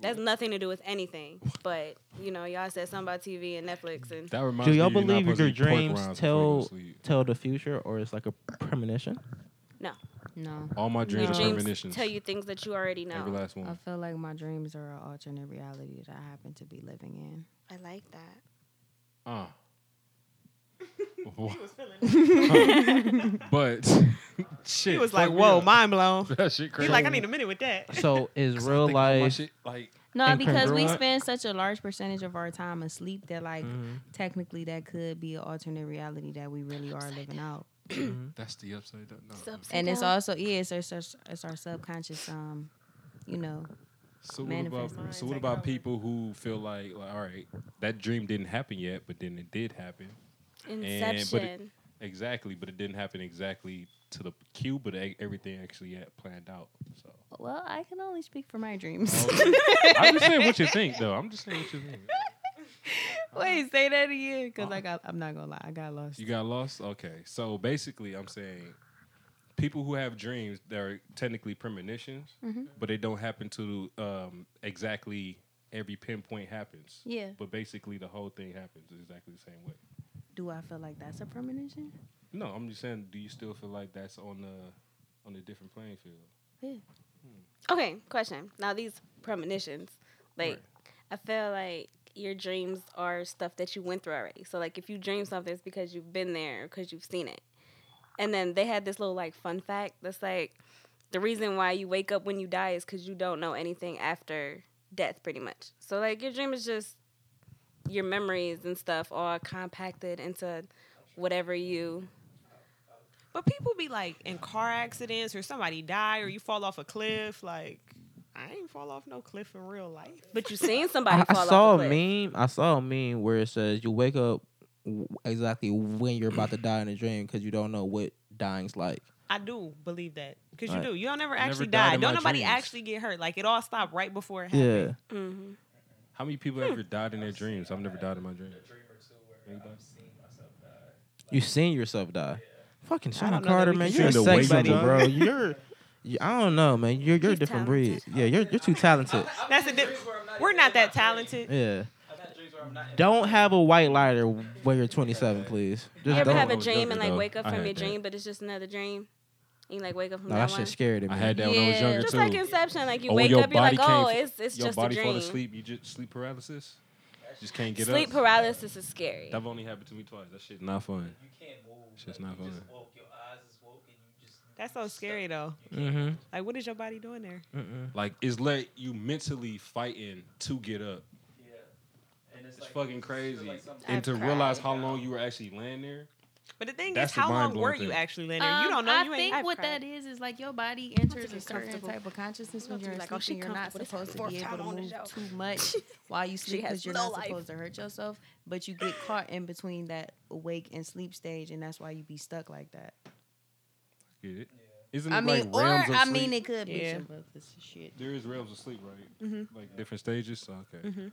Speaker 6: That's nothing to do with anything, but you know, y'all said something about TV and Netflix and
Speaker 3: That reminds
Speaker 1: Do y'all
Speaker 3: me, you're not
Speaker 1: believe
Speaker 3: supposed to
Speaker 1: your
Speaker 3: eat pork
Speaker 1: dreams
Speaker 3: rinds
Speaker 1: tell
Speaker 3: before you go to sleep.
Speaker 1: tell the future, or it's like a premonition?
Speaker 2: No,
Speaker 3: All my
Speaker 6: your
Speaker 3: dreams are
Speaker 6: dreams
Speaker 3: premonitions.
Speaker 6: tell you things that you already know.
Speaker 3: Every last one.
Speaker 2: I feel like my dreams are an alternate reality that I happen to be living in.
Speaker 6: I like that.
Speaker 3: Uh. Wha- <laughs> but shit.
Speaker 4: He was like,
Speaker 3: fuck me
Speaker 4: "Whoa,
Speaker 3: up.
Speaker 4: mind blown."
Speaker 3: <laughs> That shit
Speaker 4: He
Speaker 3: crazy.
Speaker 4: like, "I need a minute with that."
Speaker 1: So <laughs> is
Speaker 3: I
Speaker 1: real
Speaker 3: think all my
Speaker 1: life?
Speaker 3: shit, like
Speaker 2: No, because we
Speaker 1: Incongruent.
Speaker 2: spend such a large percentage of our time asleep that, like,
Speaker 3: Mm.
Speaker 1: Mm-hmm.
Speaker 2: technically, that could be an alternate reality that we really are living out.
Speaker 3: that's the upside down. No.
Speaker 6: Upside
Speaker 2: And it's
Speaker 6: down.
Speaker 2: also yeah, it's our, it's our- it's our subconscious, um, you know,
Speaker 3: So what
Speaker 2: Manifest
Speaker 3: about so what about people who feel like, like all right, that dream didn't happen yet, but then it did happen.
Speaker 6: Inception.
Speaker 3: Exactly, but it didn't happen exactly to the cue, but e- everything actually had planned out. So
Speaker 2: well, I can only speak for my dreams.
Speaker 3: Oh. I'm just saying what you think, though. I'm just saying what you think.
Speaker 2: <laughs> Wait, say that again, because I got, I'm not gonna lie, I got lost.
Speaker 3: You got lost? Okay. So basically, I'm saying people who have dreams that are technically premonitions, but they don't happen to um, exactly every pinpoint happens.
Speaker 2: Yeah.
Speaker 3: But basically, the whole thing happens exactly the same way.
Speaker 2: Do I feel like that's a premonition?
Speaker 3: No, I'm just saying, do you still feel like that's on the on a different playing field.
Speaker 6: Okay, question. Now these premonitions, like
Speaker 3: Right.
Speaker 6: I feel like your dreams are stuff that you went through already. So like if you dream something, it's because you've been there, because you've seen it. And then they had this little like fun fact that's like the reason why you wake up when you die is because you don't know anything after death, pretty much. So like your dream is just your memories and stuff all compacted into whatever you.
Speaker 4: But people be like in car accidents or somebody die or you fall off a cliff. Like I ain't fall off no cliff in real life.
Speaker 6: But you seen somebody
Speaker 1: I, I
Speaker 6: fall
Speaker 1: saw
Speaker 6: off a
Speaker 1: a
Speaker 6: cliff.
Speaker 1: meme. I saw a meme where it says you wake up w- exactly when you're about to die in a dream because you don't know what dying's like.
Speaker 4: I do believe that because
Speaker 1: Right.
Speaker 4: you do. You don't ever
Speaker 3: never
Speaker 4: actually
Speaker 3: died
Speaker 4: die.
Speaker 3: in
Speaker 4: Don't
Speaker 3: my
Speaker 4: nobody
Speaker 3: dreams.
Speaker 4: actually get hurt. Like it all stopped right before it happened.
Speaker 1: Yeah,
Speaker 6: Mhm.
Speaker 3: How many people ever died in their dreams? I've never died in my dreams. Anybody?
Speaker 1: you seen yourself die. Fucking
Speaker 4: don't
Speaker 1: Sean
Speaker 4: know that
Speaker 1: Carter,
Speaker 4: we
Speaker 1: man,
Speaker 4: can
Speaker 1: you're a
Speaker 3: see the way
Speaker 1: sex buddy, bro.
Speaker 3: sometimes.
Speaker 1: You're, you, I don't know, man. You're you're a
Speaker 6: He's
Speaker 1: different breed.
Speaker 6: talented.
Speaker 1: Yeah, you're you're too talented.
Speaker 4: That's a di- We're not that talented.
Speaker 3: <laughs>
Speaker 1: Yeah. Don't have a white lighter when you're 27, please.
Speaker 6: You
Speaker 1: Just
Speaker 6: ever
Speaker 1: don't.
Speaker 6: have a
Speaker 3: Oh,
Speaker 6: dream
Speaker 3: Joker,
Speaker 6: and like
Speaker 3: though.
Speaker 6: wake up
Speaker 3: I
Speaker 6: from
Speaker 3: had
Speaker 6: your
Speaker 3: that.
Speaker 6: dream, but it's just another dream? And you like wake up from
Speaker 1: no,
Speaker 6: that
Speaker 1: that
Speaker 6: one?
Speaker 1: shit scared me.
Speaker 3: I had that when I was
Speaker 7: Yeah.
Speaker 3: younger
Speaker 6: Just
Speaker 3: too.
Speaker 6: like Inception, like you
Speaker 3: Oh, when
Speaker 6: wake
Speaker 3: your
Speaker 6: up, you're like,
Speaker 3: body can't
Speaker 6: oh,
Speaker 3: f-
Speaker 6: it's it's
Speaker 3: Your
Speaker 6: just a
Speaker 3: body
Speaker 6: dream.
Speaker 3: fall asleep. You just sleep paralysis. Just can't get
Speaker 6: Sleep
Speaker 3: up.
Speaker 6: paralysis is scary.
Speaker 3: That've only happened to me twice. That shit not fun.
Speaker 8: You can't move.
Speaker 3: Shit's
Speaker 8: like,
Speaker 3: not
Speaker 8: you just
Speaker 3: fun.
Speaker 8: woke, your eyes is woke, and you just
Speaker 4: That's so scary though.
Speaker 1: Mm-hmm.
Speaker 4: Like what is your body doing there?
Speaker 3: Like it's like you mentally fighting to get up.
Speaker 8: yeah. And
Speaker 3: It's fucking crazy.
Speaker 8: something-
Speaker 3: and to realize how long you were actually laying there.
Speaker 4: But the thing
Speaker 3: That's
Speaker 4: is,
Speaker 3: the
Speaker 4: how long
Speaker 3: mind-blowing
Speaker 4: were
Speaker 3: thing.
Speaker 4: you actually laying there? you
Speaker 7: Um,
Speaker 4: don't know.
Speaker 7: I
Speaker 4: you
Speaker 7: think
Speaker 4: ain't.
Speaker 7: what
Speaker 6: cried.
Speaker 4: <laughs>
Speaker 7: that is is like your body enters
Speaker 6: get
Speaker 7: a certain
Speaker 6: comfortable.
Speaker 7: type of consciousness
Speaker 6: I'm
Speaker 7: when
Speaker 6: about to
Speaker 7: you're
Speaker 6: be
Speaker 7: asleep
Speaker 6: like, oh, she
Speaker 7: and you're not
Speaker 6: comfortable. This
Speaker 7: supposed
Speaker 6: is
Speaker 7: to
Speaker 6: the
Speaker 7: be
Speaker 6: fourth
Speaker 7: able to
Speaker 6: time on the
Speaker 7: move
Speaker 6: show. <laughs>
Speaker 7: too much while you sleep
Speaker 6: has
Speaker 7: because you're
Speaker 6: no
Speaker 7: not
Speaker 6: life.
Speaker 7: supposed to hurt yourself. But you get caught in between that awake and sleep stage, and that's why you be stuck like that.
Speaker 3: Get it? Isn't it
Speaker 7: I mean,
Speaker 3: like
Speaker 7: or
Speaker 3: realms of
Speaker 7: I
Speaker 3: sleep?
Speaker 7: mean, it could be
Speaker 4: Yeah.
Speaker 7: some of this shit.
Speaker 3: there is realms of sleep, right? Like different stages. So, okay.
Speaker 8: If you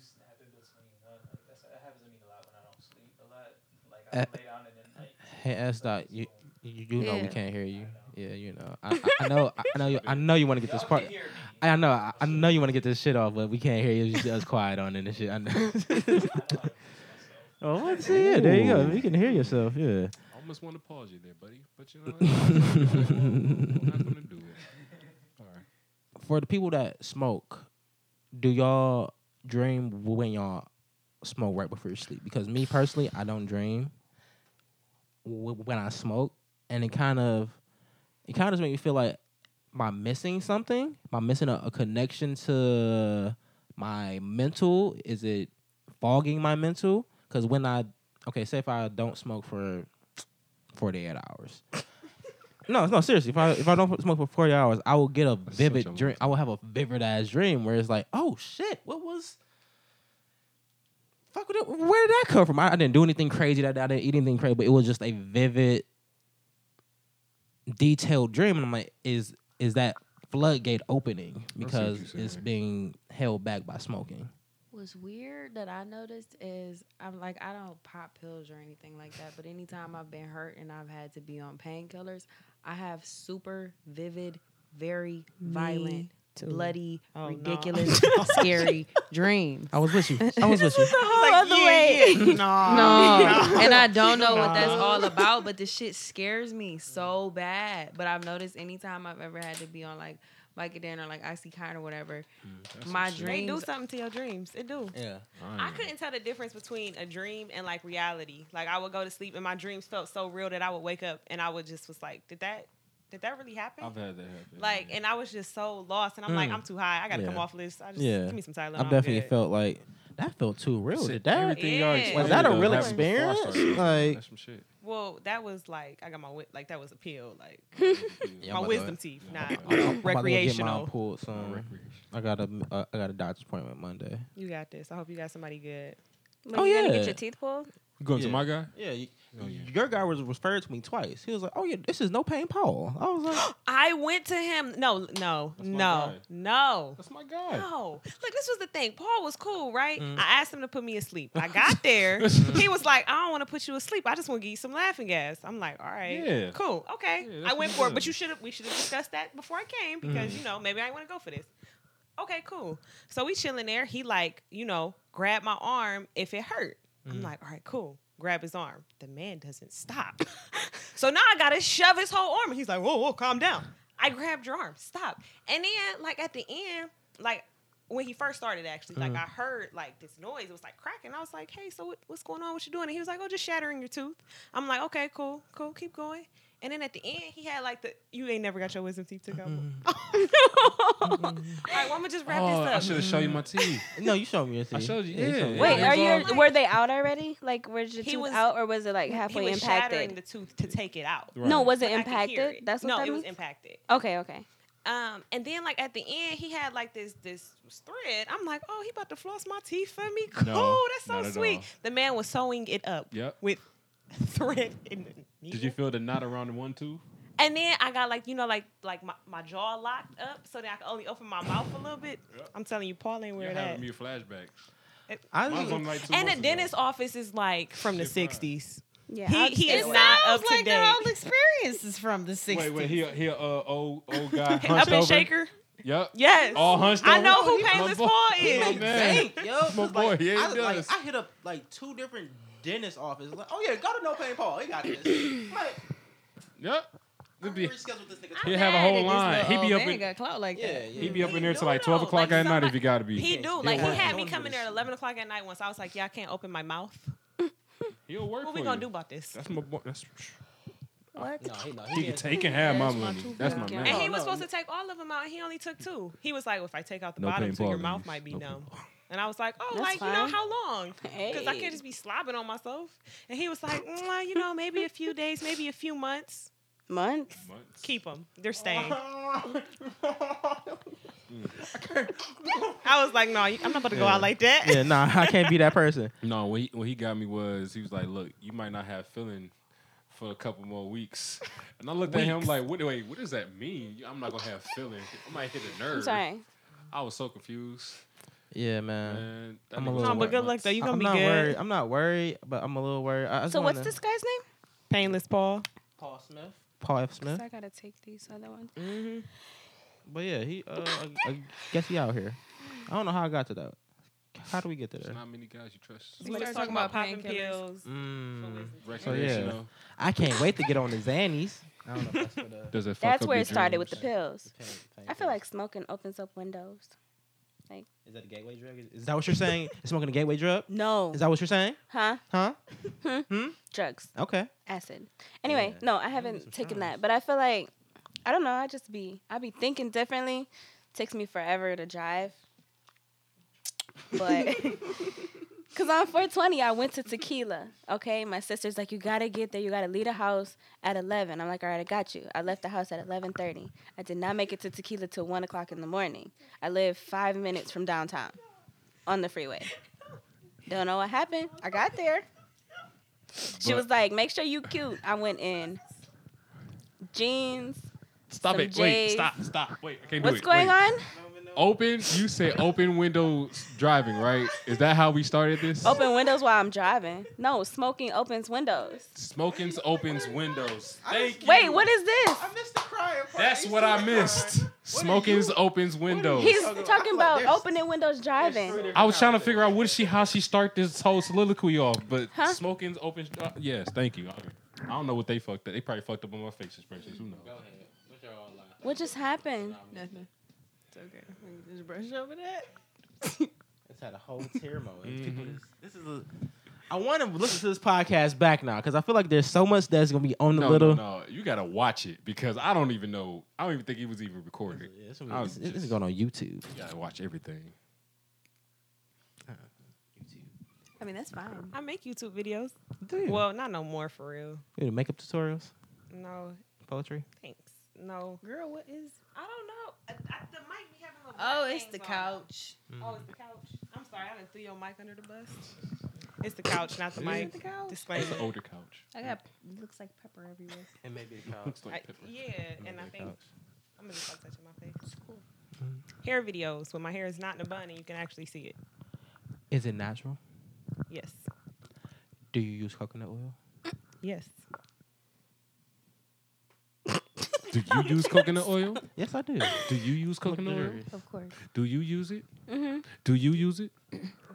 Speaker 8: snap into 21, like that's, that happens to me a lot when I don't sleep a lot. Like I lay down and then like
Speaker 1: Hey, S. Dot, Eh, you, you, you know we
Speaker 7: Yeah.
Speaker 1: can't hear you. Yeah, you know. I, I,
Speaker 6: <laughs>
Speaker 1: I know. I, I know. You, I know you want to get this
Speaker 8: y'all
Speaker 1: part.
Speaker 8: can hear me.
Speaker 1: I, I know. I, I know you want to get this shit off, but we can't hear you. You just quiet on it and shit. I
Speaker 3: <laughs>
Speaker 1: know. <laughs> oh, what? See, yeah, there you go. You can hear yourself.
Speaker 3: <laughs>
Speaker 1: Yeah.
Speaker 3: I almost want to pause you there, buddy. But you know, I'm not gonna do it. All right.
Speaker 1: For the people that smoke, do y'all dream when y'all smoke right before you sleep? Because me personally, I don't dream wh- when I smoke, and it kind of it kind of makes me feel like am I missing something? Am I missing a, a connection to my mental? Is it fogging my mental? Because when I okay, say if I don't smoke for forty eight hours. <laughs> No, no, seriously. If I if I don't smoke for forty hours, I will get a
Speaker 3: That's such a
Speaker 1: vivid
Speaker 3: long
Speaker 1: dream. I will have a vivid ass dream where it's like, oh shit, what was? Fuck, what- where did that come from? I, I didn't do anything crazy. That I didn't eat anything crazy, but it was just a vivid detailed dream and I'm like, is is that floodgate opening
Speaker 3: what
Speaker 1: because
Speaker 3: you're
Speaker 1: it's
Speaker 3: saying.
Speaker 1: being held back by smoking?
Speaker 5: What's weird that I noticed is I'm like I don't pop pills or anything like that, but anytime I've been hurt and I've had to be on painkillers, I have super vivid, very violent, bloody,
Speaker 4: Oh, <laughs> no.
Speaker 5: ridiculous, scary dreams.
Speaker 1: I was with <laughs> you. I was with you.
Speaker 4: like, yeah, <laughs> yeah.
Speaker 5: No, <laughs> and I don't know what that's
Speaker 4: No.
Speaker 5: all about, but the shit scares me so bad. But I've noticed anytime I've ever had to be on like Vicodin or like Oxycontin or whatever, my
Speaker 4: They do
Speaker 5: dreams
Speaker 4: something to your dreams. It do.
Speaker 1: Yeah.
Speaker 4: I couldn't tell the difference between a dream and like reality. Like I would go to sleep and my dreams felt so real that I would wake up and I would just was like, did that did that really happen?
Speaker 3: I've had that happen.
Speaker 4: like and I was just so lost and I'm like,
Speaker 1: Mm.
Speaker 4: I'm too high. I gotta
Speaker 1: Yeah.
Speaker 4: come off list. I just
Speaker 1: Yeah.
Speaker 4: give me some Tylenol.
Speaker 1: I definitely
Speaker 4: good.
Speaker 1: felt like that felt too real. Did that?
Speaker 4: everything y'all Yeah.
Speaker 1: Was that a
Speaker 3: explained,
Speaker 1: real
Speaker 3: though, happened before I
Speaker 1: experience?
Speaker 3: started smoking.
Speaker 1: Like-
Speaker 3: that's some shit.
Speaker 4: Well, that was like I got my wi- like that was a pill, like <laughs>
Speaker 1: Yeah, I'm about to-
Speaker 4: my
Speaker 1: Um,
Speaker 4: wisdom teeth,
Speaker 3: Yeah,
Speaker 4: not
Speaker 3: I'm about to-
Speaker 1: I'm
Speaker 3: I'm
Speaker 1: about to go get mine
Speaker 4: recreational.
Speaker 1: pulled soon. I got a uh, I got a doctor's appointment Monday.
Speaker 4: You got this. I hope you got somebody good.
Speaker 6: When
Speaker 1: Oh,
Speaker 6: you gonna
Speaker 1: yeah.
Speaker 6: get your teeth pulled?
Speaker 3: You going
Speaker 1: Yeah.
Speaker 3: to my guy?
Speaker 1: Yeah, you,
Speaker 3: Oh, yeah.
Speaker 1: your guy was referred to me twice. He was like, "Oh yeah, this is no pain Paul." I was <gasps> like,
Speaker 4: I went to him. No, no,
Speaker 3: my
Speaker 4: no,
Speaker 3: guy.
Speaker 4: no.
Speaker 3: That's my guy.
Speaker 4: No. Look, this was the thing. Paul was cool, right?
Speaker 1: Hmm.
Speaker 4: I asked him to put me asleep. <gasps> I
Speaker 1: <laughs>
Speaker 4: got there. he was like, I don't want to put you asleep. I just want to give you some laughing gas. I'm like, all right.
Speaker 3: Yeah.
Speaker 4: Cool. Okay.
Speaker 3: Yeah, that's Mm.
Speaker 4: I
Speaker 3: what
Speaker 4: went
Speaker 3: he
Speaker 4: for it.
Speaker 3: does.
Speaker 4: But you should have we should have discussed that before I came because you know, maybe I want to go for this. Okay, cool. So we chilling there. He like, you know, grab my
Speaker 3: Mm.
Speaker 4: arm if it hurt. I'm like, all right, cool. Grab his arm. The man doesn't stop. <laughs> So now I gotta shove his whole arm. He's like, whoa, whoa, calm down. I grabbed your arm. Stop. And then, like at the end, like when he first started, actually, like
Speaker 3: Mm.
Speaker 4: I heard like this noise. It was like cracking. I was like, hey, so what, what's going on? What you doing? And he was like, oh, just shattering your tooth. I'm like, okay, cool, cool, keep going. And then at the end, he had like the you ain't never got your wisdom teeth took out.
Speaker 1: Mm.
Speaker 4: Oh no! All right, well, I'm gonna just wrap
Speaker 3: Mm-hmm. Oh, I
Speaker 4: this
Speaker 3: should
Speaker 4: up.
Speaker 3: have showed
Speaker 1: <laughs>
Speaker 3: you my teeth.
Speaker 1: No, you showed me your teeth.
Speaker 3: I showed you.
Speaker 1: Yeah, you
Speaker 3: Yeah.
Speaker 1: showed me.
Speaker 6: Wait,
Speaker 3: Yeah.
Speaker 6: are
Speaker 3: It was
Speaker 6: you? Were they out already? Like, were your
Speaker 4: He
Speaker 6: tooth
Speaker 4: was-
Speaker 6: out, or was it like
Speaker 4: he
Speaker 6: halfway
Speaker 4: was shattering
Speaker 6: impacted?
Speaker 4: the tooth to take it out.
Speaker 3: Right.
Speaker 6: No, was it
Speaker 4: Like, I could hear
Speaker 6: impacted?
Speaker 4: it.
Speaker 6: That's what
Speaker 4: no,
Speaker 6: that
Speaker 4: it was
Speaker 6: means.
Speaker 4: impacted.
Speaker 6: Okay, okay.
Speaker 4: Um, and then like at the end, he had like this this thread. I'm like, oh, he about to floss my teeth for me. Cool,
Speaker 3: No, not
Speaker 4: that's
Speaker 3: at
Speaker 4: so sweet.
Speaker 3: all.
Speaker 4: The man was sewing it up
Speaker 3: Yep.
Speaker 4: with <laughs> thread in the needle.
Speaker 3: Did you feel the knot around the one tooth?
Speaker 4: and then I got like you know like like my, my jaw locked up so that I could only open my mouth a little bit.
Speaker 3: Yep.
Speaker 4: I'm telling you, Paul ain't
Speaker 3: You're
Speaker 4: where that.
Speaker 3: having me flashbacks.
Speaker 1: I
Speaker 3: Mine was
Speaker 1: just-
Speaker 3: only like two
Speaker 4: And
Speaker 3: months
Speaker 4: the
Speaker 3: ago.
Speaker 4: dentist's office is like from the
Speaker 3: Shit fried.
Speaker 4: '60s.
Speaker 6: Yeah.
Speaker 4: He
Speaker 6: I'll
Speaker 4: he
Speaker 6: say
Speaker 4: is
Speaker 6: that.
Speaker 4: not up to
Speaker 2: like
Speaker 4: date.
Speaker 2: the whole experience is from the 60s.
Speaker 3: Wait, wait, he a, he a uh, old old guy
Speaker 4: <laughs>
Speaker 3: hunched
Speaker 4: Up and
Speaker 3: over.
Speaker 4: shaker.
Speaker 3: Yep.
Speaker 4: Yes.
Speaker 3: All hunched
Speaker 4: I
Speaker 3: over.
Speaker 4: know who
Speaker 3: My
Speaker 4: Painless
Speaker 3: boy.
Speaker 4: Paul
Speaker 3: He my
Speaker 4: is.
Speaker 3: man.
Speaker 1: Bank, yo.
Speaker 3: my
Speaker 1: It's like,
Speaker 3: boy, yeah, he
Speaker 1: I, like,
Speaker 3: does.
Speaker 1: I hit up like two different dentist offices. Like, oh yeah, go to No Pain Paul. He got <coughs> this. Like,
Speaker 3: Yep.
Speaker 1: I'm
Speaker 3: It'd be-
Speaker 1: rescheduled this nigga.
Speaker 3: He'd have a whole line.
Speaker 2: line.
Speaker 3: He'd be
Speaker 5: oh,
Speaker 3: up in
Speaker 2: got clout like
Speaker 1: yeah,
Speaker 2: that.
Speaker 1: yeah.
Speaker 3: he'd be up in there till like
Speaker 4: No,
Speaker 3: twelve
Speaker 4: no,
Speaker 3: o'clock
Speaker 4: like
Speaker 3: at night if
Speaker 4: somebody-
Speaker 3: he gotta be.
Speaker 4: He
Speaker 1: Yeah,
Speaker 4: do
Speaker 1: he'll
Speaker 4: like he
Speaker 1: work.
Speaker 4: had me
Speaker 1: Don't do
Speaker 4: coming
Speaker 1: this
Speaker 4: there at
Speaker 1: shit.
Speaker 4: eleven o'clock at night once. I was like, "Yeah, I can't open my mouth.
Speaker 3: He'll work
Speaker 4: What
Speaker 3: for
Speaker 4: we gonna
Speaker 3: you.
Speaker 4: do about this?"
Speaker 3: That's my boy. That's
Speaker 7: What?
Speaker 1: No, he, no,
Speaker 3: he
Speaker 1: can't
Speaker 3: can take and have my
Speaker 7: That's my
Speaker 3: money.
Speaker 7: tooth
Speaker 3: That's my
Speaker 7: out.
Speaker 4: And
Speaker 1: No,
Speaker 3: man.
Speaker 4: he was
Speaker 1: no,
Speaker 4: supposed to take all of them out. and He only took two. He was like, well, "If I take out the
Speaker 3: No
Speaker 4: bottom
Speaker 3: pain,
Speaker 4: two, your
Speaker 3: Paul,
Speaker 4: mouth
Speaker 3: ladies.
Speaker 4: might be
Speaker 3: No pain,
Speaker 4: numb." And I was like, "Oh,
Speaker 6: That's
Speaker 4: like you know
Speaker 6: fine.
Speaker 4: how long? Because I
Speaker 6: Hey.
Speaker 4: can't just be slobbing on myself." And he was like, mm, "You know, maybe a few days, maybe a few months.
Speaker 6: Months.
Speaker 4: Keep them. They're staying."
Speaker 1: Mm.
Speaker 4: I was like, "No, I'm not about to go
Speaker 1: Yeah.
Speaker 4: out like that."
Speaker 1: yeah, nah, I can't be that person.
Speaker 3: No, what he, what he got me was he was like, "Look, you might not have feeling for a couple more weeks." <laughs> And I looked at him like, "What? Wait, what does that mean? I'm not gonna have feeling. I might hit a nerve."
Speaker 6: I'm sorry.
Speaker 3: I was so confused.
Speaker 1: Yeah, man.
Speaker 3: Man, that
Speaker 1: I'm a
Speaker 3: nigga was
Speaker 1: little-
Speaker 4: no, but
Speaker 3: like,
Speaker 4: good luck though. You gonna
Speaker 1: I'm
Speaker 4: be
Speaker 1: not
Speaker 4: good.
Speaker 1: worried. I'm not worried, but I'm a little worried. I I just
Speaker 6: So what's
Speaker 1: wanna-
Speaker 6: this guy's name?
Speaker 4: Painless Paul.
Speaker 1: Paul Smith. Paul F. Smith.
Speaker 6: I gotta take these other ones.
Speaker 4: Mm-hmm.
Speaker 1: But yeah, he. Uh, I, I guess he out here. I don't know how I got to that. How do we get to
Speaker 3: There's
Speaker 1: there?
Speaker 3: not many guys you trust.
Speaker 4: We started
Speaker 5: started talking
Speaker 4: talking about
Speaker 5: about
Speaker 4: popping pills.
Speaker 1: Mm,
Speaker 3: Recreational.
Speaker 1: I can't wait to get on the Xannies. I don't know if that's for <laughs> the.
Speaker 3: Does it fuck
Speaker 6: That's
Speaker 3: up
Speaker 6: where
Speaker 3: your
Speaker 6: it started with the
Speaker 3: dreams?
Speaker 6: pills.
Speaker 1: the pain- pain
Speaker 6: I feel
Speaker 1: pills.
Speaker 6: like smoking opens up windows.
Speaker 1: Is that a gateway drug? Is- Is that what you're <laughs> saying? Is smoking a gateway drug?
Speaker 6: No.
Speaker 1: Is that what you're saying?
Speaker 6: huh?
Speaker 1: Huh?
Speaker 6: Drugs.
Speaker 1: Okay.
Speaker 6: acid. Anyway,
Speaker 1: Yeah.
Speaker 6: no, I
Speaker 1: need some
Speaker 6: haven't taken
Speaker 1: shots.
Speaker 6: that, but I feel like I don't know. I just be I be thinking differently. Takes me forever to drive,
Speaker 1: <laughs>
Speaker 6: but because on 420 I went to Tequila. Okay, my sister's like, you gotta get there. You gotta leave the house at 11. I'm like, all right, I got you. I left the house at 11:30. I did not make it to Tequila till one o'clock in the morning. I live five minutes from downtown on the freeway. Don't know what happened. I got there. She
Speaker 3: But-
Speaker 6: was like, "Make sure you cute." I went in jeans.
Speaker 3: Stop
Speaker 6: Some
Speaker 3: it! Wait!
Speaker 6: J's.
Speaker 3: Stop! Stop! Wait! I can't do
Speaker 6: What's
Speaker 3: it.
Speaker 6: going
Speaker 3: Wait.
Speaker 6: on?
Speaker 3: Open. You said open windows driving, right? Is that how we started this?
Speaker 6: Open windows while I'm driving. No, smoking opens windows.
Speaker 3: Smoking opens windows. Thank you.
Speaker 6: Wait, what is this?
Speaker 1: I missed the crying part.
Speaker 3: That's what I missed. Smoking's opens windows.
Speaker 6: He's
Speaker 1: Okay,
Speaker 6: talking
Speaker 1: I'm like,
Speaker 6: about
Speaker 1: there's-
Speaker 6: opening windows driving.
Speaker 3: I was trying to figure out what she how she start this whole soliloquy off, but
Speaker 6: Huh?
Speaker 3: smoking's opens. Uh, yes, thank you. Okay. I don't know what they fucked up. They probably fucked up on my face expressions. Who knows?
Speaker 6: What just happened?
Speaker 5: Nothing. It's okay. We can just brush over that.
Speaker 1: It's had a whole tear moment. People
Speaker 3: Mhm.
Speaker 1: is- Mm-hmm. This is a. I want to listen to this podcast back now because I feel like there's so much that's gonna be on the
Speaker 3: No,
Speaker 1: little.
Speaker 3: no, no. You gotta watch it because I don't even know. I don't even think it was even recorded.
Speaker 1: Yeah, this, will be,
Speaker 3: I
Speaker 1: this,
Speaker 3: was
Speaker 1: this is
Speaker 3: just-
Speaker 1: going on YouTube.
Speaker 3: You gotta watch everything.
Speaker 5: I mean, that's fine.
Speaker 4: I make YouTube videos.
Speaker 1: Do you?
Speaker 4: Well, not no more for real.
Speaker 1: You do makeup tutorials,
Speaker 4: No,
Speaker 1: poetry.
Speaker 4: thanks. No.
Speaker 5: Girl, what is?
Speaker 4: I don't know. I, I, the mic be having little
Speaker 5: Oh,
Speaker 4: black
Speaker 5: it's the
Speaker 4: things on.
Speaker 5: couch.
Speaker 4: Oh, it's the couch. I'm sorry, I didn't throw your mic under the bus. It's the couch, not the
Speaker 3: Is
Speaker 4: mic.
Speaker 3: it?
Speaker 5: couch.
Speaker 3: It's
Speaker 4: Disclaimer.
Speaker 3: an older couch.
Speaker 5: I got. It looks like pepper everywhere.
Speaker 1: And maybe
Speaker 3: Looks
Speaker 4: I,
Speaker 3: like pepper.
Speaker 4: yeah, and I think I'm gonna just stop touching my face.
Speaker 3: Mm-hmm.
Speaker 4: Hair videos when my hair is not in a bun and you can actually see it.
Speaker 1: Is it natural?
Speaker 4: Yes.
Speaker 1: Do you use coconut oil?
Speaker 4: Yes.
Speaker 3: Do you
Speaker 1: <laughs>
Speaker 3: use coconut oil?
Speaker 1: Yes, I do.
Speaker 3: Do you use coconut oil?
Speaker 1: Literally.
Speaker 5: Of course.
Speaker 3: Do you use it?
Speaker 6: Mm-hmm.
Speaker 3: Do you use it?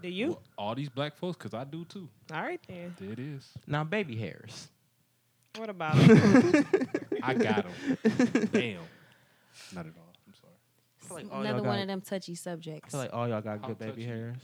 Speaker 4: Do you?
Speaker 3: Well, all these black folks, because I do too.
Speaker 4: All right then.
Speaker 3: There it is.
Speaker 1: <laughs> Now, baby hairs.
Speaker 4: What
Speaker 3: <laughs>
Speaker 4: about it?
Speaker 3: I got him.
Speaker 1: <laughs>
Speaker 3: Damn. Not at all. I'm sorry.
Speaker 1: like all y'all
Speaker 5: Another one
Speaker 1: got-
Speaker 5: of them touchy
Speaker 1: I
Speaker 5: subjects.
Speaker 1: feel like all y'all got
Speaker 3: How
Speaker 1: good baby
Speaker 3: touchy.
Speaker 1: hairs.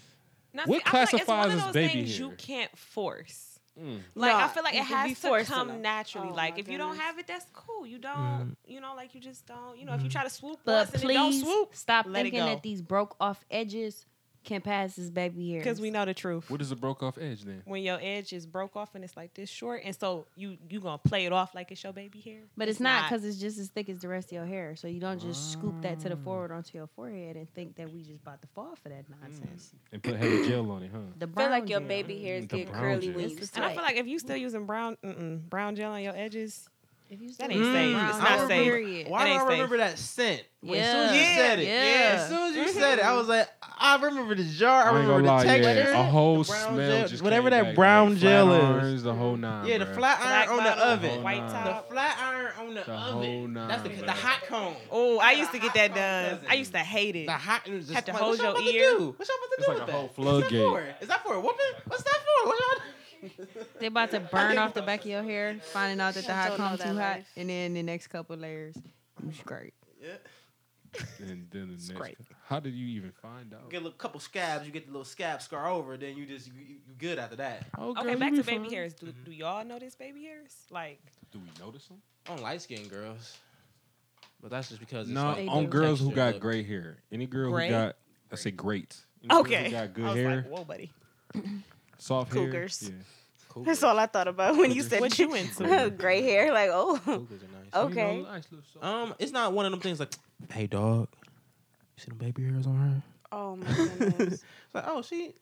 Speaker 4: Now,
Speaker 3: What
Speaker 4: I feel like it's one
Speaker 3: classifies
Speaker 4: of
Speaker 3: as
Speaker 4: those
Speaker 3: baby
Speaker 4: things
Speaker 3: hair?
Speaker 4: you can't force.
Speaker 3: Mm.
Speaker 4: Like I
Speaker 6: No,
Speaker 4: feel like
Speaker 6: you
Speaker 4: it
Speaker 6: can be
Speaker 4: has to
Speaker 6: forcing
Speaker 4: come
Speaker 6: them.
Speaker 4: naturally.
Speaker 6: Oh,
Speaker 4: like
Speaker 6: my
Speaker 4: if you don't
Speaker 6: goodness.
Speaker 4: have it, that's cool. You don't,
Speaker 3: Mm-hmm.
Speaker 4: you know, like you just don't. You know, if you
Speaker 1: Mhm.
Speaker 4: try to swoop
Speaker 5: But
Speaker 4: us and it don't
Speaker 5: please
Speaker 4: swoop,
Speaker 5: stop
Speaker 4: let it
Speaker 5: thinking
Speaker 4: go.
Speaker 5: that these broke off edges can pass as baby hairs.
Speaker 4: because we know the truth.
Speaker 3: What is a broke off edge then?
Speaker 4: When your edge is broke off and it's like this short, and so you you gonna play it off like it's your baby hair,
Speaker 5: But it's not because it's just as thick as the rest of your hair. So you don't just scoop that to the forward onto your forehead and think that we just about to fall for that nonsense.
Speaker 3: And
Speaker 1: <coughs>
Speaker 3: put heavy gel on it, huh?
Speaker 5: The
Speaker 6: I feel like
Speaker 5: brown
Speaker 6: your
Speaker 5: gel.
Speaker 6: baby hairs
Speaker 3: The
Speaker 6: get
Speaker 3: brown
Speaker 6: curly
Speaker 3: gel.
Speaker 6: when
Speaker 5: It's
Speaker 6: you
Speaker 5: the
Speaker 4: And I feel
Speaker 6: start.
Speaker 4: like if you still using brown mm-mm, brown gel on your edges,
Speaker 5: If you
Speaker 4: that
Speaker 5: still Mm,
Speaker 4: ain't
Speaker 5: use
Speaker 4: safe.
Speaker 5: brown
Speaker 4: It's not
Speaker 5: gel,
Speaker 4: safe.
Speaker 5: period.
Speaker 4: It
Speaker 1: Why do
Speaker 4: ain't
Speaker 1: I
Speaker 4: safe.
Speaker 1: remember that scent? When- As soon as you
Speaker 5: Yeah.
Speaker 1: said it,
Speaker 5: Yeah.
Speaker 1: as soon as you said it, I was like, I remember the jar. I,
Speaker 3: I ain't
Speaker 1: remember
Speaker 3: gonna
Speaker 1: the
Speaker 3: lie,
Speaker 1: texture.
Speaker 3: yeah, a whole
Speaker 1: the brown
Speaker 3: smell,
Speaker 1: gel-
Speaker 3: just
Speaker 1: whatever that
Speaker 3: came back, like
Speaker 1: brown gel
Speaker 3: flat
Speaker 1: is.
Speaker 3: irons, the whole nine.
Speaker 1: Yeah, the
Speaker 3: bruh.
Speaker 1: flat
Speaker 4: Black
Speaker 1: iron on the
Speaker 4: bottle,
Speaker 1: oven.
Speaker 4: white
Speaker 3: Oh, Nah.
Speaker 1: The
Speaker 4: top.
Speaker 1: flat iron on the,
Speaker 3: The whole
Speaker 1: oven.
Speaker 3: nine,
Speaker 1: That's the, the
Speaker 3: bruh.
Speaker 1: hot cone.
Speaker 4: Oh, I used to get that done.
Speaker 1: cousin.
Speaker 4: I used to hate it.
Speaker 1: The hot and just
Speaker 4: Had to
Speaker 1: like,
Speaker 4: hold
Speaker 1: what y'all
Speaker 4: your
Speaker 1: about to
Speaker 4: ear.
Speaker 1: do? What y'all about to
Speaker 3: It's
Speaker 1: do
Speaker 3: like
Speaker 1: with
Speaker 3: a
Speaker 1: that?
Speaker 3: whole
Speaker 1: What's that
Speaker 3: floodgate.
Speaker 1: for? Is that for a whooping? What's that for? What y'all?
Speaker 5: They about to burn off the back of your hair, finding out that the hot
Speaker 6: don't know
Speaker 5: comb
Speaker 6: that
Speaker 5: too hot,
Speaker 6: life.
Speaker 5: and then the next couple layers, you scrape.
Speaker 3: And then the next.
Speaker 5: great.
Speaker 3: How did you even find out?
Speaker 1: Get a little, couple scabs. You get the little scab scar over. Then you just you, you you good after that.
Speaker 3: Oh, girl,
Speaker 4: Okay,
Speaker 3: you
Speaker 4: back
Speaker 3: be
Speaker 4: to baby
Speaker 3: fine.
Speaker 4: hairs. Do, do y'all notice baby hairs? Like,
Speaker 3: Do we notice them?
Speaker 1: On light skinned girls, but that's just because it's
Speaker 3: No,
Speaker 1: like,
Speaker 5: on
Speaker 3: on
Speaker 5: do.
Speaker 3: girls who
Speaker 1: texture
Speaker 3: got
Speaker 1: look.
Speaker 3: gray hair. Any girl
Speaker 4: Gray?
Speaker 3: who got, I say great. Any girl
Speaker 4: okay,
Speaker 3: Who got
Speaker 4: I
Speaker 3: good
Speaker 4: was
Speaker 3: hair,
Speaker 4: like, whoa, buddy.
Speaker 3: soft
Speaker 6: Cougars.
Speaker 1: <laughs>
Speaker 3: hair.
Speaker 1: Cougars.
Speaker 6: That's all I thought about when you said
Speaker 4: What
Speaker 3: <laughs>
Speaker 4: you into?
Speaker 6: gray hair. Like, oh,
Speaker 1: Cougars are nice.
Speaker 3: Yeah.
Speaker 6: <laughs> okay.
Speaker 3: You know, nice little soft-
Speaker 1: Um, it's not one of them things like, hey dog, you see them baby hairs on her?
Speaker 6: <laughs> Oh my
Speaker 3: <laughs>
Speaker 6: goodness.
Speaker 1: it's like, oh, she.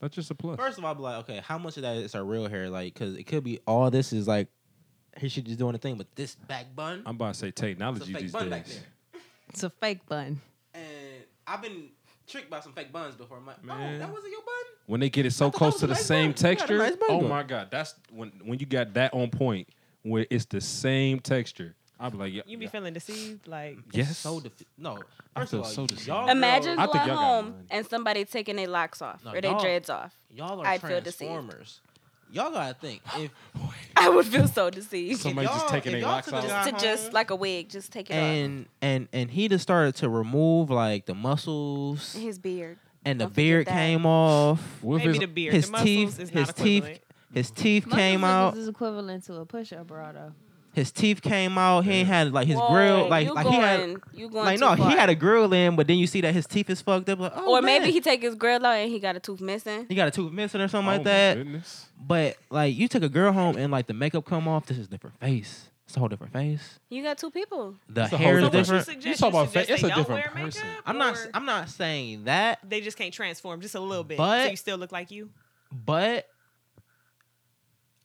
Speaker 3: That's just a plus.
Speaker 1: First of all, I'd be like, okay, how much of that is her real hair? Like, because it could be all this is like, here she just doing a thing, but this back bun.
Speaker 3: I'm about to say
Speaker 1: It's a
Speaker 3: technology
Speaker 1: fake
Speaker 3: these
Speaker 1: bun back
Speaker 3: days.
Speaker 5: It's a fake bun.
Speaker 1: And I've been tricked by some fake buns before. I'm like,
Speaker 3: Man.
Speaker 1: oh, that wasn't your bun.
Speaker 3: When they get it
Speaker 1: I
Speaker 3: so
Speaker 1: thought that
Speaker 3: close
Speaker 1: was
Speaker 3: to
Speaker 1: a
Speaker 3: the
Speaker 1: nice
Speaker 3: same
Speaker 1: bun. You got a
Speaker 3: texture,
Speaker 1: nice bun
Speaker 3: oh
Speaker 1: going.
Speaker 3: my god, that's when when you got that on point where it's the same texture. I'm like, yeah,
Speaker 4: You be
Speaker 3: yeah.
Speaker 4: feeling deceived, like
Speaker 1: It's
Speaker 3: yes.
Speaker 1: So defi- no, first
Speaker 3: I feel
Speaker 1: of all,
Speaker 3: so
Speaker 1: y-
Speaker 3: deceived.
Speaker 1: y'all
Speaker 6: Imagine
Speaker 1: girls-
Speaker 3: I think
Speaker 6: going
Speaker 3: y'all got
Speaker 6: home
Speaker 3: mine.
Speaker 6: and somebody taking their locks off
Speaker 1: No,
Speaker 6: or their
Speaker 1: y'all-
Speaker 6: dreads off. <laughs>
Speaker 1: y'all are
Speaker 6: I'd feel deceived.
Speaker 1: transformers. Y'all gotta think if <laughs>
Speaker 6: I would feel so deceived.
Speaker 3: So- Somebody just
Speaker 1: y'all-
Speaker 3: taking
Speaker 1: if
Speaker 3: their
Speaker 1: y'all
Speaker 3: locks
Speaker 1: took a
Speaker 3: off.
Speaker 6: to
Speaker 1: guy
Speaker 6: just
Speaker 1: home-
Speaker 6: like a wig, just take it
Speaker 1: Uh-huh. and and and he just started to remove like the muscles
Speaker 6: off. His beard.
Speaker 1: and the
Speaker 6: don't forget
Speaker 1: beard
Speaker 6: that.
Speaker 1: came off
Speaker 3: What if
Speaker 4: maybe
Speaker 3: it's-
Speaker 4: the beard,
Speaker 1: his
Speaker 4: the muscles
Speaker 1: teeth
Speaker 4: is
Speaker 1: his
Speaker 4: not
Speaker 1: teeth
Speaker 4: equivalent.
Speaker 1: his teeth
Speaker 5: Muscle
Speaker 1: came
Speaker 5: zippers
Speaker 1: out
Speaker 5: is equivalent to a push-up bra, though.
Speaker 1: his teeth came out he ain't
Speaker 3: Yeah.
Speaker 1: had like his
Speaker 6: Whoa,
Speaker 1: grill like
Speaker 6: you
Speaker 1: like
Speaker 6: going,
Speaker 1: he had
Speaker 6: you going
Speaker 1: like
Speaker 6: too
Speaker 1: no
Speaker 6: far.
Speaker 1: he had a grill in but then you see that his teeth is fucked up like, oh,
Speaker 6: or
Speaker 1: man.
Speaker 6: maybe he take his grill out and he got a tooth missing.
Speaker 1: he got a tooth missing or something
Speaker 3: oh
Speaker 1: like
Speaker 3: my
Speaker 1: that
Speaker 3: goodness.
Speaker 1: but like you took a girl home and like the makeup come off this is different face it's a whole different face
Speaker 6: You got two people.
Speaker 1: the
Speaker 3: It's a whole
Speaker 1: hair is
Speaker 3: different-
Speaker 1: different
Speaker 3: You
Speaker 4: suggest-
Speaker 3: talk about
Speaker 4: suggest
Speaker 3: fa- it's
Speaker 4: they
Speaker 3: a
Speaker 4: don't
Speaker 3: different
Speaker 4: wear
Speaker 3: person.
Speaker 4: makeup,
Speaker 1: I'm not
Speaker 4: or
Speaker 1: I'm not saying that
Speaker 4: They just can't transform just a little bit, so
Speaker 1: But-
Speaker 4: you still look like you.
Speaker 1: but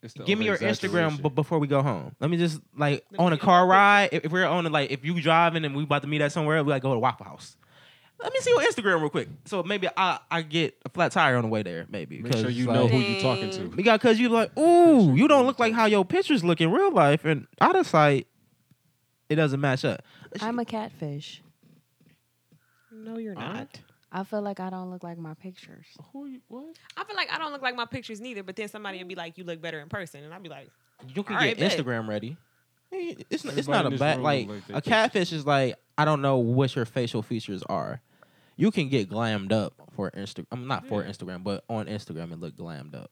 Speaker 3: It's the
Speaker 1: Give me your
Speaker 3: over-exaggeration.
Speaker 1: Instagram b- before we go home. Let me just like
Speaker 4: Let me
Speaker 1: on a
Speaker 4: get it
Speaker 1: car
Speaker 4: real quick.
Speaker 1: ride. If, if we're on a, like if you driving and we about to meet at somewhere, we like go to Waffle House. Let me see your Instagram real quick. So maybe I I get a flat tire on the way there. Maybe
Speaker 3: Make sure
Speaker 1: 'cause,
Speaker 3: you
Speaker 1: like,
Speaker 3: know who you're talking
Speaker 6: Dang.
Speaker 3: to.
Speaker 1: because cause you like ooh you don't look like how your pictures look in real life and out of sight it doesn't match up.
Speaker 5: I'm a catfish.
Speaker 4: No, you're
Speaker 1: All
Speaker 4: not.
Speaker 1: right.
Speaker 5: I feel like I don't look like my pictures.
Speaker 3: Who you, what?
Speaker 4: I feel like I don't look like my pictures neither, but then somebody will be like, "You look better in person," and I'll be like,
Speaker 1: You can
Speaker 4: All right,
Speaker 1: get
Speaker 4: bet.
Speaker 1: Instagram ready. It's not, it's
Speaker 3: Everybody
Speaker 1: not
Speaker 3: in
Speaker 1: a
Speaker 3: this
Speaker 1: bad
Speaker 3: room
Speaker 1: like
Speaker 3: look like they
Speaker 1: a
Speaker 3: just-
Speaker 1: catfish is like I don't know what your facial features are. You can get glammed up for Instagram. I'm not for
Speaker 3: Yeah.
Speaker 1: Instagram, but on Instagram and look glammed up.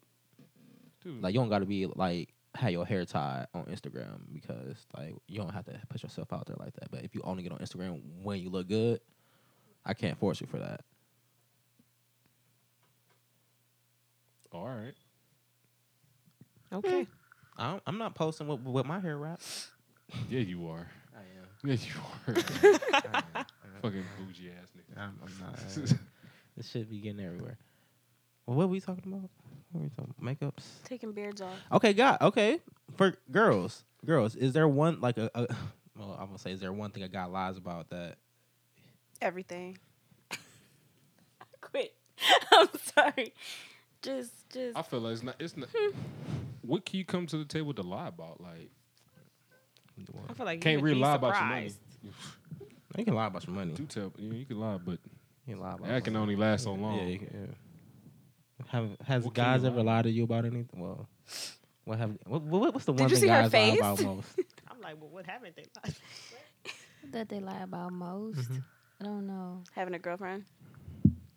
Speaker 3: Dude.
Speaker 1: Like you don't got to be like have your hair tied on Instagram because like you don't have to put yourself out there like that. But if you only get on Instagram when you look good, I can't force you for that.
Speaker 3: All right.
Speaker 4: "Okay,
Speaker 1: I don't, I'm not posting with, with my hair wrap.
Speaker 3: Yeah, you are.
Speaker 1: I am.
Speaker 3: Yeah, <laughs> you are. Fucking bougie ass nigga.
Speaker 1: I'm, I'm
Speaker 3: <laughs>
Speaker 1: not. This should be getting everywhere. Well, what were we talking about? What were we talking Makeups.
Speaker 6: Taking beards off.
Speaker 1: Okay, got okay. For girls, girls, is there one like a, <laughs> a well, I'm gonna say is there one thing a guy lies about that
Speaker 6: Everything. <laughs> Quit. <laughs> I'm sorry. Just, just.
Speaker 3: I feel like it's not. It's not. what can you come to the table to lie about? Like,
Speaker 4: I feel like
Speaker 3: can't
Speaker 4: you would
Speaker 3: really
Speaker 4: be
Speaker 3: lie about your money.
Speaker 4: surprised.
Speaker 1: you can lie about some money.
Speaker 3: Do tell. You, know, you can Hmm. lie, but
Speaker 1: You can lie about
Speaker 3: that can
Speaker 1: money.
Speaker 3: only last so long.
Speaker 1: Yeah, you can, yeah. Have, has
Speaker 3: What can you
Speaker 1: guys
Speaker 3: lie
Speaker 1: ever lied to you about anything? Well, What have what, what, what's the
Speaker 6: Did
Speaker 1: one
Speaker 6: you
Speaker 1: thing
Speaker 6: see her
Speaker 1: guys lie about
Speaker 6: face?
Speaker 1: most?
Speaker 6: <laughs>
Speaker 4: I'm like, well, what haven't they? lied?
Speaker 7: That they lie about most.
Speaker 5: Mm-hmm.
Speaker 1: Mhm.
Speaker 7: I don't know.
Speaker 6: Having a girlfriend.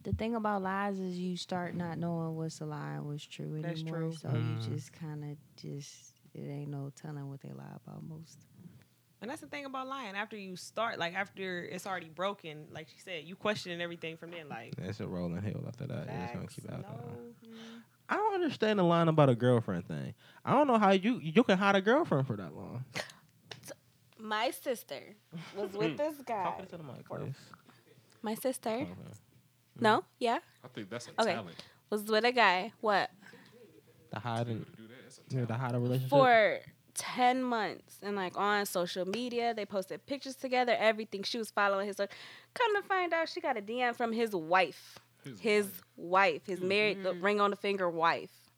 Speaker 7: The thing about lies is you start not knowing what's a lie and what's true anymore.
Speaker 4: That's true.
Speaker 7: So
Speaker 1: Mm.
Speaker 5: Mm-hmm.
Speaker 7: you just kind of just it ain't no telling what they lie about most.
Speaker 4: <laughs> And that's the thing about lying. After you start, like after it's already broken, like she said, you question everything from then. Like,
Speaker 1: It's a rolling hill after that. You're just gonna
Speaker 4: facts,
Speaker 1: keep
Speaker 4: no,
Speaker 1: out there.
Speaker 4: mm,
Speaker 1: I don't understand the line about a girlfriend thing. I don't know how you you can hide a girlfriend for that long.
Speaker 6: My sister
Speaker 1: <laughs>
Speaker 6: was with this guy.
Speaker 1: Talk into the mic,
Speaker 6: For-
Speaker 1: please.
Speaker 6: My sister?
Speaker 1: Okay.
Speaker 6: No? Yeah?
Speaker 3: I think that's a
Speaker 6: Okay.
Speaker 3: talent.
Speaker 6: Was with a guy. What?
Speaker 1: The hiding,
Speaker 3: To do that, that's a
Speaker 1: yeah, the hiding relationship.
Speaker 6: for 10 months and like on social media they posted pictures together everything she was following his come to find out she got a dm from his wife
Speaker 3: His
Speaker 6: his <laughs> wife his married the ring on the finger wife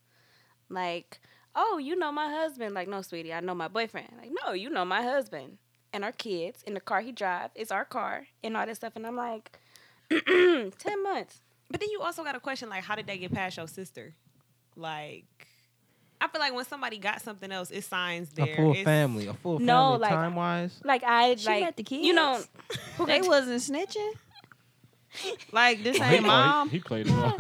Speaker 6: like oh you know my husband like no sweetie i know my boyfriend like no you know my husband and our kids in the car he drive it's our car and all that stuff and i'm like <clears throat> 10 months
Speaker 4: But then you also got a question like, how did they get past your sister? Like, I feel like when somebody got something else, it signs there.
Speaker 1: a full
Speaker 4: It's-
Speaker 1: family, a full
Speaker 6: No,
Speaker 1: family.
Speaker 6: like-
Speaker 1: time wise,
Speaker 6: like i
Speaker 7: She
Speaker 6: like
Speaker 7: met the
Speaker 6: you know who
Speaker 7: They
Speaker 6: got
Speaker 7: wasn't snitching.
Speaker 4: Like this
Speaker 3: He played-
Speaker 4: ain't mom.
Speaker 3: He played it <laughs> all.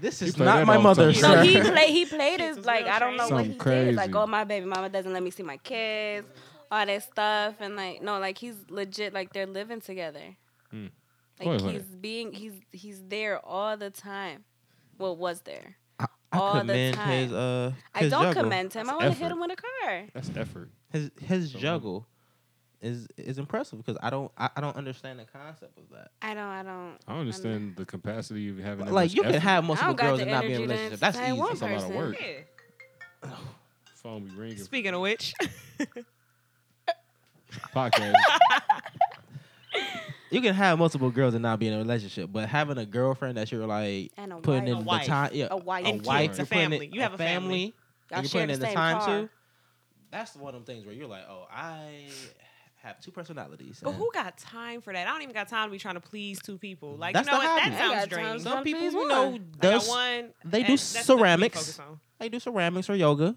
Speaker 1: this
Speaker 3: You
Speaker 1: is
Speaker 3: play
Speaker 1: not
Speaker 3: that
Speaker 1: my
Speaker 3: all the
Speaker 1: mother,
Speaker 6: <laughs>
Speaker 3: time.
Speaker 6: So
Speaker 1: sir.
Speaker 3: <laughs>
Speaker 6: he played. He played his
Speaker 4: was
Speaker 6: like
Speaker 4: real
Speaker 6: I don't know what
Speaker 3: Something
Speaker 6: he did. Like,
Speaker 3: crazy.
Speaker 6: oh my baby mama doesn't let me see my kids, all that stuff, and like no, like he's legit. Like they're living together.
Speaker 3: Hmm.
Speaker 6: Like
Speaker 3: Wait a minute.
Speaker 6: he's being he's he's there all the time. Well, was there? all
Speaker 1: I
Speaker 6: the
Speaker 1: commend
Speaker 6: time.
Speaker 1: his uh his
Speaker 6: I don't
Speaker 1: juggle.
Speaker 6: commend him. I
Speaker 3: That's
Speaker 6: want to hit
Speaker 3: effort.
Speaker 6: him with a car.
Speaker 3: <laughs> That's effort.
Speaker 1: his his
Speaker 3: So-
Speaker 1: juggle is is impressive because I don't I, I don't understand the concept of that.
Speaker 6: I don't. I don't.
Speaker 3: I understand the capacity of having that
Speaker 1: Like
Speaker 3: much
Speaker 1: you can
Speaker 3: effort.
Speaker 1: have
Speaker 6: I
Speaker 1: multiple
Speaker 6: don't got
Speaker 1: girls
Speaker 6: the
Speaker 1: and not be in a
Speaker 6: energy to
Speaker 1: relationship. That's
Speaker 6: entertain
Speaker 1: easy.
Speaker 6: one
Speaker 3: That's a lot of
Speaker 6: person.
Speaker 3: work.
Speaker 4: Yeah.
Speaker 3: phone be ringing.
Speaker 4: Speaking of which,
Speaker 3: <laughs>
Speaker 4: <laughs>
Speaker 3: podcast.
Speaker 1: You can have multiple girls and not be in a relationship, but having a girlfriend that you're like
Speaker 6: And a
Speaker 1: putting
Speaker 6: wife.
Speaker 1: in the
Speaker 4: wife.
Speaker 1: time, yeah,
Speaker 6: A wife.
Speaker 1: a
Speaker 6: And
Speaker 1: wife,
Speaker 3: kids,
Speaker 1: you're
Speaker 4: a
Speaker 1: putting
Speaker 4: family.
Speaker 1: in-
Speaker 4: You have a family.
Speaker 6: Y'all
Speaker 1: and you're
Speaker 6: share
Speaker 1: putting
Speaker 6: the
Speaker 1: in the
Speaker 6: same
Speaker 1: time
Speaker 6: car.
Speaker 1: too. That's one of them things where you're like, oh, I have two personalities.
Speaker 4: but
Speaker 1: and
Speaker 4: who got time for that? I don't even got time to be trying to please two people. Like
Speaker 1: That's
Speaker 4: you know
Speaker 1: the
Speaker 4: what?
Speaker 1: hobby.
Speaker 4: That
Speaker 1: I
Speaker 4: sounds
Speaker 6: got
Speaker 4: draining.
Speaker 6: time.
Speaker 4: Like,
Speaker 1: some
Speaker 6: One
Speaker 1: people
Speaker 6: please
Speaker 1: you
Speaker 6: one.
Speaker 1: know
Speaker 6: Like
Speaker 4: I
Speaker 1: does
Speaker 4: want-
Speaker 1: they
Speaker 4: and
Speaker 1: do
Speaker 4: that's stuff we
Speaker 1: ceramics.
Speaker 4: focus on.
Speaker 1: they do ceramics or yoga.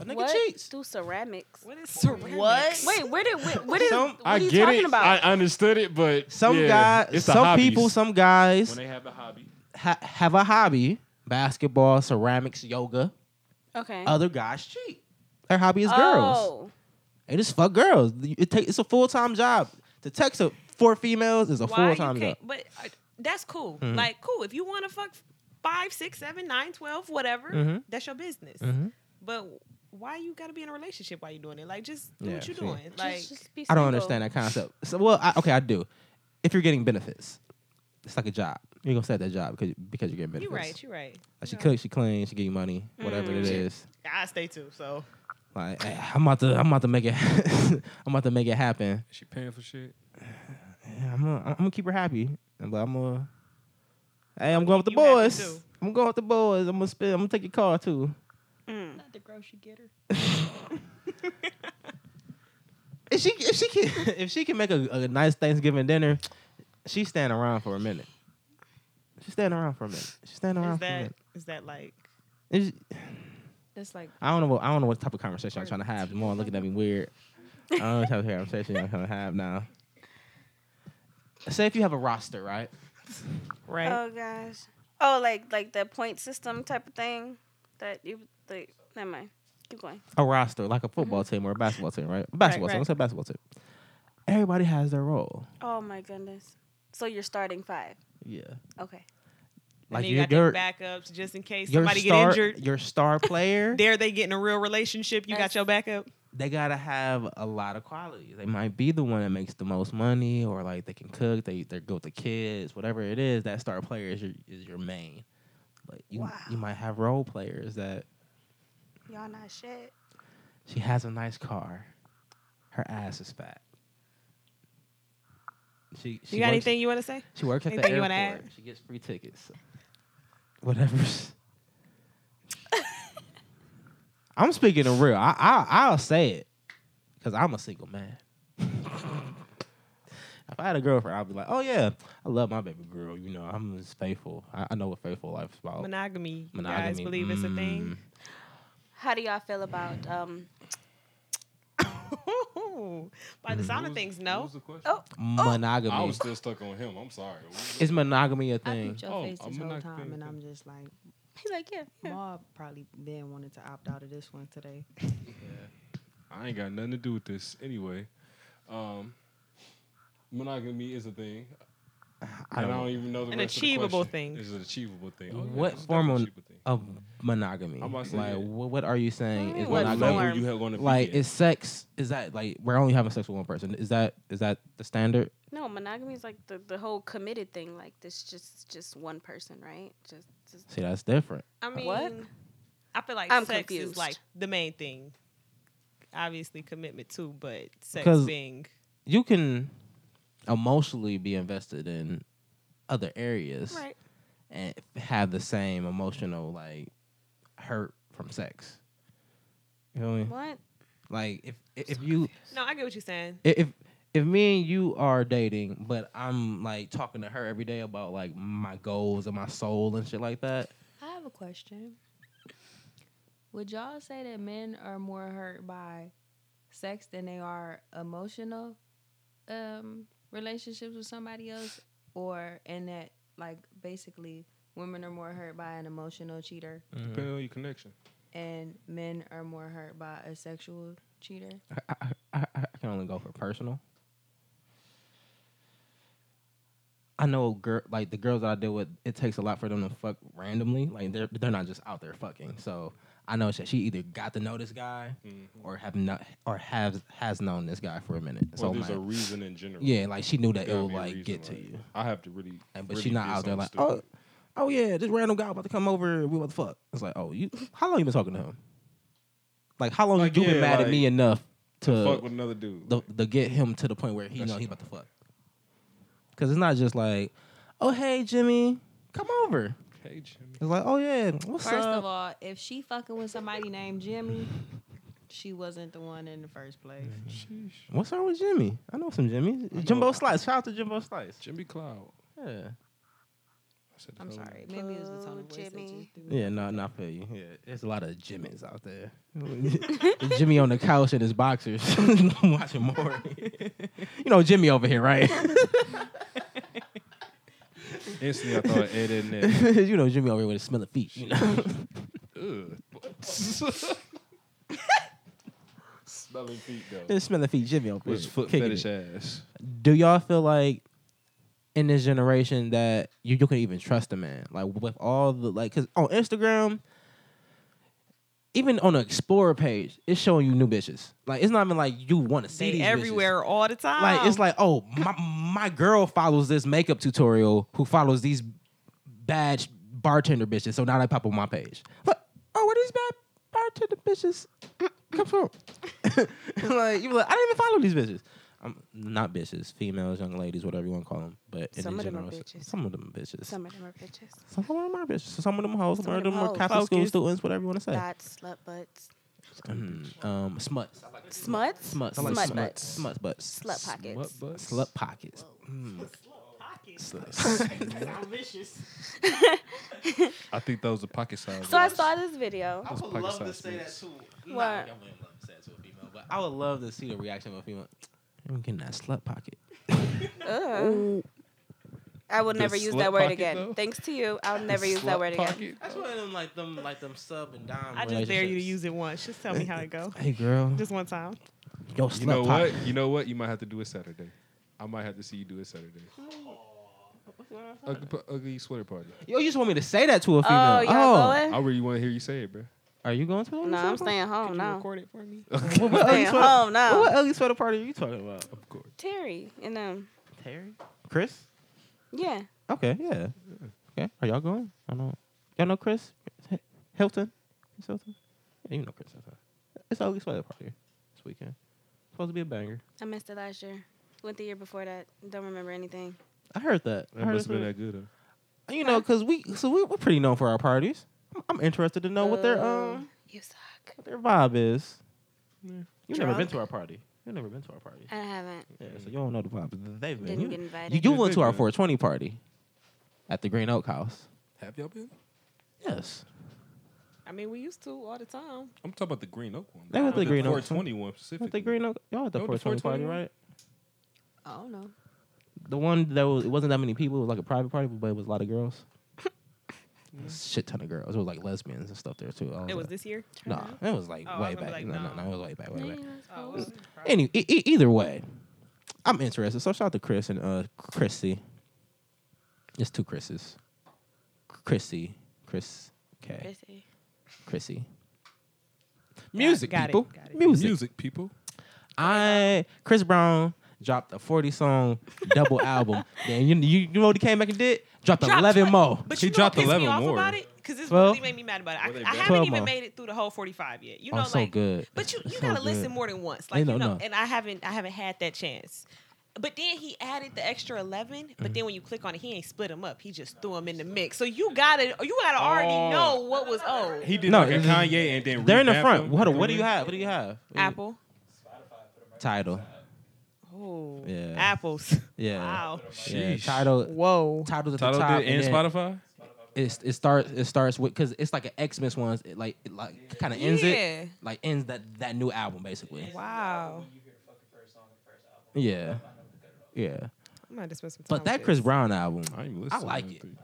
Speaker 1: A nigga
Speaker 6: What?
Speaker 1: cheats.
Speaker 6: Do ceramics.
Speaker 4: What is ceramics?
Speaker 6: Wait, where did wh- what is?
Speaker 1: Some-
Speaker 6: what
Speaker 3: I
Speaker 6: are you
Speaker 3: get
Speaker 6: talking
Speaker 3: it.
Speaker 6: about?
Speaker 3: I understood it, but
Speaker 1: Some
Speaker 3: yeah,
Speaker 1: guys,
Speaker 3: it's the
Speaker 1: some
Speaker 3: hobbies.
Speaker 1: people, some guys
Speaker 3: when they have the hobby.
Speaker 1: ha- have a hobby: basketball, ceramics, yoga.
Speaker 6: okay.
Speaker 1: Other guys cheat. Their hobby is girls.
Speaker 6: Oh.
Speaker 1: They just fuck girls. It take, it's a full time job. To text a, four females is a
Speaker 4: Why
Speaker 1: full
Speaker 4: you
Speaker 1: time job.
Speaker 4: can't? But uh, that's cool.
Speaker 1: Mhm.
Speaker 4: Like cool. If you want to fuck five, six, seven, nine, twelve, whatever,
Speaker 1: Mhm.
Speaker 4: that's your business.
Speaker 3: Mm-hmm.
Speaker 1: Mhm.
Speaker 4: But why you got to be in a relationship while you doing it? Like just do
Speaker 1: Yeah,
Speaker 4: what you
Speaker 1: see.
Speaker 4: doing. Like
Speaker 6: Just- just be
Speaker 1: I don't
Speaker 6: single.
Speaker 1: understand that concept. So, well, I, okay, I do. If you're getting benefits, it's like a job. You're gonna stay at that job because because you're getting benefits.
Speaker 4: you're right. You're right. Mm-hmm.
Speaker 1: Like, she
Speaker 4: Yeah.
Speaker 1: cooks, she cleans, she give you money, whatever it is.
Speaker 4: I stay too. So
Speaker 1: Like eh, I'm about to, I'm about to make it, <laughs> I'm about to make it happen.
Speaker 3: Is she paying for shit?
Speaker 1: Yeah, I'm gonna, I'm gonna keep her happy, And, but I'm gonna. Hey, I'm going with the
Speaker 4: You happy
Speaker 1: boys.
Speaker 4: too.
Speaker 1: I'm going with the boys. I'm gonna spend. I'm gonna take your car too.
Speaker 6: Mm.
Speaker 4: not the grocery getter.
Speaker 1: If she if she can <laughs> if she can make a, a nice Thanksgiving dinner, she's standing around for a minute. She's standing around for a minute. She's standing around
Speaker 4: Is
Speaker 1: for a
Speaker 4: that
Speaker 1: minute.
Speaker 4: is that like
Speaker 1: It's-
Speaker 5: That's like
Speaker 1: I don't know. What, I don't know what type of conversation I'm trying to have. More looking at me weird. I don't know what type of conversation I'm trying to have now. Say if you have a roster, right?
Speaker 4: right?
Speaker 6: Oh gosh. Oh, like like the point system type of thing that you like. Never mind. Keep going.
Speaker 1: A roster, like a football team or a basketball team, right? Basketball team.
Speaker 4: Mm-hmm. right.
Speaker 1: Let's say basketball team. Everybody has their role.
Speaker 6: Oh my goodness. So you're starting five.
Speaker 1: Yeah.
Speaker 6: Okay.
Speaker 1: Like
Speaker 4: and then you
Speaker 1: your
Speaker 4: got your
Speaker 1: your,
Speaker 4: backups just in case
Speaker 1: your
Speaker 4: somebody
Speaker 1: star,
Speaker 4: get injured.
Speaker 1: your star
Speaker 4: <laughs>
Speaker 1: player.
Speaker 4: There they get in a real relationship. You
Speaker 6: That's-
Speaker 4: got your backup.
Speaker 1: they gotta have a lot of qualities. They might be the one that makes the most money, or like they can cook. They they're good with the kids, whatever it is. That star player is your is your main. But you you might have role players that
Speaker 6: Y'all not shit.
Speaker 1: she has a nice car, her ass is fat. She, she
Speaker 4: You got
Speaker 1: works,
Speaker 4: anything you want to say?
Speaker 1: She works at the
Speaker 4: anything you wanna
Speaker 1: airport. She gets free tickets.
Speaker 4: <laughs>
Speaker 1: Whatever's. I'm speaking the real. I, I I'll say it because I'm a single
Speaker 4: <laughs>
Speaker 1: man. if I had a girlfriend, I'd be like, oh yeah, I love my baby girl. You know, I'm just faithful. I, I know what faithful life is about.
Speaker 4: Monogamy.
Speaker 1: Oh.
Speaker 4: You guys
Speaker 1: Monogamy.
Speaker 4: believe it's a thing? <laughs>
Speaker 1: Mm.
Speaker 6: How do y'all feel about um? <laughs>
Speaker 4: By the sound
Speaker 1: Mm-hmm.
Speaker 4: of things, no.
Speaker 3: What was the question?
Speaker 6: Oh.
Speaker 3: I
Speaker 1: Monogamy.
Speaker 3: was still stuck on him. I'm sorry.
Speaker 1: Is monogamy a
Speaker 5: I
Speaker 1: thing?
Speaker 5: peeped your
Speaker 3: Oh,
Speaker 5: face this
Speaker 3: I'm
Speaker 5: whole
Speaker 3: not
Speaker 5: time,
Speaker 3: paying
Speaker 5: and I'm
Speaker 3: attention.
Speaker 5: just like,
Speaker 6: He's like, yeah. yeah.
Speaker 5: Ma probably been wanted to opt out of this one today.
Speaker 3: I ain't got nothing to do with this anyway. Um, monogamy is a thing,
Speaker 1: I
Speaker 3: and I
Speaker 1: don't,
Speaker 3: don't even know the
Speaker 4: An
Speaker 3: rest of the
Speaker 4: achievable
Speaker 3: question.
Speaker 4: thing.
Speaker 3: It's an achievable thing. Oh, yeah,
Speaker 1: What
Speaker 3: it's
Speaker 1: form of-
Speaker 3: definitely achievable thing.
Speaker 1: of monogamy.
Speaker 3: I'm about
Speaker 1: Like,
Speaker 3: to say it.
Speaker 1: wh- what are you saying? Is
Speaker 3: what
Speaker 6: What form?
Speaker 1: monogamy?
Speaker 3: level you have going to
Speaker 1: Like,
Speaker 3: be? at?
Speaker 1: is sex? Is that like we're only having sex with one person? Is that is that the standard?
Speaker 6: No, monogamy is like the, the whole committed thing. Like this, just just one person, right? Just, just
Speaker 1: See, that's different.
Speaker 4: I mean,
Speaker 6: What?
Speaker 4: I feel like
Speaker 6: I'm
Speaker 4: sex
Speaker 6: confused.
Speaker 4: is like the main thing. Obviously, commitment too, but sex
Speaker 1: 'Cause-
Speaker 4: being
Speaker 1: You can emotionally be invested in other areas
Speaker 4: right.
Speaker 1: and have the same emotional like hurt from sex. You know what I mean?
Speaker 6: what?
Speaker 1: Like if if you
Speaker 4: No, I get what you're saying.
Speaker 1: i- if if me and you are dating, but I'm like talking to her every day about like my goals and my soul and shit like that.
Speaker 5: I have a question. Would y'all say that men are more hurt by sex than they are emotional um, relationships with somebody else, or and that like basically women are more hurt by an emotional cheater
Speaker 3: Depending on your connection.
Speaker 5: and men are more hurt by a sexual cheater?
Speaker 1: I, I, I I can only go for personal. I know girl like the girls that I deal with. It takes a lot for them to fuck randomly. Like they're they're not just out there fucking. So I know she, she either got to know this guy
Speaker 3: Mm-hmm.
Speaker 1: or have not or has has known this guy for a minute. so
Speaker 3: Well, there's
Speaker 1: like,
Speaker 3: a reason in general.
Speaker 1: yeah, like she knew that it
Speaker 3: Gotta
Speaker 1: would
Speaker 3: be a
Speaker 1: like
Speaker 3: reason,
Speaker 1: get to
Speaker 3: like,
Speaker 1: you.
Speaker 3: I have to really.
Speaker 1: And but
Speaker 3: really
Speaker 1: she's not
Speaker 3: did
Speaker 1: out there like
Speaker 3: something
Speaker 1: oh
Speaker 3: stupid.
Speaker 1: oh yeah, this random guy about to come over. We about to fuck. It's like oh you how long you been talking to him? Like how long
Speaker 3: Like,
Speaker 1: you been
Speaker 3: yeah,
Speaker 1: mad at
Speaker 3: like,
Speaker 1: me enough to
Speaker 3: fuck with another dude.
Speaker 1: the, the get him to the point where he
Speaker 3: That's
Speaker 1: know he
Speaker 3: true.
Speaker 1: about to fuck. Cause it's not just like, oh hey Jimmy, come over.
Speaker 3: hey, Jimmy.
Speaker 1: It's like, oh yeah, what's
Speaker 5: First
Speaker 1: up?
Speaker 5: of all, if she fucking with somebody named Jimmy, she wasn't the one in the first place.
Speaker 1: Mm.
Speaker 3: Sheesh.
Speaker 1: what's wrong with Jimmy? I know some Jimmy.
Speaker 3: know.
Speaker 1: Jimbo Slice. Shout out to Jimbo Slice.
Speaker 3: Jimmy Cloud.
Speaker 1: Yeah.
Speaker 3: I said the
Speaker 5: I'm
Speaker 3: fella name.
Speaker 5: sorry. Maybe it was the tone of
Speaker 6: Boo,
Speaker 5: voice that
Speaker 6: Jimmy.
Speaker 5: just threw me
Speaker 1: Yeah, no, no, I feel you. Yeah, there's a lot of Jimmys out <laughs> there. Jimmy on the couch in his boxers <laughs> watching more. you know Jimmy over here, <laughs> right?
Speaker 3: Instantly, I thought Ed and
Speaker 1: <laughs>
Speaker 3: Ed.
Speaker 1: you know Jimmy over here with his smelly feet. You know. <laughs>
Speaker 3: Ugh. Smelling feet though.
Speaker 1: His smelly feet Jimmy over
Speaker 3: Was
Speaker 1: here
Speaker 3: foot
Speaker 1: kicking
Speaker 3: fetish
Speaker 1: it.
Speaker 3: ass.
Speaker 1: do y'all feel like in this generation that you, you can even trust a man like with all the like because on instagram even on the explorer page it's showing you new bitches like it's not even like you want to see
Speaker 4: They
Speaker 1: these bitches.
Speaker 4: everywhere all the time.
Speaker 1: like it's like oh my, my girl follows this makeup tutorial who follows these bad sh- bartender bitches so now they pop on my page like oh where these bad bartender bitches come from <laughs> like you be like i didn't even follow these bitches I'm not bitches, females, young ladies, whatever you want to call them. But in the
Speaker 6: Some of them are
Speaker 1: general,
Speaker 6: bitches.
Speaker 1: Some of them are bitches. Some,
Speaker 6: Some of them are bitches.
Speaker 1: of them are bitches. Some of them hoes. Some,
Speaker 6: Some
Speaker 1: of them are
Speaker 6: hoes.
Speaker 1: Catholic school
Speaker 4: Focus.
Speaker 1: students. Whatever you want to say.
Speaker 6: Dots, slut butts,
Speaker 1: Mm, um, smuts.
Speaker 6: smuts,
Speaker 1: Smuts. I
Speaker 6: slut
Speaker 1: like smuts.
Speaker 6: butts,
Speaker 1: Smuts butts.
Speaker 6: slut pockets.
Speaker 3: What butts?
Speaker 1: Slut pockets. Mm.
Speaker 3: I think that was a pocket size.
Speaker 6: <laughs> So I saw this video.
Speaker 1: I
Speaker 3: Those
Speaker 1: would
Speaker 3: pocket
Speaker 1: love to
Speaker 3: size
Speaker 1: say that
Speaker 3: bitches.
Speaker 1: to.
Speaker 6: What?
Speaker 1: Nah, I wouldn't love to say that to a female, but I would love to see the reaction of a female. I'm getting that slut pocket.
Speaker 6: Ugh. I will
Speaker 3: The
Speaker 6: never use
Speaker 3: slut
Speaker 6: that word
Speaker 3: pocket,
Speaker 6: again.
Speaker 3: though?
Speaker 6: Thanks to you, I'll never use that
Speaker 3: Slut
Speaker 6: word again.
Speaker 3: pocket?
Speaker 1: That's one of them like them like them sub and dime.
Speaker 4: I just dare you to use it once. Just tell me how it
Speaker 1: <laughs>
Speaker 4: go.
Speaker 1: Hey girl,
Speaker 4: Just one time.
Speaker 1: yo
Speaker 3: You
Speaker 1: slut
Speaker 3: know
Speaker 1: pocket.
Speaker 3: what? You know what? You might have to do it Saturday. I might have to see you do it Saturday. Ugly, ugly sweater party.
Speaker 1: Yo, you just want me to say that to a female?
Speaker 6: Oh, y'all going?
Speaker 3: I really want to hear you say it, bro. <laughs>
Speaker 1: are you going to? that
Speaker 6: No,
Speaker 1: slut
Speaker 6: I'm
Speaker 1: party?
Speaker 6: staying home now.
Speaker 4: it for me.
Speaker 1: What, what, ugly
Speaker 6: Staying
Speaker 1: sweater,
Speaker 6: home now.
Speaker 1: what, what ugly sweater party are you talking about?
Speaker 3: Of course.
Speaker 6: Terry and um,
Speaker 1: Terry, Chris.
Speaker 6: yeah.
Speaker 1: Okay, yeah. Okay, are y'all going? I don't. Y'all know Chris H- Hilton. Chris Hilton. Yeah, you know Chris Hilton. It's ugly sweater party this weekend. Supposed to be a banger.
Speaker 6: I missed it last year. Went the year before that. Don't remember anything.
Speaker 1: I heard that. I
Speaker 3: That
Speaker 1: heard
Speaker 3: must have
Speaker 1: it's-
Speaker 3: been that good. Huh?
Speaker 1: You know, cause we so we, we're pretty known for our parties. I'm, I'm interested to know what their
Speaker 6: Oh.
Speaker 1: um
Speaker 6: You suck.
Speaker 1: what their vibe is.
Speaker 3: Yeah.
Speaker 1: You've never been
Speaker 6: Drunk?
Speaker 1: to our party. You've never been to our party.
Speaker 6: I haven't.
Speaker 1: Yeah, so you don't know the vibe that they've been.
Speaker 6: Didn't
Speaker 1: You,
Speaker 6: get
Speaker 1: you,
Speaker 6: invited.
Speaker 1: you went to our
Speaker 3: Yeah.
Speaker 1: 420 party at the Green Oak House.
Speaker 3: Have y'all been?
Speaker 1: Yes.
Speaker 4: I mean, we used to all the time.
Speaker 3: I'm talking about the Green Oak one.
Speaker 1: That was the Green Oak one.
Speaker 3: 420 one specifically.
Speaker 1: What the green oak? Y'all at the
Speaker 4: Oh,
Speaker 3: Y'all at the
Speaker 1: 420 party,
Speaker 3: 420?
Speaker 1: right?
Speaker 5: I don't know.
Speaker 1: The one that was it wasn't that many people. It was like a private party, but it was a lot of
Speaker 4: <laughs>
Speaker 1: girls. Shit ton of girls. It was like lesbians and stuff there too. I
Speaker 4: It was
Speaker 1: like,
Speaker 4: this year.
Speaker 1: Nah, it was like
Speaker 4: Oh, I was
Speaker 1: way
Speaker 4: gonna be
Speaker 1: back.
Speaker 4: like,
Speaker 1: no, no, no,
Speaker 4: nah.
Speaker 1: it was way back, way back.
Speaker 4: Oh, it was probably-
Speaker 1: Any, e- e- either way, I'm interested. So shout out to Chris and uh Chrissy. It's two Chris's. Chrissy, Chris, K,
Speaker 6: Chrissy.
Speaker 1: Chrissy. Music,
Speaker 2: got it,
Speaker 1: people.
Speaker 2: got it.
Speaker 1: Music.
Speaker 3: Music, people.
Speaker 1: I Chris Brown dropped a 40 song
Speaker 4: <laughs>
Speaker 1: double album. Then you, you you know what he came back and did? Dropped,
Speaker 4: Dropped
Speaker 1: 11
Speaker 4: what?
Speaker 1: more.
Speaker 4: But
Speaker 3: He
Speaker 4: you know
Speaker 3: dropped
Speaker 4: what pissed
Speaker 3: 11
Speaker 4: me off
Speaker 3: more.
Speaker 4: about it? Because this
Speaker 1: Twelve?
Speaker 4: really made me mad about
Speaker 3: Were
Speaker 4: it.
Speaker 3: they
Speaker 4: I, I
Speaker 3: better?
Speaker 1: Twelve
Speaker 4: haven't even
Speaker 1: more.
Speaker 4: made it through the whole 45 yet. You
Speaker 1: Oh,
Speaker 4: know,
Speaker 1: so
Speaker 4: like,
Speaker 1: good.
Speaker 4: But you, you
Speaker 1: So
Speaker 4: gotta
Speaker 1: good.
Speaker 4: listen more than once, like
Speaker 1: No,
Speaker 4: you know.
Speaker 1: no.
Speaker 4: And I haven't I haven't had that chance. But then he added the extra eleven. But
Speaker 1: Mm-hmm.
Speaker 4: then when you click on it, he ain't split them up. He just threw them in the mix. So you gotta you gotta
Speaker 3: Oh.
Speaker 4: already know what was old.
Speaker 3: He did
Speaker 1: No,
Speaker 3: like a
Speaker 1: it's-
Speaker 3: Kanye and then
Speaker 1: They're in the
Speaker 3: revamped
Speaker 1: front.
Speaker 3: them.
Speaker 1: What, what do you have? What do you have?
Speaker 4: Apple.
Speaker 1: Title.
Speaker 4: Oh,
Speaker 1: Yeah.
Speaker 4: apples.
Speaker 1: Yeah.
Speaker 4: <laughs> Wow.
Speaker 1: Yeah.
Speaker 3: Sheesh.
Speaker 1: Title.
Speaker 2: Whoa.
Speaker 1: Titles at
Speaker 3: Tidal
Speaker 1: the top.
Speaker 3: did and
Speaker 1: then
Speaker 3: Spotify?
Speaker 1: It, it starts. It starts with because it's like an Xmas ones. It like it like kind of ends it.
Speaker 4: Yeah.
Speaker 1: Like ends that that new album basically.
Speaker 4: Wow.
Speaker 8: You hear the fucking first song, the first album.
Speaker 1: Yeah. Yeah.
Speaker 4: I'm gonna spend some time.
Speaker 1: But
Speaker 4: with
Speaker 1: that
Speaker 4: this.
Speaker 1: Chris Brown album,
Speaker 3: I ain't listening.
Speaker 1: I like
Speaker 3: to
Speaker 1: it.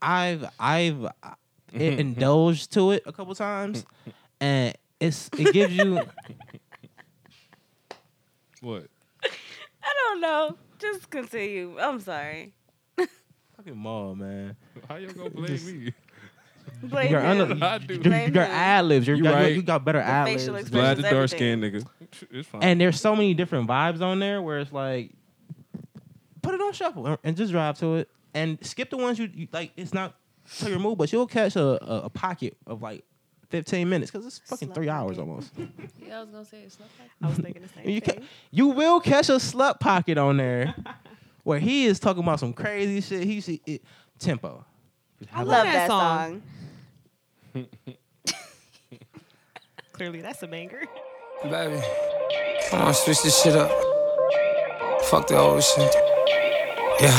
Speaker 1: I've I've I- indulged to it a couple times, and it's it gives you.
Speaker 3: What?
Speaker 6: I don't know. Just continue. I'm sorry.
Speaker 1: Fucking mall, man.
Speaker 3: How
Speaker 1: <laughs>
Speaker 3: you gonna blame me? <laughs>
Speaker 6: Blame
Speaker 1: Your,
Speaker 6: him.
Speaker 1: under-
Speaker 3: I do.
Speaker 1: your,
Speaker 6: Blame him.
Speaker 1: ad libs. Your,
Speaker 3: You
Speaker 1: your-
Speaker 3: right.
Speaker 1: you got better ad libs.
Speaker 6: facial
Speaker 1: man.
Speaker 6: expression.
Speaker 3: Glad the dark skinned nigga. It's fine.
Speaker 1: And there's so many different vibes on there where it's like, put it on shuffle and- and just drive to it, and skip the ones you, you like. It's not to your mood, but you'll catch a, a, a pocket of like 15 minutes because it's fucking
Speaker 6: Slut
Speaker 1: three hours
Speaker 6: pocket.
Speaker 1: almost.
Speaker 5: Yeah, I was gonna say it's not like
Speaker 4: I was thinking the same
Speaker 1: you ca-
Speaker 4: thing.
Speaker 1: you will catch a slut pocket on there where he is talking about some crazy shit. He see it, tempo.
Speaker 4: I
Speaker 6: Love that song.
Speaker 4: Clearly, that's a banger.
Speaker 9: Baby, come on, switch this shit up. Fuck the old shit. Yeah.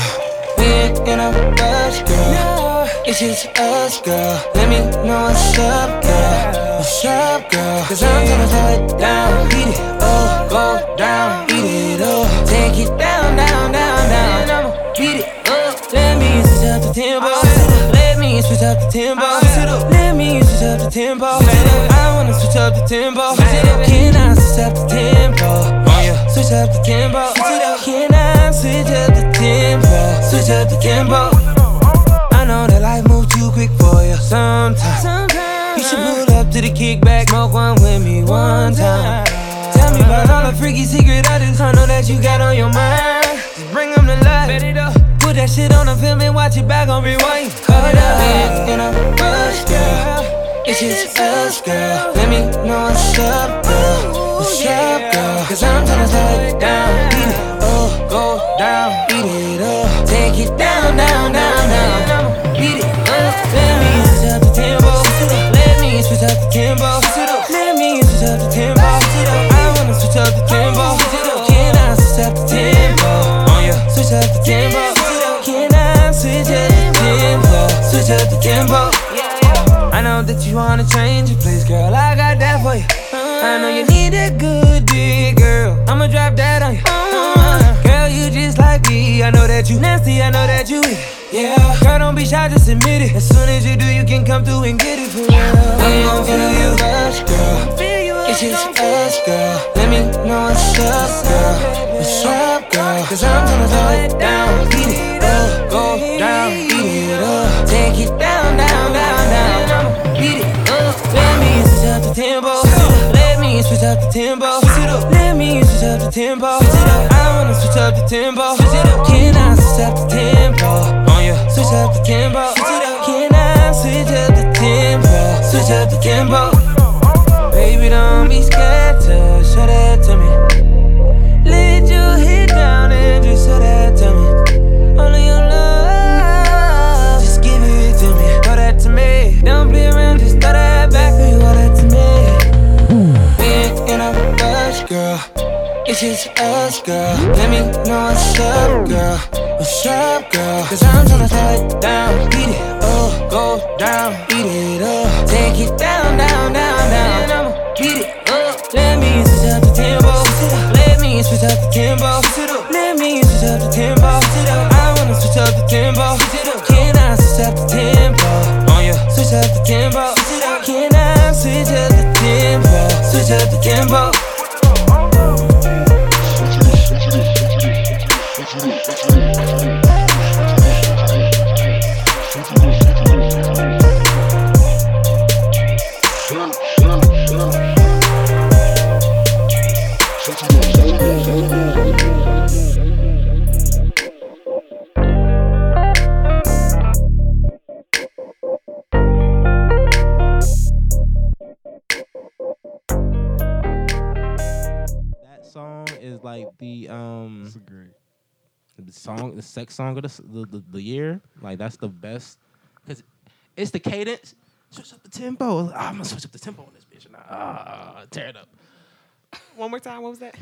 Speaker 9: We ain't in a rush, girl. It's just us, girl. Let me know what's up, girl. What's up, girl? Cause I'm gonna slow it down, beat it Oh, up, go down, beat it up. Take it down, down, down, down. Then I'ma beat it up. Let me switch up the tempo. Let me switch up the tempo. Let me switch up the tempo. I wanna switch up the tempo. Can I switch up the tempo? Switch up the tempo. Can I switch up the tempo? Switch up the tempo. I know that life move too quick for you sometimes. You should pull up to the kickback, smoke one with me one time. Tell me about all the freaky secret I just I know that you got on your mind. Just bring them to life. Bet it up. Put that shit on a film and watch it back on rewind. Cut it up. In a rush, girl. It's just us, girl. Let me know what's up, girl. What's up, girl? Cause I'm tryna slow it down. Beat it up, go down, beat it up. Take it down, down, down, down. Beat it up. Let me switch up the tempo. Let me switch up the tempo. Let me switch up the tempo. I wanna switch up the tempo. Can I switch up the tempo? Switch up the tempo. Can I switch up the tempo? Switch up the tempo. I know that you wanna change your place, girl. I got that for you. I know you need a good dick, girl. I'ma drop that on you. Uh-huh. Girl, you just like me. I know that you nasty. I know that you. it. Yeah, girl, don't be shy, just admit it. As soon as you do, you can come through and get it for real. I'm gon' feel you, rush, girl. It's just us, girl. Let me know what's up, girl. What's up, girl? Cause I'm gonna slow it down, beat it up, go down, beat it up, take it down, down, down, down. Beat it up. Let me switch up the tempo. Let me switch up the tempo. Let me switch up the tempo. I wanna switch up the tempo. Can I switch up the tempo? Switch up the tempo. Can I switch up the tempo? Switch up the tempo. Baby, don't be scared to show that to me. Let your head down and just show that to me. All of your love, just give it to me. Throw that to me. Don't play around, just throw that back for you. All that to me. We ain't in a rush, girl. It's just us, girl. Let me know what's up, girl. What's up, girl? Cause I'm tryna slow it down, beat it up, go down, beat it up, take can't get down, down, down, down. And I'ma beat it up. Let me switch up the tempo. Let me switch up the tempo. Let me switch up the tempo. I wanna switch up the tempo. Can I switch up the tempo? On ya, switch up the tempo. Can I switch up the tempo? Switch up the tempo.
Speaker 1: That song is like the um
Speaker 3: That's great.
Speaker 1: the song, the sex song of the s- the, the, the year. Like that's the best because it's the cadence. Switch up the tempo. Ah, I'm gonna switch up the tempo on this bitch. And I, ah, tear it up.
Speaker 4: One more time. What was that?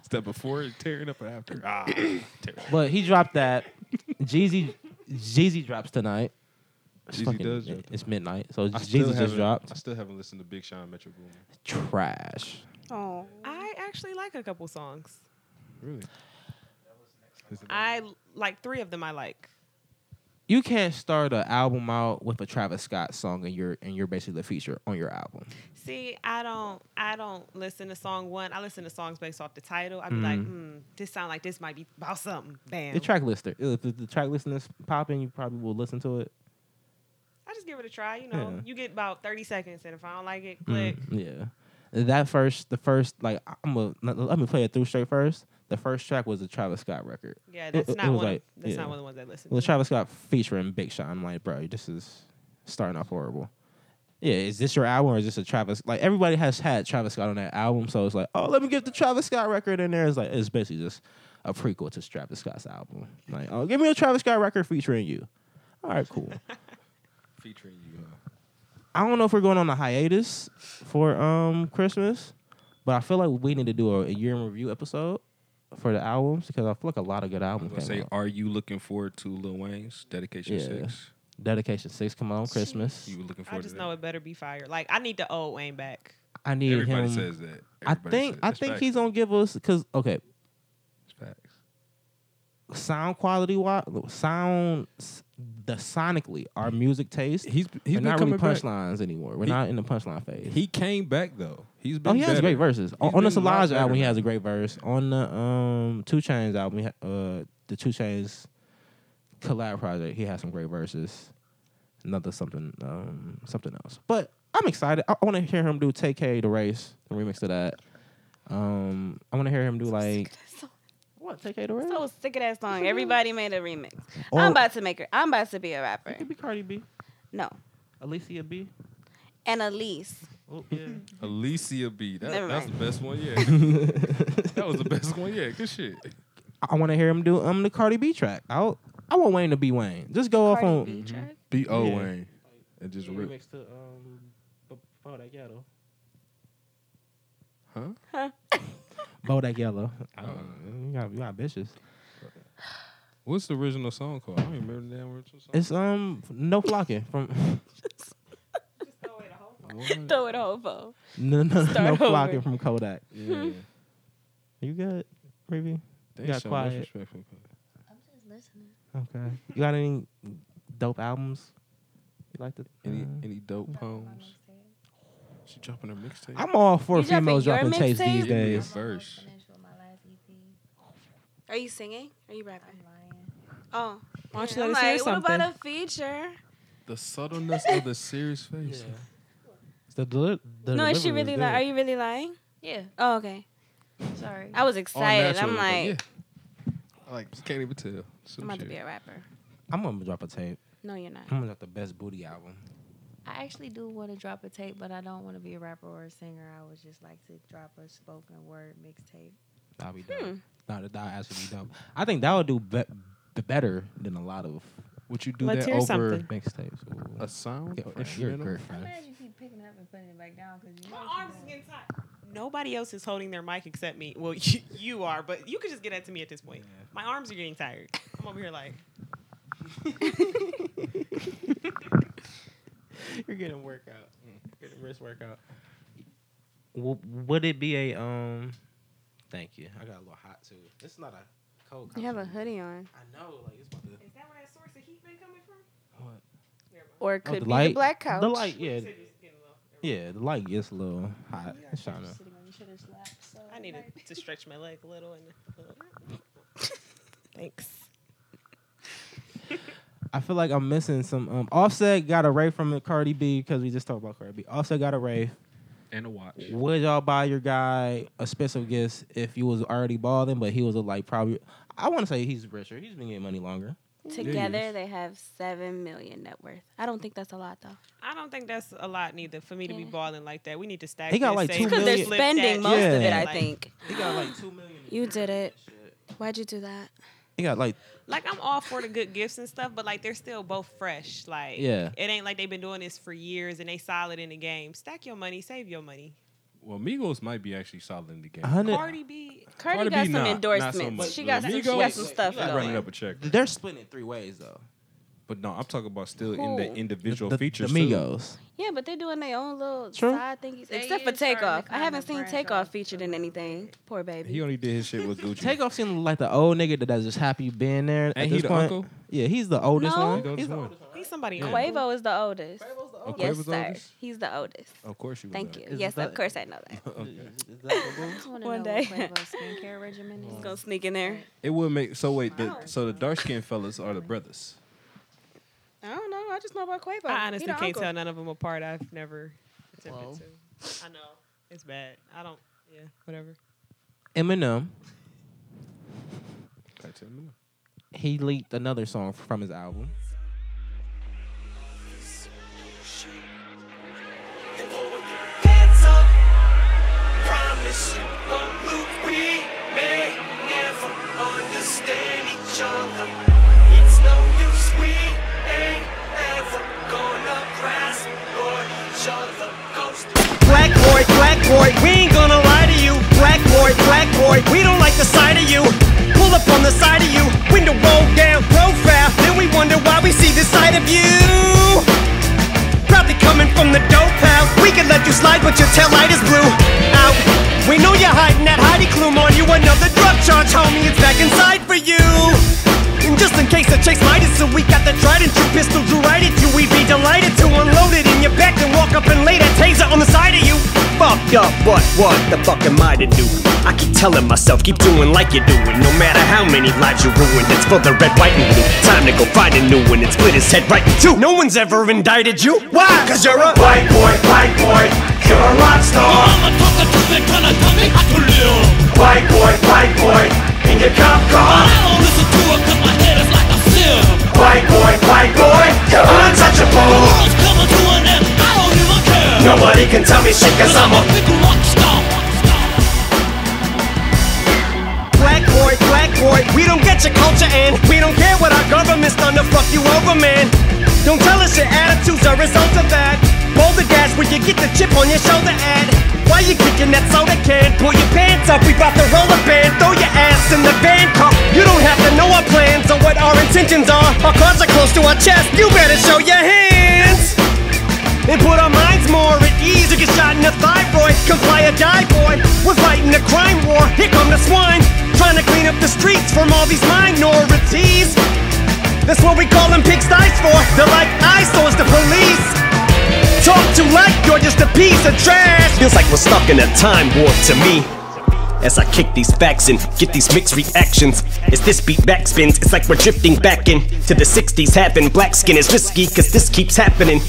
Speaker 3: It's that before it, tear it up and after. <clears throat> Ah, tear it up.
Speaker 1: But he dropped that. Jeezy Jeezy drops tonight. It's
Speaker 3: Jeezy
Speaker 1: fucking-
Speaker 3: does drop
Speaker 1: It's midnight, so
Speaker 3: I still
Speaker 1: Jeezy just
Speaker 3: haven't-
Speaker 1: dropped.
Speaker 3: I still haven't listened to Big Sean Metro Boomin.
Speaker 1: Trash.
Speaker 6: Oh.
Speaker 4: I actually like a couple songs.
Speaker 3: Really?
Speaker 4: I like three of them. I like.
Speaker 1: You can't start an album out with a Travis Scott song and you're and you're basically the feature on your album.
Speaker 4: See, I don't, I don't listen to song one. I listen to songs based off the title. I'd be like,
Speaker 1: Mm-hmm.
Speaker 4: hmm, this sound like this might be about something. Bam.
Speaker 1: The track lister. If the the track listing is popping, you probably will listen to it.
Speaker 4: I just give it a try. You know,
Speaker 1: Yeah.
Speaker 4: you get about thirty seconds, and if I don't like it, click.
Speaker 1: Mm, yeah. That first, the first, like I'm a let me play it through straight first. The first track was a Travis Scott record.
Speaker 4: Yeah,
Speaker 1: It-
Speaker 4: that's
Speaker 1: it- it
Speaker 4: not
Speaker 1: was
Speaker 4: one.
Speaker 1: like-
Speaker 4: of, that's
Speaker 1: yeah.
Speaker 4: not one of the ones I listen.
Speaker 1: Well,
Speaker 4: to.
Speaker 1: Travis Scott featuring Big Sean. I'm like, bro, this is starting off horrible. Yeah, is this your album or is this a Travis? Like everybody has had Travis Scott on their album, so it's like, oh, let me get the Travis Scott record in there. It's like it's basically just a prequel to Travis Scott's album. Like, oh, give me a Travis Scott record featuring you. All right,
Speaker 3: <laughs>
Speaker 1: cool.
Speaker 3: Featuring you.
Speaker 1: I don't know if we're going on a hiatus for um Christmas, but I feel like we need to do a, a year in review episode for the albums because I feel like a lot of good
Speaker 3: I'm
Speaker 1: albums
Speaker 3: gonna
Speaker 1: came
Speaker 3: say,
Speaker 1: out.
Speaker 3: are you looking forward to Lil Wayne's Dedication
Speaker 1: Yeah.
Speaker 3: Six?
Speaker 1: Dedication Six come out on Christmas.
Speaker 3: You were looking
Speaker 4: I
Speaker 3: forward
Speaker 4: just
Speaker 3: to
Speaker 4: know
Speaker 3: that?
Speaker 4: it better be fire. Like I need the old Wayne back.
Speaker 1: I need
Speaker 3: Everybody
Speaker 1: him.
Speaker 3: says that.
Speaker 1: I
Speaker 3: Everybody
Speaker 1: think
Speaker 3: says-
Speaker 1: I
Speaker 3: that's
Speaker 1: think
Speaker 3: facts.
Speaker 1: he's gonna give us because okay,
Speaker 3: It's facts.
Speaker 1: sound quality wise, sound s- the sonically our music taste. He's
Speaker 3: He's he's been
Speaker 1: not
Speaker 3: coming
Speaker 1: really
Speaker 3: back.
Speaker 1: punchlines anymore. We're
Speaker 3: He-
Speaker 1: not in the punchline phase.
Speaker 3: He came back though. He's been.
Speaker 1: oh, he has
Speaker 3: better.
Speaker 1: great verses on, on the
Speaker 3: been a lot
Speaker 1: Solange
Speaker 3: better
Speaker 1: album. He
Speaker 3: now.
Speaker 1: has a great verse on the um Two Chains album. He ha- uh, the Two Chains collab project. He has some great verses. Another something um something else. But I'm excited. I, want to hear him do "Take K" the race, the remix to that. Um, I want to hear him do like what "Take K" the race.
Speaker 6: So sick of that song. Everybody made a remix.
Speaker 1: Or-
Speaker 6: I'm about to make her. I'm about to be a rapper.
Speaker 1: It could be Cardi B,
Speaker 6: No.
Speaker 1: Alicia B.
Speaker 6: And Elise.
Speaker 1: Oh, yeah.
Speaker 3: Alicia B. That,
Speaker 6: Never
Speaker 3: that's the
Speaker 6: mind.
Speaker 3: best one
Speaker 1: <laughs>
Speaker 3: yet. that was the best one yet. Good shit.
Speaker 1: <laughs> I want to hear him do um the Cardi B track. I I want Wayne to be Wayne. Just go off on
Speaker 6: B track.
Speaker 3: B O
Speaker 1: Yeah.
Speaker 3: Wayne. And just rip.
Speaker 1: to um Bo That Yellow.
Speaker 3: Huh?
Speaker 1: <laughs> Bo That Yellow.
Speaker 3: Uh,
Speaker 1: You got you ambitious.
Speaker 3: What's the original song called? I don't even remember the damn original song.
Speaker 1: It's um no flocking from <laughs>
Speaker 3: <laughs> What?
Speaker 6: Throw it over.
Speaker 1: no no, no
Speaker 6: Start
Speaker 1: flocking
Speaker 6: over.
Speaker 1: from Kodak.
Speaker 3: Yeah.
Speaker 1: You good, Ruby?
Speaker 3: They
Speaker 1: Got
Speaker 3: so
Speaker 1: quiet.
Speaker 3: disrespectful.
Speaker 7: I'm just listening.
Speaker 1: Okay. You got any dope albums? You like to?
Speaker 3: Any
Speaker 1: uh,
Speaker 3: any dope poems? She dropping her mixtape.
Speaker 1: I'm all for
Speaker 6: You dropping
Speaker 1: females
Speaker 6: your
Speaker 1: dropping tapes
Speaker 6: mixtape?
Speaker 1: these
Speaker 3: Give me a
Speaker 1: days.
Speaker 3: verse.
Speaker 6: Are you singing? Are you rapping?
Speaker 7: I'm lying.
Speaker 6: Oh.
Speaker 4: Why don't you
Speaker 6: Yeah,
Speaker 4: let
Speaker 6: I'm
Speaker 4: us hear
Speaker 6: like, what
Speaker 4: something?
Speaker 6: about a feature?
Speaker 3: The subtleness of the serious face.
Speaker 1: The deli- the
Speaker 6: no, is she
Speaker 1: delivery was
Speaker 6: really
Speaker 1: good.
Speaker 6: lying? Are you really lying?
Speaker 7: Yeah,
Speaker 6: Oh, okay.
Speaker 7: sorry.
Speaker 6: I was
Speaker 3: All
Speaker 6: excited.
Speaker 3: natural,
Speaker 6: I'm
Speaker 3: but
Speaker 6: like,
Speaker 3: yeah. I like can't even tell. Some
Speaker 6: I'm about to
Speaker 3: shit.
Speaker 6: be a rapper.
Speaker 1: I'm gonna drop a tape.
Speaker 6: No, you're not.
Speaker 1: I'm gonna drop the best booty album.
Speaker 7: I actually do want to drop a tape, but I don't want to be a rapper or a singer. I would just like to drop a spoken word mixtape.
Speaker 1: That'd be dope. Nah, that- that'd actually be dope. I think that would do be- be- better than a lot of
Speaker 3: Would you do
Speaker 4: Let's
Speaker 3: that
Speaker 4: hear
Speaker 3: over
Speaker 4: something.
Speaker 1: mixtapes.
Speaker 3: a sound?
Speaker 1: Good
Speaker 3: or
Speaker 1: friend. You're a
Speaker 3: instrumental?
Speaker 1: great
Speaker 7: I'm
Speaker 1: friend.
Speaker 2: <laughs>
Speaker 7: glad you keep picking it up and putting it back down because you.
Speaker 4: My
Speaker 7: know what
Speaker 4: arms
Speaker 7: you
Speaker 4: is
Speaker 7: doing.
Speaker 4: getting tight. Nobody else is holding their mic except me. Well, <laughs> you, you are, but you could just <laughs> get that to me at this point. My arms are getting tired. I'm over here like.
Speaker 1: getting a workout, getting a wrist workout. W- would it be a um? Thank you. I got a little hot too. It's not a cold.
Speaker 6: You have a
Speaker 1: coffee.
Speaker 6: hoodie on.
Speaker 1: I know, like it's about to.
Speaker 4: Is that where that source of heat been coming from?
Speaker 1: What?
Speaker 4: Never mind.
Speaker 6: Or it
Speaker 1: Oh,
Speaker 6: could
Speaker 1: the
Speaker 6: be the
Speaker 1: light-
Speaker 6: black couch.
Speaker 1: The light,
Speaker 4: Well, you
Speaker 1: yeah,
Speaker 4: said you was getting a little- never mind.
Speaker 1: yeah. The light gets a little hot. It's trying to.
Speaker 7: sitting on each other's lap. So
Speaker 4: I needed to stretch my leg a little and a
Speaker 6: <laughs>
Speaker 4: little. Thanks.
Speaker 1: I feel like I'm missing some. Um, Offset got a rave from Cardi B because we just talked about Cardi B. Offset got a rave.
Speaker 3: and a watch.
Speaker 1: Would y'all buy your guy expensive gifts if you was already balling, but he was like probably? I want to say he's richer. He's been getting money longer.
Speaker 6: Together, they have seven million net worth. I don't think that's a lot though.
Speaker 4: I don't think that's a lot neither for me to be
Speaker 6: Yeah.
Speaker 4: balling like that. We need to stack.
Speaker 1: They got,
Speaker 4: this,
Speaker 1: like,
Speaker 4: save
Speaker 1: two
Speaker 4: this,
Speaker 6: Because they're
Speaker 1: million-
Speaker 4: flip that,
Speaker 6: spending most of it,
Speaker 1: Yeah.
Speaker 6: I
Speaker 4: Like-
Speaker 6: think.
Speaker 1: He got like two million.
Speaker 6: You did it. Why'd you do that?
Speaker 1: He got like
Speaker 4: Like I'm all for the good gifts and stuff, but like they're still both fresh. Like
Speaker 1: Yeah.
Speaker 4: it ain't like they've been doing this for years and they solid in the game. Stack your money, save your money.
Speaker 3: Well, Migos might be actually solid in the game.
Speaker 1: a hundred.
Speaker 4: Cardi B,
Speaker 6: Cardi,
Speaker 3: Cardi
Speaker 6: got
Speaker 3: B,
Speaker 6: some
Speaker 3: not- not so
Speaker 6: endorsements.
Speaker 3: much,
Speaker 6: she
Speaker 3: but
Speaker 6: got some. She got
Speaker 3: Migos-
Speaker 6: some stuff
Speaker 1: She's
Speaker 3: running
Speaker 6: going.
Speaker 3: up a check,
Speaker 1: They're splitting three ways though.
Speaker 3: but no, I'm talking about still in the
Speaker 6: Who?
Speaker 3: individual
Speaker 1: the,
Speaker 3: features.
Speaker 1: the
Speaker 3: too.
Speaker 1: Migos.
Speaker 6: Yeah, but they're doing their own little
Speaker 1: True.
Speaker 6: side thingies,
Speaker 7: They
Speaker 6: except for
Speaker 7: is starting to
Speaker 6: Takeoff. I
Speaker 7: kinda
Speaker 6: haven't seen
Speaker 7: branch
Speaker 6: Takeoff
Speaker 7: off
Speaker 6: featured
Speaker 7: a
Speaker 6: in
Speaker 7: little
Speaker 6: anything. Poor baby.
Speaker 3: He only did his shit with
Speaker 1: <laughs>
Speaker 3: Gucci.
Speaker 1: Takeoff seemed like the old nigga that- that's just happy being there. at
Speaker 3: Ain't
Speaker 1: this
Speaker 3: he the
Speaker 1: point.
Speaker 3: uncle?
Speaker 1: Yeah, he's the oldest
Speaker 6: No.
Speaker 1: one.
Speaker 3: He
Speaker 1: He's
Speaker 3: the oldest
Speaker 1: the
Speaker 3: one.
Speaker 1: oldest one.
Speaker 4: he's somebody.
Speaker 3: Yeah.
Speaker 4: uncle.
Speaker 6: Quavo is the oldest.
Speaker 3: Oh,
Speaker 6: yes,
Speaker 3: Quavo's
Speaker 6: sir.
Speaker 3: oldest?
Speaker 6: He's the oldest.
Speaker 3: Of course, you.
Speaker 6: Thank you.
Speaker 1: Is
Speaker 6: yes,
Speaker 1: that-
Speaker 6: of course I know that.
Speaker 1: Uh-uh.
Speaker 6: One
Speaker 5: One
Speaker 6: day.
Speaker 5: day. skincare regimen
Speaker 6: He's
Speaker 5: is.
Speaker 2: <laughs>
Speaker 6: gonna sneak in there.
Speaker 3: It would make so wait. The, so the dark skinned fellas are the brothers.
Speaker 6: I don't know. I just know about Quavo.
Speaker 4: I honestly
Speaker 6: He the
Speaker 4: can't
Speaker 6: uncle.
Speaker 4: tell none of them apart. I've never attempted
Speaker 5: Whoa.
Speaker 4: to. I know it's bad. I don't. Yeah, whatever.
Speaker 1: Eminem.
Speaker 3: I tell you.
Speaker 1: He leaked another song from his album.
Speaker 10: Hands up. Promise you one look we may never understand each other. It's no use, we ain't ever gonna grasp for each other. Ghost
Speaker 11: Black boy, black boy, we ain't gonna lie to you. Black boy, black boy, we don't like the sight of you. Pull up on the side of you, window roll down, profile. Then we wonder why we see the side of you. Probably coming from the dope house. We can let you slide, but your tail light is blue. Out. We know you're hiding that Heidi Klum on you. Another drug charge, homie. It's back inside for you. And just in case the chase might so we got the trident, two pistols you right at you. We'd be delighted to unload it in your back and walk up and lay that taser on the side of you.
Speaker 10: fucked up, but what the fuck am I to do? I keep telling myself, keep doing like you're doing. No matter how many lives you ruin, it's for the red, white, and blue. Time to go find a new one and split his head right in two.
Speaker 11: No one's ever indicted you. Why? Cause you're a
Speaker 10: White boy, white boy, you're a rock star. White boy, white boy, in your cop car. White boy, white boy, you're untouchable. Nobody can tell me shit cause I'm a
Speaker 11: Black boy, black boy, we don't get your culture and we don't care what our government's done to fuck you over, man. Don't tell us your attitudes are a result of that. Boulder dash where you get the chip on your shoulder at. Why you kicking that soda can? Pull your pants up, we bout to roll a band. Throw your ass in the van car. You don't have to know our plans or what our intentions are. Our cards are close to our chest, you better show your hands and put our minds more at ease. Or get shot in the thyroid, comply or die, boy. We're fighting a crime war. Here come the swine, trying to clean up the streets from all these minorities. That's what we call them pigsties for. They're like eyesores to police. Talk to like you're just a piece of trash.
Speaker 10: Feels like we're stuck in a time warp to me. As I kick these facts and get these mixed reactions. As this beat backspins, it's like we're drifting back in to the 60s. Having black skin is risky, cause this keeps happening.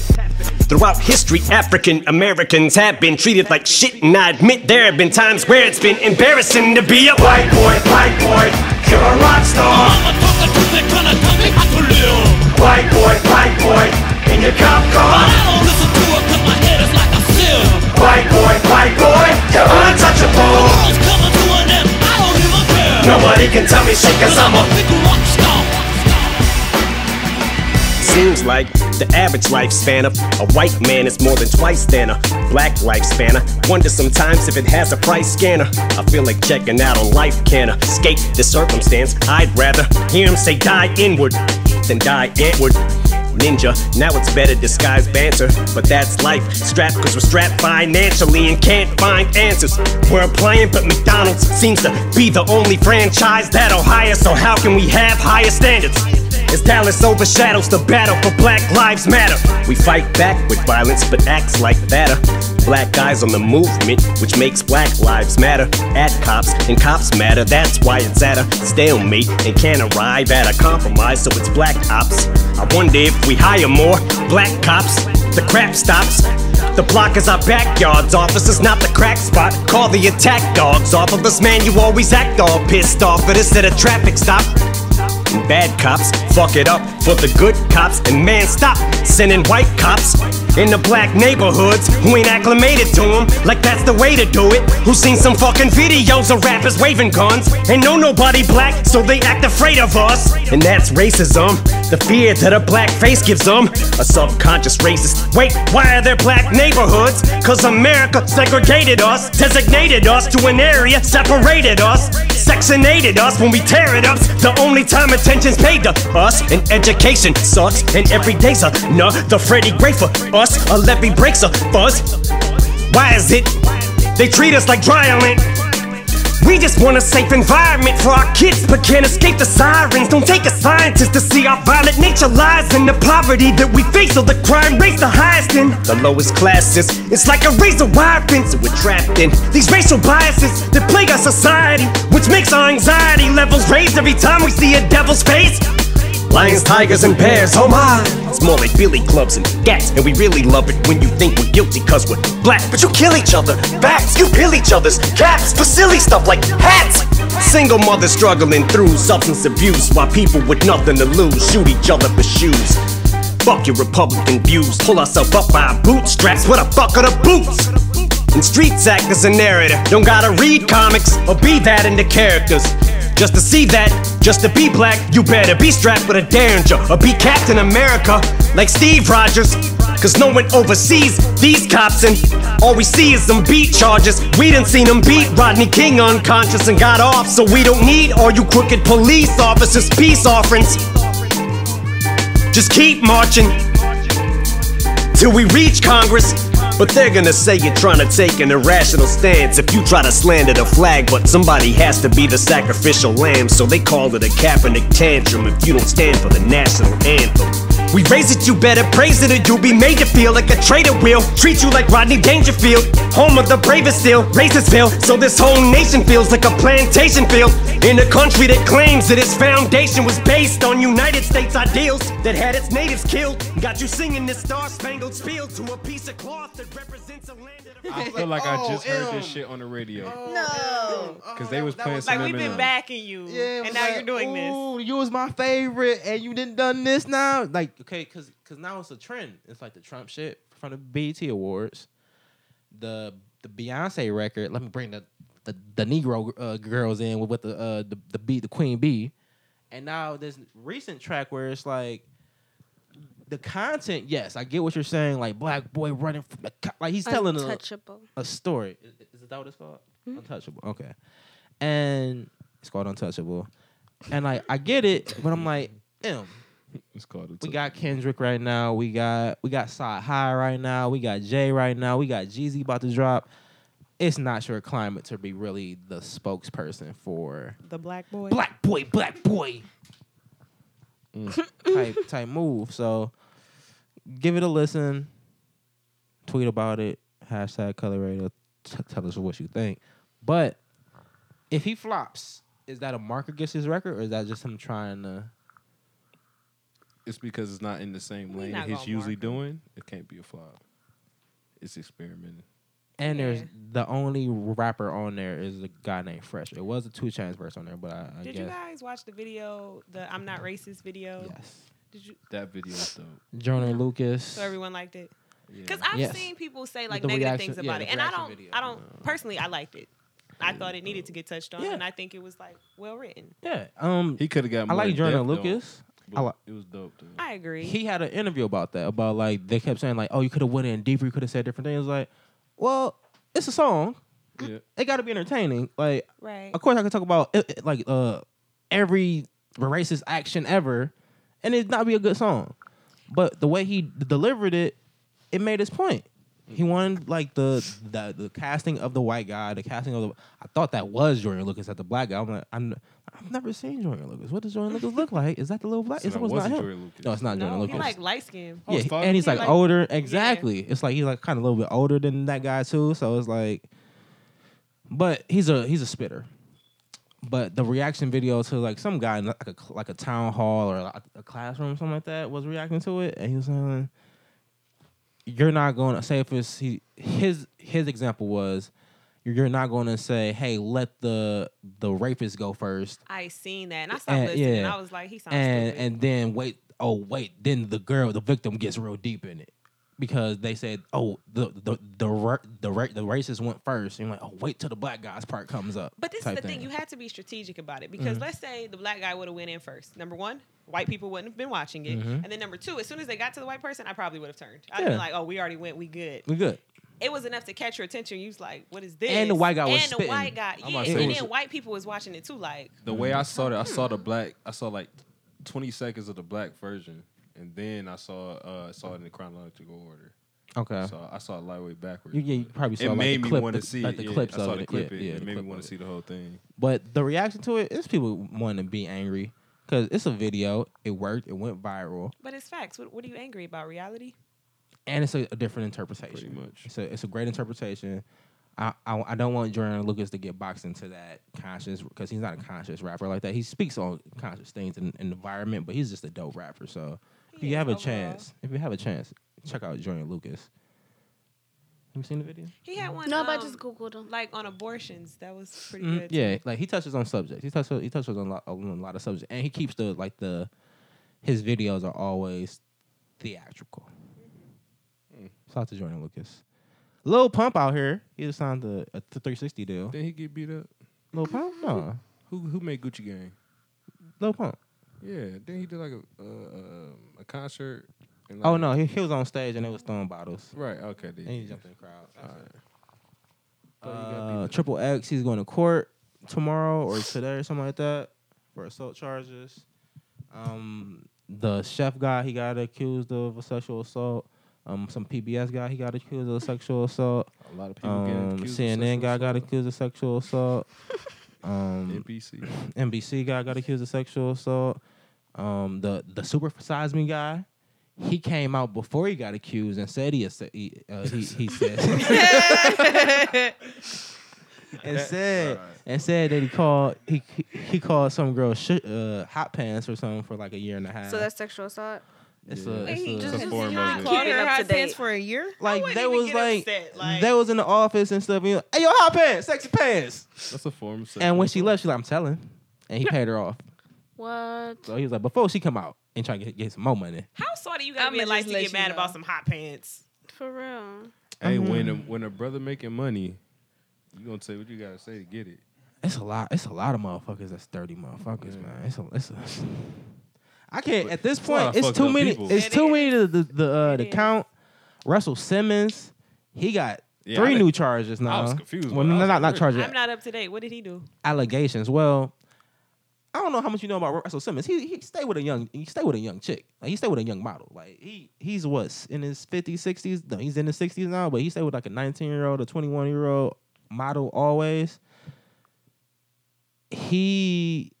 Speaker 10: Throughout history, African Americans have been treated like shit, and I admit there have been times where it's been embarrassing to be a white boy, white boy. You're a rock star. White boy, white boy, in your cop car. White boy, white boy, you're untouchable. Nobody can tell me shit cause I'm a Seems like the average lifespan of a white man is more than twice than a black lifespan. I wonder sometimes if it has a price scanner. I feel like checking out on life can escape the circumstance. I'd rather hear him say die inward than die antward. ninja. Now it's better disguised banter, but that's life. Strapped cause we're strapped financially and can't find answers. We're applying, but McDonald's seems to be the only franchise that'll hire, so how can we have higher standards? As Dallas overshadows the battle for Black Lives Matter, we fight back with violence but acts like batter. Black eyes on the movement, which makes Black Lives Matter. At cops and cops matter, that's why it's at a stalemate and can't arrive at a compromise, so it's Black Ops. I wonder if we hire more Black cops, the crap stops. The block is our backyard's office, is not the crack spot. Call the attack dogs off of us, man. You always act all pissed off at us at a traffic stop. And bad cops fuck it up for the good cops, and man, stop sending white cops in the black neighborhoods who ain't acclimated to 'em, like that's the way to do it. Who seen some fucking videos of rappers waving guns and know nobody black, so they act afraid of us. And that's racism, the fear that a black face gives them. A subconscious racist. Wait, why are there black neighborhoods? Cause America segregated us, designated us to an area, separated us, sectionated us when we tear it up. The only time attention's paid to us, and education sucks, and every day's another Freddie Gray for us, a levy breaks a fuss. Why is it they treat us like violent? We just want a safe environment for our kids, but can't escape the sirens. Don't take a scientist to see our violent nature lies in the poverty that we face, or the crime rates the highest in the lowest classes. It's like a razor wire fence that we're trapped in. These racial biases that plague our society, which makes our anxiety levels raise every time we see a devil's face. Lions, tigers, and bears, oh my! It's more like billy clubs and gats, and we really love it when you think we're guilty cause we're black. But you kill each other, bats, you peel each other's caps for silly stuff like hats! Single mothers struggling through substance abuse while people with nothing to lose shoot each other for shoes. Fuck your Republican views, pull ourselves up by our bootstraps, what the fuck are the boots? And streets act as a narrator. Don't gotta read comics or be that into characters. Just to see that, just to be black, you better be strapped with a derringer or be Captain America like Steve Rogers. Cause no one oversees these cops and all we see is them beat charges. We done seen them beat Rodney King unconscious and got off, so we don't need all you crooked police officers' peace offerings. Just keep marching till we reach Congress. But they're gonna say you're trying to take an irrational stance if you try to slander the flag. But somebody has to be the sacrificial lamb, so they call it a Kaepernick tantrum if you don't stand for the national anthem. We raise it, you better praise it, or you'll be made to feel like a traitor will. Treat you like Rodney Dangerfield, home of the bravest still, Racersville. So this whole nation feels like a plantation field in a country that claims that its foundation was based on United States ideals that had its natives killed. Got you singing this Star Spangled Spiel to a piece of cloth that represents a land of.
Speaker 3: I feel like I just heard this
Speaker 8: Oh,
Speaker 3: shit on the radio.
Speaker 8: No.
Speaker 3: Because they was
Speaker 8: that
Speaker 3: playing
Speaker 8: was-
Speaker 3: some
Speaker 4: Like we've been
Speaker 3: Eminem.
Speaker 4: backing you,
Speaker 1: Yeah, it
Speaker 4: and
Speaker 1: was
Speaker 4: now
Speaker 1: like,
Speaker 4: you're doing this.
Speaker 1: Ooh, you was my favorite, and you didn't done this now. Like, okay, cause cause now it's a trend. It's like the Trump shit from the BT Awards, the the Beyonce record. Let me bring the the, the Negro uh, girls in with, with the uh the the B the Queen B, and now this recent track where it's like. The content, yes, I get what you're saying. Like black boy running, from the cop. like he's telling a,
Speaker 6: Untouchable.
Speaker 1: a story. Is, is that what it's called? Untouchable. Okay. And it's called Untouchable. And like I get it, but I'm like, M.
Speaker 3: It's called
Speaker 1: We got Kendrick right now. We got we got Side High right now. We got Jay right now. We got Jeezy about to drop. It's not your climate to be really the spokesperson for
Speaker 4: The black boy.
Speaker 1: black boy, black boy Mm.
Speaker 4: <laughs>
Speaker 1: type type move. So give it a listen. Tweet about it. Hashtag color radio. T- tell us what you think. But if he flops, is that a mark against his record or is that just him trying to
Speaker 3: It's because it's not in the same
Speaker 4: We
Speaker 3: lane
Speaker 4: not
Speaker 3: that he's
Speaker 4: gonna
Speaker 3: usually
Speaker 4: mark 'em.
Speaker 3: doing. It can't be a flop. It's experimenting.
Speaker 1: and there's
Speaker 4: Yeah.
Speaker 1: the only rapper on there is a guy named Fresh. It was a two chains verse on there, but I, I
Speaker 4: Did
Speaker 1: guess
Speaker 4: you guys watch the video, the "I'm Not Racist" video?
Speaker 1: yes.
Speaker 4: Did you?
Speaker 3: That video is dope.
Speaker 1: Jonah Lucas.
Speaker 4: So everyone liked it.
Speaker 3: Yeah.
Speaker 4: Because I've
Speaker 1: Yes.
Speaker 4: seen people say like
Speaker 1: the
Speaker 4: negative
Speaker 1: reaction-
Speaker 4: things
Speaker 1: yeah,
Speaker 4: about
Speaker 1: the
Speaker 4: it, and I
Speaker 1: reaction
Speaker 4: don't,
Speaker 1: video.
Speaker 4: I don't personally. I liked it. I
Speaker 3: Yeah,
Speaker 4: thought it needed
Speaker 3: bro.
Speaker 4: to get touched on,
Speaker 1: Yeah.
Speaker 4: and I think it was like well written.
Speaker 1: Yeah. Um
Speaker 3: He could have got
Speaker 1: I
Speaker 3: more.
Speaker 1: like
Speaker 3: in
Speaker 1: Jonah
Speaker 3: depth, though,
Speaker 1: Lucas.
Speaker 3: but
Speaker 1: I like-
Speaker 3: it was dope though.
Speaker 4: I agree.
Speaker 1: he had an interview about that about like they kept saying like oh you could have went in deeper you could have said different things like well it's a song
Speaker 3: yeah.
Speaker 1: it got to be entertaining like
Speaker 4: right.
Speaker 1: of course i could talk about it, it- like uh every racist action ever and it'd not be a good song But the way he delivered it, it made his point. He wanted like the, the the casting of the white guy, the casting of the. I thought that was Jordan Lucas at the black guy. I'm like, I'm, I've never seen Jordan Lucas. What does Jordan Lucas look like? Is that the little black?
Speaker 3: So
Speaker 1: it's
Speaker 3: that
Speaker 1: was not
Speaker 3: wasn't
Speaker 1: him.
Speaker 3: Jordan Lucas.
Speaker 1: No, it's not Jordan
Speaker 4: No,
Speaker 1: Lucas.
Speaker 4: he like light skin.
Speaker 1: yeah,
Speaker 3: it's fine.
Speaker 1: and he's
Speaker 4: Oh, He
Speaker 1: like,
Speaker 4: like-
Speaker 1: older.
Speaker 4: yeah.
Speaker 1: Exactly. It's like he's like kind of a little bit older than that guy too. So it's like, but he's a he's a spitter. But the reaction video to like some guy in like a like a town hall or like a classroom or something like that was reacting to it, and he was like, "You're not going to say if it's he, his his example was." You're you're not going to say, "Hey, let the the rapist go first
Speaker 4: I seen that, and I stopped
Speaker 1: And-
Speaker 4: listening.
Speaker 1: Eh, yeah. Eh,
Speaker 4: I was like, he sounds
Speaker 1: and
Speaker 4: stupid.
Speaker 1: and then wait oh wait then the girl the victim gets real deep in it because they said oh the the the ra- the, ra- the racist went first and you're like oh wait till the black guys part comes up
Speaker 4: But this is
Speaker 1: type Mm-hmm.
Speaker 4: the thing. You had to be strategic about it because let's say the black guy would have went in first. Number one, white people wouldn't have been watching it,
Speaker 1: Mhm.
Speaker 4: and then number two, as soon as they got to the white person, I probably would have turned. I'd have
Speaker 1: Yeah.
Speaker 4: been like, "Oh, we already went. We good."
Speaker 1: we good
Speaker 4: It was enough to catch your attention. You was like, "What is this?"
Speaker 1: And the white guy was
Speaker 4: And the
Speaker 1: spitting.
Speaker 4: white guy, yeah.
Speaker 3: I'm
Speaker 1: to
Speaker 3: about
Speaker 1: say,
Speaker 4: And
Speaker 1: it
Speaker 4: then
Speaker 3: was-
Speaker 4: white people was watching it too. Like,
Speaker 3: The way I saw it, I saw the
Speaker 4: Mm.
Speaker 3: black. I saw like twenty seconds of the black version, and then I saw uh, I saw it in chronological order.
Speaker 1: okay
Speaker 3: So I saw it lightway backwards.
Speaker 1: you, yeah, you probably saw
Speaker 3: it
Speaker 1: like,
Speaker 3: made
Speaker 1: the
Speaker 3: me
Speaker 1: clip,
Speaker 3: want
Speaker 1: the-
Speaker 3: to see
Speaker 1: like
Speaker 3: it,
Speaker 1: the
Speaker 3: yeah.
Speaker 1: clips
Speaker 3: I saw
Speaker 1: of
Speaker 3: the
Speaker 1: it
Speaker 3: clip.
Speaker 1: yeah,
Speaker 3: it.
Speaker 1: yeah,
Speaker 3: it
Speaker 1: the
Speaker 3: made me
Speaker 1: clip
Speaker 3: want to
Speaker 1: of
Speaker 3: see
Speaker 1: it.
Speaker 3: the whole thing.
Speaker 1: but the reaction to it is people wanting to be angry because it's a video it worked it went viral
Speaker 4: but it's facts. What, what are you angry about? Reality?
Speaker 1: and it's a, a different interpretation.
Speaker 3: Pretty much.
Speaker 1: it's a, it's a great interpretation. I, I I don't want Jordan Lucas to get boxed into that conscious because he's not a conscious rapper like that. He speaks on conscious things in, in the environment, but he's just a dope rapper. So if you
Speaker 4: Yeah,
Speaker 1: have a
Speaker 4: overall.
Speaker 1: chance, if you have a chance, check out Jordan Lucas. Have you seen the video?
Speaker 4: He had one.
Speaker 6: No,
Speaker 4: No,
Speaker 6: but I
Speaker 4: but
Speaker 6: just googled him.
Speaker 4: like on abortions. That was pretty
Speaker 1: Mm,
Speaker 4: good.
Speaker 1: yeah, like he touches on subjects. He touches he touches on a lot, on a lot of subjects, and he keeps the like the his videos are always theatrical. Shout out to Jordan Lucas. Lil Pump out here. He just signed the a th- 360 deal.
Speaker 3: Then he get beat up.
Speaker 1: Lil Pump? No.
Speaker 3: Who who made Gucci Gang?
Speaker 1: Lil Pump.
Speaker 3: Yeah. Then he did like a uh, um, a concert. And like,
Speaker 1: Oh no, he, he was on stage and they was throwing bottles.
Speaker 3: Right. Okay. Then
Speaker 1: And he jumped in the crowd.
Speaker 3: Thought he got
Speaker 1: Uh,
Speaker 3: beat up.
Speaker 1: Triple X, he's going to court tomorrow or today or something like that for assault charges. Um, the chef guy, he got accused of a sexual assault. Um, some PBS guy, he got accused of sexual assault.
Speaker 3: A lot of people
Speaker 1: Um,
Speaker 3: getting accused. of
Speaker 1: CNN guy
Speaker 3: sexual
Speaker 1: got
Speaker 3: assault.
Speaker 1: accused of sexual assault. Um,
Speaker 3: NBC.
Speaker 1: NBC guy got accused of sexual assault. Um, the the super size me guy, he came out before he got accused and said he ass- he uh, he,
Speaker 4: <laughs>
Speaker 1: he said and said and said that he called he he- he called some girl sh- uh, hot pants or something for like a year and a half.
Speaker 6: So that's sexual assault.
Speaker 1: it's
Speaker 3: Yeah.
Speaker 1: a, it's
Speaker 4: He
Speaker 1: a-
Speaker 4: just
Speaker 3: It's a form
Speaker 4: not
Speaker 3: of it.
Speaker 4: called
Speaker 6: Keeping
Speaker 4: her
Speaker 6: up
Speaker 4: hot
Speaker 6: to date.
Speaker 4: pants for a year. I
Speaker 1: like
Speaker 4: wouldn't
Speaker 1: they
Speaker 4: even
Speaker 1: was
Speaker 4: get
Speaker 1: like,
Speaker 4: upset, like-
Speaker 1: they was in the office and stuff. And he was, hey, yo, hot pants, sexy pants.
Speaker 3: That's a form of sexual
Speaker 1: And when she
Speaker 3: assault.
Speaker 1: left, she like, I'm telling, and he paid her off.
Speaker 6: What?
Speaker 1: So he was like, before she come out and try to get, get some more money.
Speaker 4: How salty you gotta
Speaker 7: I'ma
Speaker 4: be in life
Speaker 7: just
Speaker 4: to
Speaker 7: let
Speaker 4: get
Speaker 7: you
Speaker 4: mad
Speaker 7: know.
Speaker 4: about some hot pants?
Speaker 6: For real.
Speaker 3: Hey, when a,
Speaker 1: Mhm.
Speaker 3: when a brother making money, you gonna say what you gotta say to get it.
Speaker 1: It's a lot. It's a lot of motherfuckers. That's thirty motherfuckers,
Speaker 3: Yeah.
Speaker 1: man. It's a. It's a. I can't.
Speaker 3: But
Speaker 1: At this
Speaker 3: it's a lot
Speaker 1: point,
Speaker 3: of
Speaker 1: it's
Speaker 3: fucked
Speaker 1: too
Speaker 3: up
Speaker 1: many.
Speaker 3: people.
Speaker 1: It's
Speaker 4: It
Speaker 1: too
Speaker 4: is.
Speaker 1: many to the the, uh, the
Speaker 4: is.
Speaker 1: count. Russell Simmons, he got
Speaker 3: Yeah, I
Speaker 1: three
Speaker 3: didn't-
Speaker 1: new charges now.
Speaker 3: was confused
Speaker 1: Well,
Speaker 3: when I
Speaker 1: no,
Speaker 3: was
Speaker 1: not not
Speaker 3: confused.
Speaker 1: charges.
Speaker 4: I'm not up to date. What did he do?
Speaker 1: allegations. Well, I don't know how much you know about Russell Simmons. He he stay with a young he stay with a young chick. Like he stay with a young model. Like he he's what's in his 50s, 60s. No, he's in his 60s now, but he stay with like a 19 year old, a 21 year old model always. He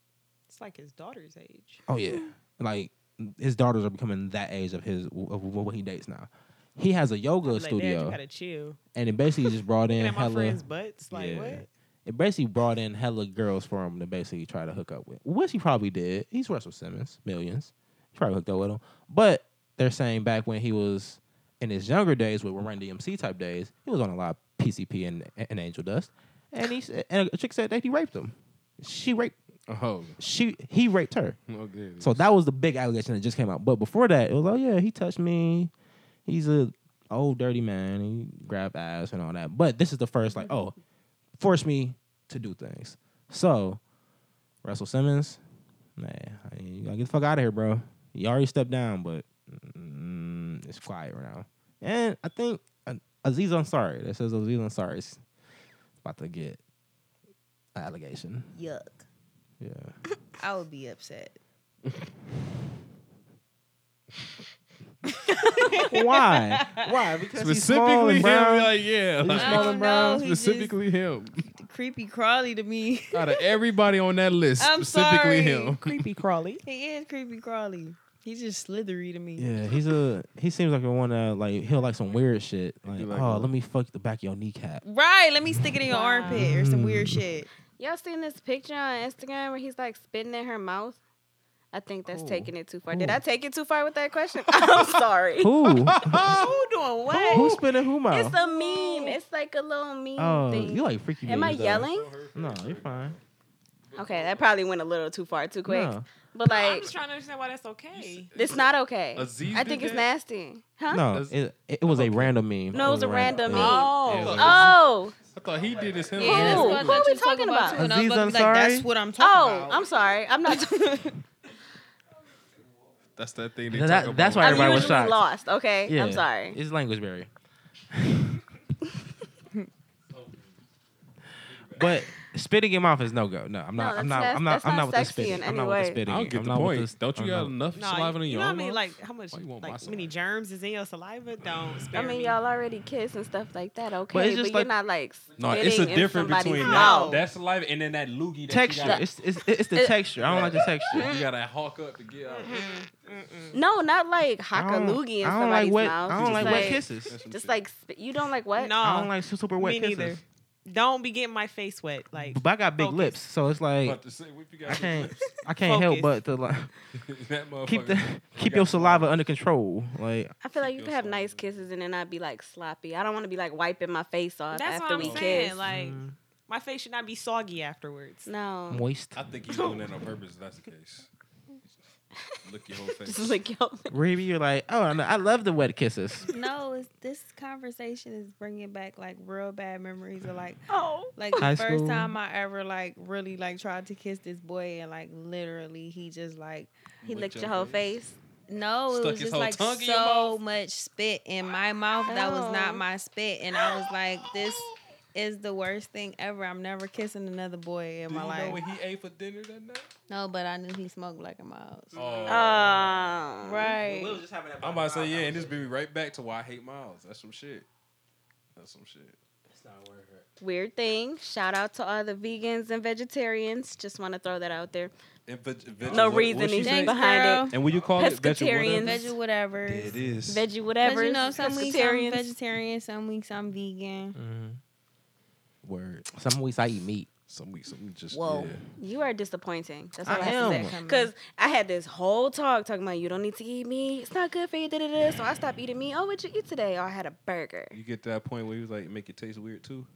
Speaker 4: It's like his daughter's age.
Speaker 1: oh yeah, like his daughters are becoming that age of his of what he dates now. He has a yoga
Speaker 4: Like, Dad, you
Speaker 1: studio,
Speaker 4: gotta chill.
Speaker 1: and it basically just
Speaker 4: <laughs>
Speaker 1: brought in
Speaker 4: Looking at my
Speaker 1: hella.
Speaker 4: friends' butts. Like
Speaker 1: Yeah.
Speaker 3: <laughs>
Speaker 4: what?
Speaker 1: It basically brought in hella girls for him to basically try to hook up with, which he probably did. He's Russell Simmons, millions. He probably hooked up with him. But they're saying back when he was in his younger days, with Run DMC type days, he was on a lot of PCP and, and Angel Dust, and he said- and a chick said that he raped him. She raped
Speaker 3: Oh, <laughs>
Speaker 1: she he raped her.
Speaker 3: okay.
Speaker 1: So that was the big allegation that just came out. But before that, it was oh yeah, he touched me. He's a old dirty man. He grabbed ass and all that. But this is the first like oh, force me to do things. So Russell Simmons, man, I- you gotta get the fuck out of here, bro. You already stepped down, but mm, it's quiet right now. And I think uh, Aziz Ansari, that says Aziz Ansari is about to get an allegation.
Speaker 7: Yuck.
Speaker 1: Yeah.
Speaker 7: I would be upset.
Speaker 1: Why? <laughs> Why? Because he's small and
Speaker 3: Specifically him,
Speaker 1: brown.
Speaker 3: like yeah,
Speaker 1: He's
Speaker 3: like,
Speaker 1: small and brown.
Speaker 2: he just-
Speaker 3: specifically him.
Speaker 2: Creepy crawly to me. <laughs>
Speaker 3: Out of everybody on that list,
Speaker 2: I'm
Speaker 3: specifically
Speaker 2: sorry.
Speaker 3: him.
Speaker 1: Creepy crawly.
Speaker 2: He is creepy crawly. He's just slithery to me.
Speaker 1: Yeah, he's a. He seems like a one that like he'll like some weird shit. Like,
Speaker 3: like,
Speaker 1: oh,
Speaker 3: uh,
Speaker 1: let me fuck the back of your kneecap.
Speaker 2: Right, let me stick it in your
Speaker 6: Wow.
Speaker 2: armpit or some weird
Speaker 1: Mm.
Speaker 2: shit.
Speaker 6: Y'all seen this picture on Instagram where he's like spitting in her mouth? I think that's
Speaker 1: Who?
Speaker 6: taking it too far. Did
Speaker 1: Who?
Speaker 6: I take it too far with that question?
Speaker 1: <laughs>
Speaker 6: <laughs> I'm sorry.
Speaker 1: Who?
Speaker 4: Who doing what?
Speaker 1: Who's spinning who
Speaker 6: It's
Speaker 1: mouth?
Speaker 6: a meme. It's like a little meme
Speaker 1: Oh,
Speaker 6: thing.
Speaker 1: you like freaky.
Speaker 6: Am I
Speaker 1: bitches, though.
Speaker 6: yelling?
Speaker 1: No, you're fine.
Speaker 6: Okay, that probably went a little too far too quick.
Speaker 1: No,
Speaker 6: But
Speaker 4: I'm
Speaker 6: like,
Speaker 4: just trying to understand why that's okay.
Speaker 6: it's not okay.
Speaker 3: Aziz
Speaker 6: I
Speaker 3: did
Speaker 6: think it's
Speaker 3: that?
Speaker 6: nasty. Huh?
Speaker 1: no,
Speaker 3: That's-
Speaker 1: it, it was a random meme.
Speaker 6: No, it was a random meme.
Speaker 1: yeah.
Speaker 4: Oh,
Speaker 6: Oh,
Speaker 3: I thought he did this him.
Speaker 7: Yeah, that's
Speaker 6: Who?
Speaker 7: what I
Speaker 6: Who are
Speaker 7: thought
Speaker 6: we
Speaker 7: you was
Speaker 6: talking about?
Speaker 7: too, and I was
Speaker 1: Aziz
Speaker 7: about to be like,
Speaker 1: Ansari? Sorry?
Speaker 2: That's what I'm talking
Speaker 6: oh,
Speaker 2: about.
Speaker 6: I'm sorry.
Speaker 1: <laughs>
Speaker 6: I'm not.
Speaker 3: That's that thing they
Speaker 1: That-
Speaker 3: talk
Speaker 1: that's
Speaker 3: about.
Speaker 1: why
Speaker 6: I'm
Speaker 1: everybody was
Speaker 6: usually
Speaker 1: shocked.
Speaker 6: lost. Okay, I'm
Speaker 1: Yeah,
Speaker 6: sorry.
Speaker 1: It's language barrier. <laughs> but spitting in mouth is no go. No, I'm
Speaker 6: No,
Speaker 1: not. I'm not.
Speaker 6: that's nas-
Speaker 1: I'm not.
Speaker 6: that's
Speaker 1: I'm
Speaker 6: not
Speaker 1: not with the
Speaker 6: sexy in
Speaker 1: spitting. I'm
Speaker 6: any
Speaker 1: not with the
Speaker 6: way.
Speaker 1: spitting.
Speaker 3: I don't get
Speaker 1: I'm
Speaker 3: the
Speaker 1: not with
Speaker 3: point.
Speaker 1: the-
Speaker 3: Don't you
Speaker 1: I'm
Speaker 3: got
Speaker 1: not-
Speaker 3: enough
Speaker 4: Nah,
Speaker 3: saliva in
Speaker 4: you
Speaker 3: your
Speaker 4: know what I
Speaker 3: own
Speaker 4: mean?
Speaker 3: mouth?
Speaker 4: Like how much,
Speaker 3: Why you want my
Speaker 4: like how
Speaker 3: saliva?
Speaker 4: many germs is in your saliva? Don't spare
Speaker 6: I mean,
Speaker 4: me.
Speaker 6: y'all already kiss and stuff like that. Okay, but,
Speaker 1: it's just
Speaker 6: you're
Speaker 1: like-
Speaker 6: not like.
Speaker 3: No, it's a
Speaker 6: spitting in
Speaker 3: difference
Speaker 6: somebody's
Speaker 3: between
Speaker 6: mouth.
Speaker 3: that, that saliva and then that loogie. That
Speaker 1: Texture.
Speaker 3: You gotta,
Speaker 1: It's, it's it's the
Speaker 6: It- Mm-hmm.
Speaker 1: texture. I don't like the texture.
Speaker 3: you gotta hawk up to get out.
Speaker 1: Mm-hmm.
Speaker 6: No, not like
Speaker 1: I don't-
Speaker 6: hockaloogie in
Speaker 1: I don't like
Speaker 6: somebody's
Speaker 1: wet.
Speaker 6: mouth.
Speaker 1: I don't
Speaker 6: Just
Speaker 1: like, wet kisses.
Speaker 3: That's some
Speaker 6: Just
Speaker 3: shit.
Speaker 6: like spit- you don't like what?
Speaker 4: No,
Speaker 1: I don't like su- super wet
Speaker 4: me
Speaker 1: kisses.
Speaker 4: neither. Don't be getting my face wet. Like
Speaker 1: But I got big
Speaker 4: Focus.
Speaker 1: lips, so it's like
Speaker 3: About to say, what you
Speaker 1: I
Speaker 3: got <laughs>
Speaker 1: can't. I can't help
Speaker 4: Focus.
Speaker 1: but to like
Speaker 3: that motherfucker.
Speaker 1: keep the <laughs> keep
Speaker 3: got
Speaker 1: your
Speaker 3: some-
Speaker 1: saliva under control. Like
Speaker 6: I feel like you
Speaker 3: your
Speaker 6: could have
Speaker 3: soul
Speaker 6: nice
Speaker 3: in.
Speaker 6: kisses and then not be like sloppy. I don't want to be like wiping my face off
Speaker 4: that's
Speaker 6: after
Speaker 4: what
Speaker 6: we
Speaker 4: I'm saying.
Speaker 6: kiss.
Speaker 4: Like
Speaker 3: Mm-hmm.
Speaker 1: Mm.
Speaker 4: my face should not be soggy afterwards.
Speaker 6: no,
Speaker 1: moist.
Speaker 3: I think he's doing that on purpose. If that's the case. Look your whole
Speaker 6: just
Speaker 3: face.
Speaker 6: like <laughs> yo.
Speaker 1: Ruby, you're like, oh, no, I love the wet kisses.
Speaker 7: No, it's, this conversation is bringing back like real bad memories of like
Speaker 4: Oh,
Speaker 7: like
Speaker 1: High
Speaker 7: the first
Speaker 1: school.
Speaker 7: time I ever like really like tried to kiss this boy and like literally he just like
Speaker 6: He
Speaker 3: Licked
Speaker 6: licked your
Speaker 3: your
Speaker 6: whole face.
Speaker 7: no, it
Speaker 3: Stuck
Speaker 7: was
Speaker 3: his
Speaker 7: just
Speaker 3: whole
Speaker 7: like
Speaker 3: tongue in your
Speaker 7: so much spit in my mouth that was
Speaker 6: Ow.
Speaker 7: not my spit and I was like this is the worst thing ever. I'm never kissing another boy in
Speaker 3: Do you
Speaker 7: my
Speaker 3: know
Speaker 7: life.
Speaker 3: what he ate for dinner that night?
Speaker 7: No, but I knew he smoked black in my house.
Speaker 3: Oh.
Speaker 6: Oh,
Speaker 7: Right.
Speaker 3: I'm about to say yeah, and this bring me right back to why I hate miles. That's some shit. That's some shit.
Speaker 6: Weird thing. Shout out to all the vegans and vegetarians. Just want to throw that out there.
Speaker 3: And veg- veg-
Speaker 6: No
Speaker 3: what- what she
Speaker 6: reasoning
Speaker 3: say?
Speaker 7: Thanks,
Speaker 6: behind
Speaker 7: girl.
Speaker 3: And would you call it
Speaker 6: Pescatarian.
Speaker 3: vegetarian?
Speaker 7: Veggie whatever.
Speaker 3: It is.
Speaker 6: Veggie
Speaker 7: Cause
Speaker 6: whatever.
Speaker 7: you know, some weeks I'm vegetarian, some weeks I'm vegan.
Speaker 3: Word.
Speaker 1: Some weeks I eat meat.
Speaker 3: Some weeks, some weeks just
Speaker 7: Whoa.
Speaker 3: yeah.
Speaker 6: You are disappointing. That's
Speaker 1: I
Speaker 6: all I, have
Speaker 1: am.
Speaker 6: to say. Because I had this whole talk talking about you don't need to eat meat. It's not good for you. Da, da, da. So I stopped eating meat. Oh, what'd you eat today? Oh, I had a burger.
Speaker 3: You get to that point where he was like, make it taste weird too.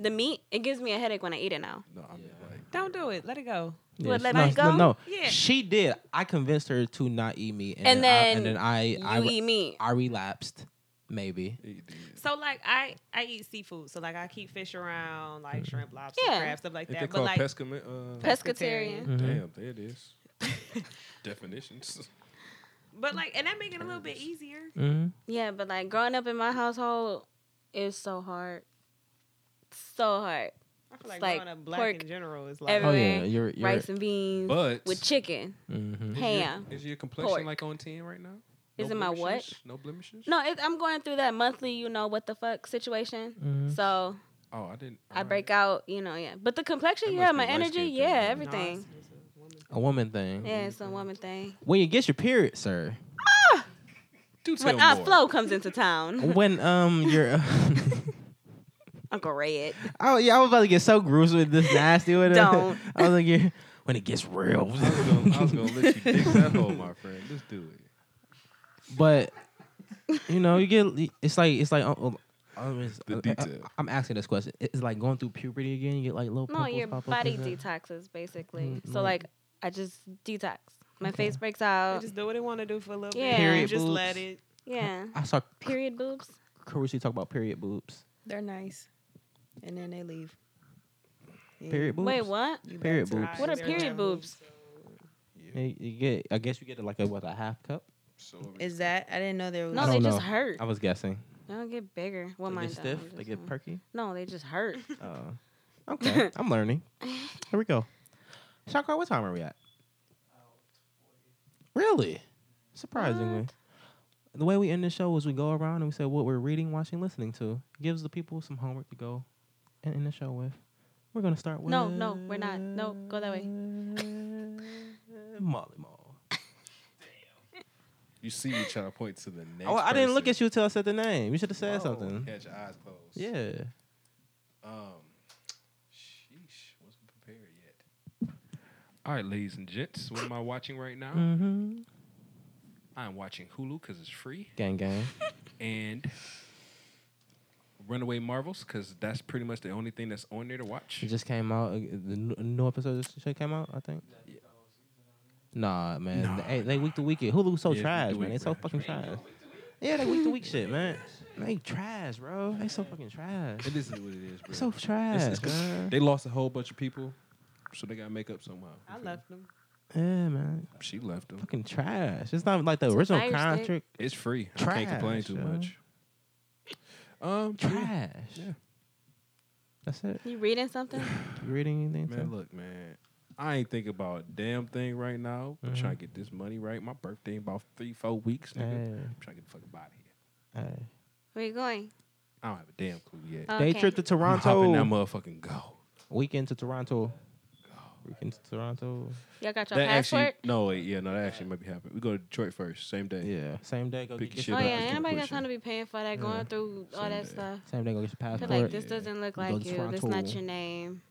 Speaker 6: The meat, it gives me a headache when I eat it now.
Speaker 3: No, I mean like
Speaker 4: don't do it. Let it go.
Speaker 6: You would let
Speaker 1: no,
Speaker 6: it
Speaker 1: no,
Speaker 6: go?
Speaker 1: No,
Speaker 4: Yeah.
Speaker 1: she did. I convinced her to not eat meat, and,
Speaker 6: And
Speaker 1: then,
Speaker 6: then
Speaker 1: I,
Speaker 6: You
Speaker 1: and then I, I, re-
Speaker 6: eat meat.
Speaker 1: I relapsed. Maybe
Speaker 3: he did.
Speaker 4: So like I I eat seafood. So like I keep fish around, like shrimp, lobster,
Speaker 6: Yeah.
Speaker 4: crab, stuff like
Speaker 3: Ain't they
Speaker 4: that. But
Speaker 3: called
Speaker 4: like
Speaker 3: pescament? Uh,
Speaker 6: Pescatarian.
Speaker 3: Damn, there it <laughs> is. Definitions.
Speaker 4: but like and that make it a little bit easier.
Speaker 1: Mm-hmm.
Speaker 6: Yeah, but like growing up in my household is so hard. So hard.
Speaker 4: I feel like,
Speaker 6: Like,
Speaker 4: growing up black
Speaker 6: pork
Speaker 4: in general is like
Speaker 1: Oh
Speaker 6: everywhere.
Speaker 1: yeah, you're, you're
Speaker 6: Rice and beans
Speaker 3: But
Speaker 6: with chicken,
Speaker 1: mhm.
Speaker 6: ham.
Speaker 3: Is your complexion
Speaker 6: Pork.
Speaker 3: like on ten right now?
Speaker 6: Is it my what?
Speaker 3: blemishes? No blemishes.
Speaker 6: No, it, I'm going through that monthly, you know what the fuck situation.
Speaker 1: Mhm.
Speaker 6: So
Speaker 3: Oh, I didn't.
Speaker 6: I break out, you know, yeah. But the complexion,
Speaker 3: That must
Speaker 6: yeah,
Speaker 3: be
Speaker 6: my
Speaker 3: light
Speaker 6: energy,
Speaker 3: skin
Speaker 6: yeah,
Speaker 3: thing.
Speaker 6: everything.
Speaker 1: A woman thing.
Speaker 6: Yeah, it's a woman thing.
Speaker 1: When you get your period,
Speaker 6: <laughs>
Speaker 1: sir.
Speaker 3: Do tell
Speaker 6: When our
Speaker 3: more.
Speaker 6: flow comes into <laughs> town,
Speaker 1: When um you're. <laughs>
Speaker 6: Uncle Red.
Speaker 1: Oh yeah, I was about to get so gruesome with this nasty <laughs> with it.
Speaker 6: Don't.
Speaker 1: I was like, yeah, when it gets real. <laughs>
Speaker 3: I was, gonna, I was gonna let you dig that hole, <laughs> my friend. Just do it.
Speaker 1: but you know, you get it's like it's like. Um, um, it's-
Speaker 3: The detail.
Speaker 1: I, am asking this question. It's like going through puberty again. You get like little
Speaker 6: No,
Speaker 1: pimples
Speaker 6: your
Speaker 1: pop up
Speaker 6: body
Speaker 1: and stuff.
Speaker 6: detoxes basically.
Speaker 1: Mm,
Speaker 6: So
Speaker 1: mm.
Speaker 6: like, I just detox. My face breaks out.
Speaker 4: They just do what they want to do for a little
Speaker 6: Yeah.
Speaker 4: bit.
Speaker 1: Period
Speaker 4: just
Speaker 1: boobs.
Speaker 4: let it.
Speaker 6: yeah.
Speaker 1: I saw
Speaker 6: Period boobs.
Speaker 1: Carusi talk about period boobs.
Speaker 7: They're nice. And then they leave. Yeah.
Speaker 1: Period boobs.
Speaker 6: Wait, what?
Speaker 7: You better
Speaker 1: Period
Speaker 7: try.
Speaker 1: boobs.
Speaker 6: What are
Speaker 4: They're
Speaker 6: period
Speaker 4: not
Speaker 6: boobs?
Speaker 1: You, you get. I guess you get like a what a half cup.
Speaker 3: So
Speaker 7: Is that? I didn't know there was.
Speaker 6: No,
Speaker 1: I
Speaker 6: they
Speaker 1: don't
Speaker 6: just
Speaker 1: know.
Speaker 6: hurt.
Speaker 1: I was guessing.
Speaker 6: They don't get bigger. Well,
Speaker 1: they
Speaker 6: mine
Speaker 1: get
Speaker 6: don't, I'm
Speaker 1: stiff. They
Speaker 6: just
Speaker 1: get
Speaker 6: saying. <laughs>
Speaker 1: perky.
Speaker 6: No, they
Speaker 1: <laughs>
Speaker 6: just hurt.
Speaker 1: Oh, okay. I'm learning. Here we go. Shakar, what time are we at? Really? Surprisingly. the way we end the show is we go around and we say what we're reading, watching, listening to. Gives the people some homework to go and end the show with. We're gonna start with
Speaker 6: No, no, we're not. No, go that way.
Speaker 1: Molly Mall.
Speaker 3: You see me trying to point to the next.
Speaker 1: Oh, I didn't look
Speaker 3: person.
Speaker 1: at you until I said the name. You should have said
Speaker 3: No,
Speaker 1: something.
Speaker 3: Had your eyes closed.
Speaker 1: Yeah.
Speaker 3: Um, sheesh, wasn't prepared yet. All right, ladies and gents, what am I watching right now?
Speaker 1: Mm-hmm.
Speaker 3: I'm watching Hulu because it's free,
Speaker 1: Gang gang.
Speaker 3: and Runaway Marvels because that's pretty much the only thing that's on there to watch.
Speaker 1: It just came out. uh, The n- new episode of the show came out, I think. Nah, man.
Speaker 3: Nah,
Speaker 1: they, they week to week. Hulu so
Speaker 3: Yeah, week
Speaker 1: trash, man.
Speaker 3: to week,
Speaker 1: They so
Speaker 3: man.
Speaker 1: fucking trash. Yeah, they week to week shit, man. They trash, bro. They so fucking trash.
Speaker 3: It isn't what it is, bro.
Speaker 1: They so trash,
Speaker 3: It's- it's 'cause
Speaker 1: man.
Speaker 3: they lost a whole bunch of people, so they got to make up somehow.
Speaker 4: I left <laughs> them.
Speaker 1: Yeah, man.
Speaker 3: She left them.
Speaker 1: Fucking trash. It's not like the original
Speaker 6: fire
Speaker 1: contract.
Speaker 6: stick.
Speaker 3: It's free. I
Speaker 1: Trash,
Speaker 3: can't complain too
Speaker 1: yo.
Speaker 3: much. Um, yeah.
Speaker 1: Trash.
Speaker 3: Yeah.
Speaker 1: That's it.
Speaker 6: You
Speaker 1: <sighs>
Speaker 6: reading something?
Speaker 1: You reading anything?
Speaker 3: Man,
Speaker 1: Tim?
Speaker 3: look, man. I ain't think about a damn thing right now. I'm
Speaker 1: Mhm.
Speaker 3: trying to get this money right. My birthday in about three, four weeks, nigga.
Speaker 1: Hey,
Speaker 3: I'm trying to get the fuck out of here.
Speaker 1: hey.
Speaker 6: Where you going?
Speaker 3: I don't have a damn clue yet.
Speaker 1: Day
Speaker 6: Okay.
Speaker 1: trip to
Speaker 3: I'm hopping that
Speaker 1: Toronto.
Speaker 3: motherfucking go.
Speaker 1: Weekend to Toronto. Weekend to Toronto.
Speaker 6: Y'all got your
Speaker 3: That
Speaker 6: passport?
Speaker 3: actually, no, wait, yeah, no, that actually might be happening. We go to Detroit first, same day.
Speaker 1: Yeah. Same day. Go
Speaker 3: Pick
Speaker 1: get
Speaker 3: your
Speaker 1: your
Speaker 3: shit
Speaker 6: oh yeah,
Speaker 3: up.
Speaker 1: passport.
Speaker 6: ain't nobody got
Speaker 3: question.
Speaker 6: time to be paying for that. Going through all
Speaker 3: Same
Speaker 6: that
Speaker 3: day.
Speaker 6: stuff.
Speaker 1: Same day. Go get your
Speaker 6: I feel
Speaker 1: passport.
Speaker 6: like this doesn't look
Speaker 1: You go
Speaker 6: like
Speaker 1: to
Speaker 6: you. That's
Speaker 1: Toronto.
Speaker 6: not your name.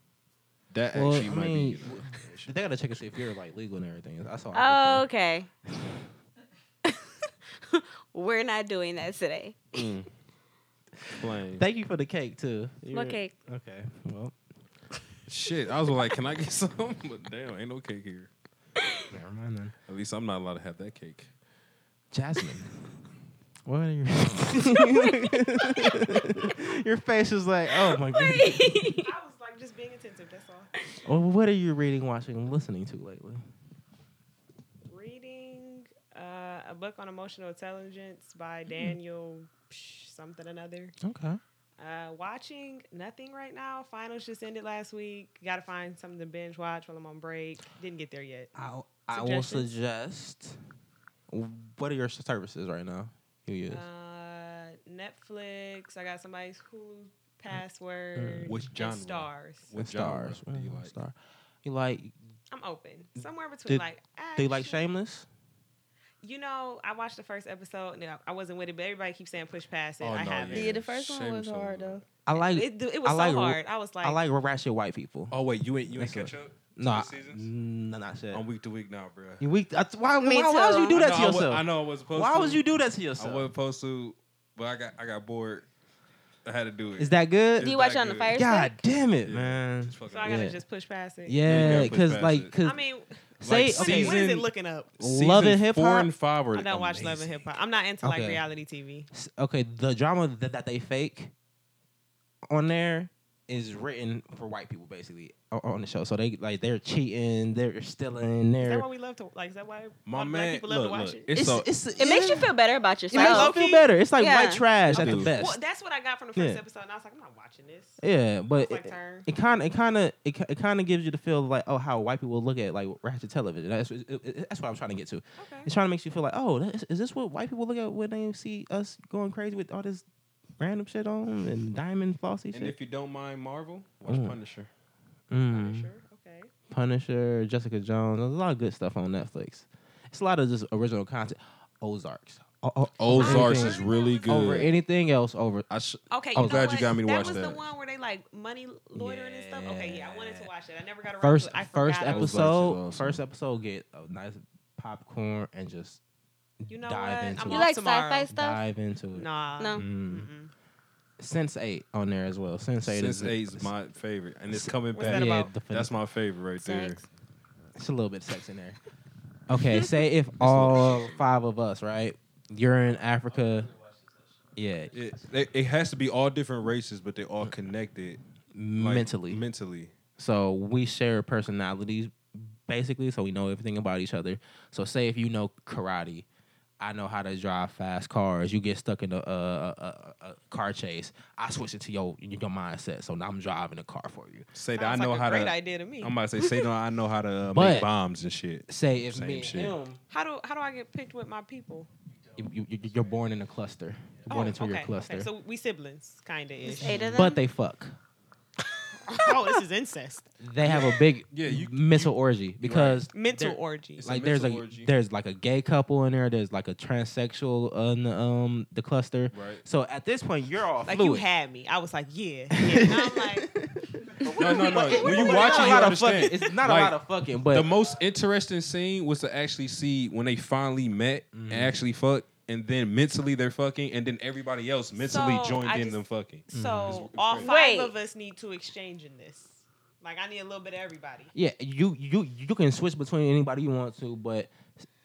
Speaker 3: That
Speaker 1: Well,
Speaker 3: actually
Speaker 1: I
Speaker 3: might
Speaker 1: mean,
Speaker 3: be. You know, information.
Speaker 1: They gotta check and see if you're like legal and everything. I saw.
Speaker 6: Oh, okay. <laughs> We're not doing that today.
Speaker 3: Plain.
Speaker 1: Thank you for the cake too. You're-
Speaker 6: What cake?
Speaker 1: Okay. Well,
Speaker 3: Shit, I was like, can I get <laughs> some? But damn, ain't no cake here.
Speaker 1: never mind then.
Speaker 3: At least I'm not allowed to have that cake.
Speaker 1: Jasmine. <laughs> what are you? <laughs> Your face is like, oh my god.
Speaker 4: I was like just being attentive. That's all.
Speaker 1: Well, what are you reading, watching, and listening to lately?
Speaker 4: Reading uh, a book on emotional intelligence by Daniel psh, something another.
Speaker 1: Okay.
Speaker 4: Uh, watching nothing right now. Finals just ended last week. Got to find something to binge watch while I'm on break. Didn't get there yet.
Speaker 1: I I will
Speaker 4: Suggestions?
Speaker 1: suggest. What are your services right now? You use
Speaker 4: Uh, Netflix. I got somebody's Hulu password.
Speaker 3: Which
Speaker 4: and
Speaker 3: genre?
Speaker 4: Stars.
Speaker 1: with
Speaker 3: What genre
Speaker 1: stars.
Speaker 3: do you
Speaker 1: Mm,
Speaker 3: like?
Speaker 1: Star. You like?
Speaker 4: I'm open. Somewhere between
Speaker 1: Did-
Speaker 4: like.
Speaker 1: Do you like
Speaker 4: action-
Speaker 1: Shameless?
Speaker 4: You know, I watched the first episode. No, I wasn't with it, but everybody keeps saying push past it.
Speaker 3: Oh,
Speaker 4: I
Speaker 3: no,
Speaker 4: haven't.
Speaker 3: Yeah,
Speaker 7: Yeah, the first one
Speaker 3: shame
Speaker 7: was
Speaker 3: it's over.
Speaker 7: hard though.
Speaker 1: I like.
Speaker 4: It, it was
Speaker 1: I
Speaker 4: so
Speaker 1: like-
Speaker 4: hard. I was like,
Speaker 1: I like ratchet white people.
Speaker 3: Oh wait, you ain't you ain't
Speaker 1: That's
Speaker 3: catch Oh, up?
Speaker 1: no, I,
Speaker 3: two seasons?
Speaker 1: no, not shit.
Speaker 3: I'm week to week now, bro.
Speaker 1: You weak. That's why,
Speaker 6: Me
Speaker 1: why, why would you do
Speaker 6: too.
Speaker 1: that to
Speaker 3: I, know I wa-
Speaker 1: yourself?
Speaker 3: I know I was supposed
Speaker 1: Why
Speaker 3: to.
Speaker 1: would you do that to
Speaker 3: I
Speaker 1: yourself?
Speaker 3: wasn't supposed to, but I got I got bored. I had to do it.
Speaker 1: Is that good?
Speaker 6: Do you
Speaker 3: It's
Speaker 6: watch
Speaker 3: that
Speaker 6: it on the
Speaker 3: good.
Speaker 6: fire
Speaker 1: God
Speaker 6: stick?
Speaker 1: damn it,
Speaker 3: Yeah.
Speaker 1: man.
Speaker 3: It's fucking
Speaker 4: so I gotta
Speaker 1: Yeah.
Speaker 4: just push past it.
Speaker 1: Yeah,
Speaker 3: gotta push
Speaker 1: because
Speaker 3: past
Speaker 1: like,
Speaker 3: it.
Speaker 1: because
Speaker 4: I mean,
Speaker 1: say
Speaker 3: like,
Speaker 4: when
Speaker 1: okay,
Speaker 4: is- when is it
Speaker 3: Season-
Speaker 4: looking up?
Speaker 1: Love and
Speaker 3: Season
Speaker 1: Hip
Speaker 3: Four
Speaker 1: Hop?
Speaker 3: and five are
Speaker 4: I don't watch Love
Speaker 3: amazing.
Speaker 4: and Hip Hop. I'm not into like
Speaker 1: Okay.
Speaker 4: reality TV.
Speaker 1: s- okay, the drama that, that they fake on there is written for white people basically o- on the show. So they like they're cheating, they're stealing,
Speaker 4: Is
Speaker 1: they're.
Speaker 4: that why we love to like? Is that why
Speaker 3: My
Speaker 4: black
Speaker 3: man,
Speaker 4: people love
Speaker 3: look,
Speaker 4: to watch
Speaker 3: look,
Speaker 4: it?
Speaker 3: it's, so
Speaker 1: it's,
Speaker 6: It makes you feel better about
Speaker 1: It makes you
Speaker 6: yourself.
Speaker 1: feel better. It's like
Speaker 6: Yeah.
Speaker 1: white trash at the
Speaker 3: Dude.
Speaker 1: best.
Speaker 4: Well, that's what I got from the first
Speaker 1: Yeah.
Speaker 4: episode, and I was like, I'm not watching this.
Speaker 1: yeah, but
Speaker 4: It's like
Speaker 1: it-
Speaker 4: turn.
Speaker 1: it kind of it kind of it, ki- it kind of gives you the feel of like oh how white people look at like ratchet television that's it- it- that's what i'm trying to get to
Speaker 4: Okay.
Speaker 1: it's trying to make you feel like oh that- is, is this what white people look at when they see us going crazy with all this random shit on and diamond flossy
Speaker 3: and
Speaker 1: shit
Speaker 3: if you don't mind Marvel, watch
Speaker 1: Mm.
Speaker 3: Punisher.
Speaker 1: Mm.
Speaker 4: Sure.
Speaker 3: Mm-hmm.
Speaker 4: Okay.
Speaker 1: punisher jessica jones there's a lot of good stuff on netflix it's a lot of just original content ozarks O- o- over
Speaker 4: Ozarks
Speaker 1: anything-
Speaker 4: is really good.
Speaker 1: over anything else over
Speaker 3: I sh-
Speaker 4: Okay. You
Speaker 1: I
Speaker 4: know
Speaker 1: was
Speaker 3: glad you
Speaker 4: what?
Speaker 3: got me to
Speaker 4: that
Speaker 3: watch
Speaker 4: was the
Speaker 3: that.
Speaker 4: one where they like money loitering and stuff. Okay, yeah, I wanted to
Speaker 1: Yeah.
Speaker 4: watch it. I never got around
Speaker 1: first
Speaker 4: to it. I
Speaker 1: first
Speaker 4: forgot I was-
Speaker 1: episode
Speaker 3: awesome.
Speaker 1: first episode get a nice popcorn and just
Speaker 4: You know
Speaker 1: dive
Speaker 4: what?
Speaker 1: into
Speaker 4: I'm
Speaker 1: it.
Speaker 6: You
Speaker 4: off
Speaker 6: like
Speaker 4: tomorrow.
Speaker 6: sci-fi stuff?
Speaker 1: dive into it
Speaker 4: Nah.
Speaker 6: No.
Speaker 1: Mm.
Speaker 4: Mm-mm.
Speaker 1: Sense Eight on there as well. Sense Eight
Speaker 3: Sense
Speaker 1: is
Speaker 3: Eight's my favorite, and it's coming
Speaker 4: What's that
Speaker 3: back.
Speaker 4: about?
Speaker 1: the,
Speaker 3: That's my favorite right there.
Speaker 6: Sex.
Speaker 1: it's a little bit of sex in there.
Speaker 4: <laughs>
Speaker 1: Okay, say if all five of us, right? You're in Africa. Yeah,
Speaker 3: It, it, it has to be all different races, but they all connected like,
Speaker 1: mentally.
Speaker 3: Mentally,
Speaker 1: so we share personalities basically, so we know everything about each other. So say if you know karate, I know how to drive fast cars. You get stuck in uh, a, a, a, a uh, car chase. I switch it to your your mindset. So now I'm driving a car for you.
Speaker 3: say that
Speaker 4: Sounds
Speaker 3: I know
Speaker 4: like a
Speaker 3: how
Speaker 4: great
Speaker 3: to.
Speaker 4: idea to me.
Speaker 3: I'm about to say, say no, I
Speaker 1: <laughs>
Speaker 3: know how to uh,
Speaker 1: But-
Speaker 3: make bombs and shit.
Speaker 1: Say if
Speaker 3: Same
Speaker 1: me and
Speaker 3: shit.
Speaker 1: him,
Speaker 4: How do how do I get picked with my people?
Speaker 1: you, you, you're born in a cluster. You're born into
Speaker 4: Oh, okay.
Speaker 1: your cluster.
Speaker 4: Okay, so we siblings, kind of ish.
Speaker 1: but they fuck.
Speaker 4: <laughs> oh, this
Speaker 6: <laughs>
Speaker 4: is incest.
Speaker 1: They have a big mental orgy because
Speaker 4: Mental
Speaker 1: they're-
Speaker 4: orgy. It's a
Speaker 1: Like there's
Speaker 4: mental
Speaker 1: a
Speaker 4: orgy.
Speaker 1: there's like a gay couple in there. There's like a transsexual on the, um the cluster.
Speaker 3: Right.
Speaker 1: So at this point you're all
Speaker 4: Like you
Speaker 1: fluid. Mm.
Speaker 4: had me. I was like,
Speaker 1: <laughs>
Speaker 4: yeah. yeah. And I'm like,
Speaker 3: No, no, no.
Speaker 1: But
Speaker 3: When you
Speaker 1: it's
Speaker 3: watch
Speaker 1: not
Speaker 3: it,
Speaker 1: a
Speaker 3: you
Speaker 1: lot of
Speaker 3: understand.
Speaker 1: fucking- it's not a lot of fucking, but-
Speaker 3: the most interesting scene was to actually see when they finally met
Speaker 1: Mm-hmm.
Speaker 3: and actually fucked, and then mentally they're fucking, and then everybody else mentally
Speaker 4: So,
Speaker 3: joined
Speaker 4: I
Speaker 3: in
Speaker 4: just-
Speaker 3: them fucking.
Speaker 1: Mm.
Speaker 4: so all five
Speaker 6: Wait.
Speaker 4: of us need to exchange in this. Like I need a little bit of everybody.
Speaker 1: Yeah, you you you can switch between anybody you want to, but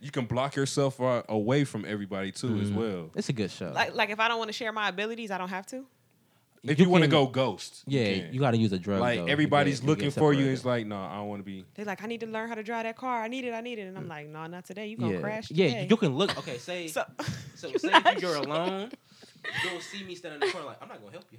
Speaker 3: you can block yourself uh, away from everybody too, as
Speaker 1: Mm-hmm.
Speaker 3: well.
Speaker 1: It's a good show.
Speaker 4: Like like if I don't want to share my abilities, I don't have to.
Speaker 3: if
Speaker 1: you
Speaker 3: you, want to
Speaker 1: can-
Speaker 3: go ghost,
Speaker 1: yeah,
Speaker 3: can.
Speaker 1: you got to use a drug.
Speaker 3: Like
Speaker 1: though, to
Speaker 3: everybody's
Speaker 1: get- to get
Speaker 3: looking for you,
Speaker 1: separated.
Speaker 3: and it's like, no, I don't want to be.
Speaker 4: They're like, I need to learn how to drive that car. I need it. I need it. And I'm like, no, not today. You gonna
Speaker 1: Mm. yeah.
Speaker 4: crash?
Speaker 1: Yeah,
Speaker 4: today.
Speaker 1: you can look. Okay, say <laughs> so,
Speaker 4: So-
Speaker 1: say if
Speaker 4: <laughs>
Speaker 1: you're alone, you'll see me standing in the corner like I'm not gonna help you.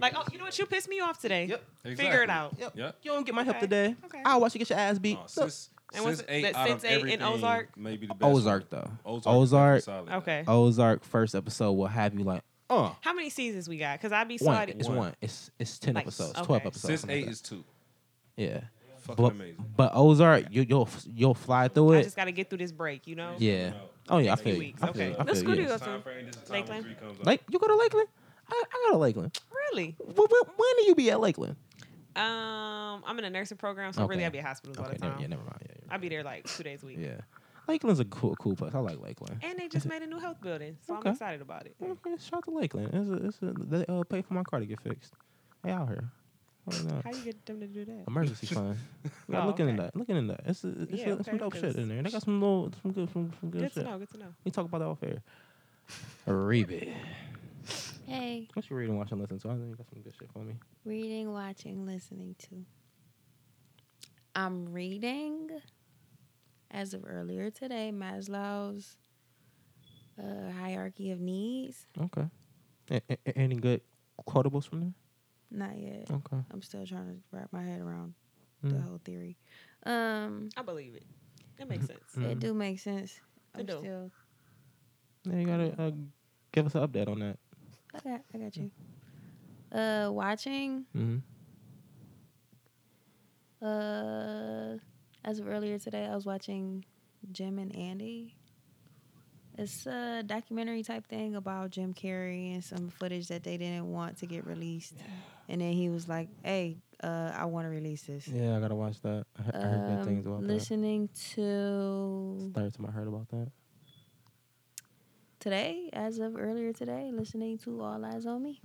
Speaker 4: Like, oh, you know what? You pissed me off today. Yep. Figure it
Speaker 3: Exactly.
Speaker 4: out.
Speaker 1: Yep.
Speaker 3: Yep.
Speaker 1: You don't get my help
Speaker 4: Okay.
Speaker 1: today.
Speaker 4: Okay.
Speaker 1: I'll watch you get your ass beat.
Speaker 3: No,
Speaker 1: Look.
Speaker 3: since
Speaker 4: And what's
Speaker 3: since
Speaker 4: it-
Speaker 3: eight
Speaker 4: that
Speaker 3: out of
Speaker 4: Sense Eight and
Speaker 3: everything,
Speaker 4: Ozark?
Speaker 3: maybe the best
Speaker 1: Ozark
Speaker 3: one.
Speaker 1: though.
Speaker 3: Ozark,
Speaker 1: Ozark.
Speaker 3: definitely solid.
Speaker 4: Okay.
Speaker 1: Oh. Ozark first episode will have you like
Speaker 3: Oh,
Speaker 4: How many seasons we got? Because I'd be
Speaker 1: one.
Speaker 4: sliding.
Speaker 1: It's one. It's it's ten
Speaker 4: Like,
Speaker 1: episodes.
Speaker 4: okay.
Speaker 1: Twelve episodes.
Speaker 3: since
Speaker 1: something like
Speaker 3: eight
Speaker 1: that.
Speaker 3: is two.
Speaker 1: yeah.
Speaker 3: Fucking
Speaker 1: But,
Speaker 3: amazing.
Speaker 1: but Ozark, you, you'll you'll fly through
Speaker 4: I
Speaker 1: it.
Speaker 4: just got to get through this break, you know?
Speaker 1: Yeah. Oh yeah, I feel you.
Speaker 4: weeks,
Speaker 1: I feel
Speaker 4: okay.
Speaker 1: you. I
Speaker 6: Let's
Speaker 1: feel
Speaker 6: go
Speaker 1: you.
Speaker 6: to
Speaker 3: uh,
Speaker 1: Yes.
Speaker 6: Time
Speaker 3: frame, this is
Speaker 4: time when Lakeland? three
Speaker 3: comes
Speaker 1: Like you go to Lakeland? I, I go to Lakeland.
Speaker 4: Really?
Speaker 1: When, when, when do you be at Lakeland?
Speaker 4: Um, I'm in a nursing program, so really
Speaker 1: Okay.
Speaker 4: I be at hospitals all
Speaker 1: Okay,
Speaker 4: the
Speaker 1: never,
Speaker 4: time.
Speaker 1: yeah, never mind. Yeah, you're
Speaker 4: I be there like two days a week.
Speaker 1: right. yeah. Lakeland's a cool, cool place. I like Lakeland.
Speaker 4: And they
Speaker 1: <laughs>
Speaker 4: just made a new health building, so
Speaker 1: Okay. Mm.
Speaker 4: I'm excited about it.
Speaker 1: Okay, shout out to Lakeland. It's a, it's a, they uh, pay for my car to get fixed. They out here. Why not?
Speaker 4: How you get them to do that?
Speaker 1: Emergency
Speaker 4: <laughs>
Speaker 1: fund. We got
Speaker 4: Oh,
Speaker 1: looking at
Speaker 4: okay.
Speaker 1: that. Looking at that. It's, a, it's,
Speaker 4: Yeah,
Speaker 1: a-
Speaker 4: okay,
Speaker 1: some dope shit
Speaker 4: 'cause-
Speaker 1: in there. They got some little, some good, some, some good,
Speaker 4: Good to
Speaker 1: shit.
Speaker 4: know. Good to know.
Speaker 1: We talk about that off air. Reba,
Speaker 2: Hey,
Speaker 1: what you reading, watching, listening to? I know you got some good shit for me.
Speaker 2: reading, watching, listening to. I'm reading, as of earlier today, Maslow's uh, hierarchy of needs.
Speaker 1: Okay. A- a- a- any good quotables from
Speaker 2: Not yet.
Speaker 1: there? Okay.
Speaker 2: I'm still trying to wrap my head around the
Speaker 1: Mm.
Speaker 2: whole theory. Um,
Speaker 4: I believe it.
Speaker 1: <laughs>
Speaker 4: That makes sense.
Speaker 1: Mm-hmm. Hmm.
Speaker 2: it do make sense.
Speaker 4: It
Speaker 2: I'm
Speaker 4: do.
Speaker 2: still
Speaker 1: Yeah, you gotta uh, give us an update on that.
Speaker 2: I got, I got you. Uh, watching.
Speaker 1: Mm-hmm.
Speaker 2: Uh, as of earlier today, I was watching Jim and Andy. It's a documentary type thing about Jim Carrey and some footage that they didn't want to get released, and then he was like, "Hey, uh, I want to release this."
Speaker 1: Yeah, I gotta watch that. I, he- I heard good
Speaker 2: Um,
Speaker 1: things about
Speaker 2: listening
Speaker 1: that.
Speaker 2: to
Speaker 1: Third time I heard about that.
Speaker 2: today, as of earlier today, listening to All Eyes on Me.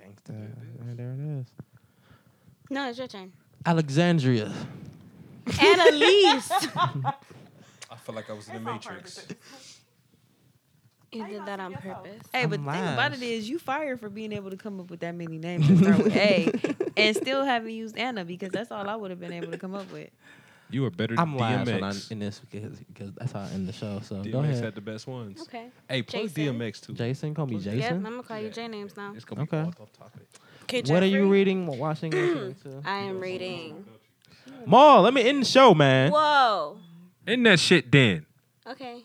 Speaker 1: Gangsta. Yeah, there it is.
Speaker 6: No, it's your turn.
Speaker 1: <laughs> Alexandria.
Speaker 6: Annalise.
Speaker 3: I feel like I was in the Matrix.
Speaker 6: you did that on purpose.
Speaker 2: Hey,
Speaker 1: I'm
Speaker 2: but the thing about
Speaker 1: live.
Speaker 2: it is, you fired for being able to come up with that many names to start
Speaker 1: <laughs>
Speaker 2: with <laughs> A, and still haven't used Anna because that's all I would have been able to come up
Speaker 4: <laughs>
Speaker 2: with.
Speaker 3: You are better
Speaker 1: I'm live
Speaker 3: DMX.
Speaker 1: when I'm in this because, because that's how I end the show. So go
Speaker 3: DMX
Speaker 1: ahead.
Speaker 3: had the best ones.
Speaker 6: Okay.
Speaker 3: Hey, plug
Speaker 6: Jason.
Speaker 3: DMX too.
Speaker 1: Jason, call me
Speaker 6: Yep, I'm
Speaker 1: Jason.
Speaker 6: gonna call you J names now.
Speaker 3: It's gonna
Speaker 1: Okay.
Speaker 3: be off off topic.
Speaker 1: what are you reading, wa- watching, listening to?
Speaker 6: I am reading.
Speaker 1: Maul, let me end the show, man.
Speaker 6: Whoa.
Speaker 3: In that shit, then.
Speaker 6: Okay.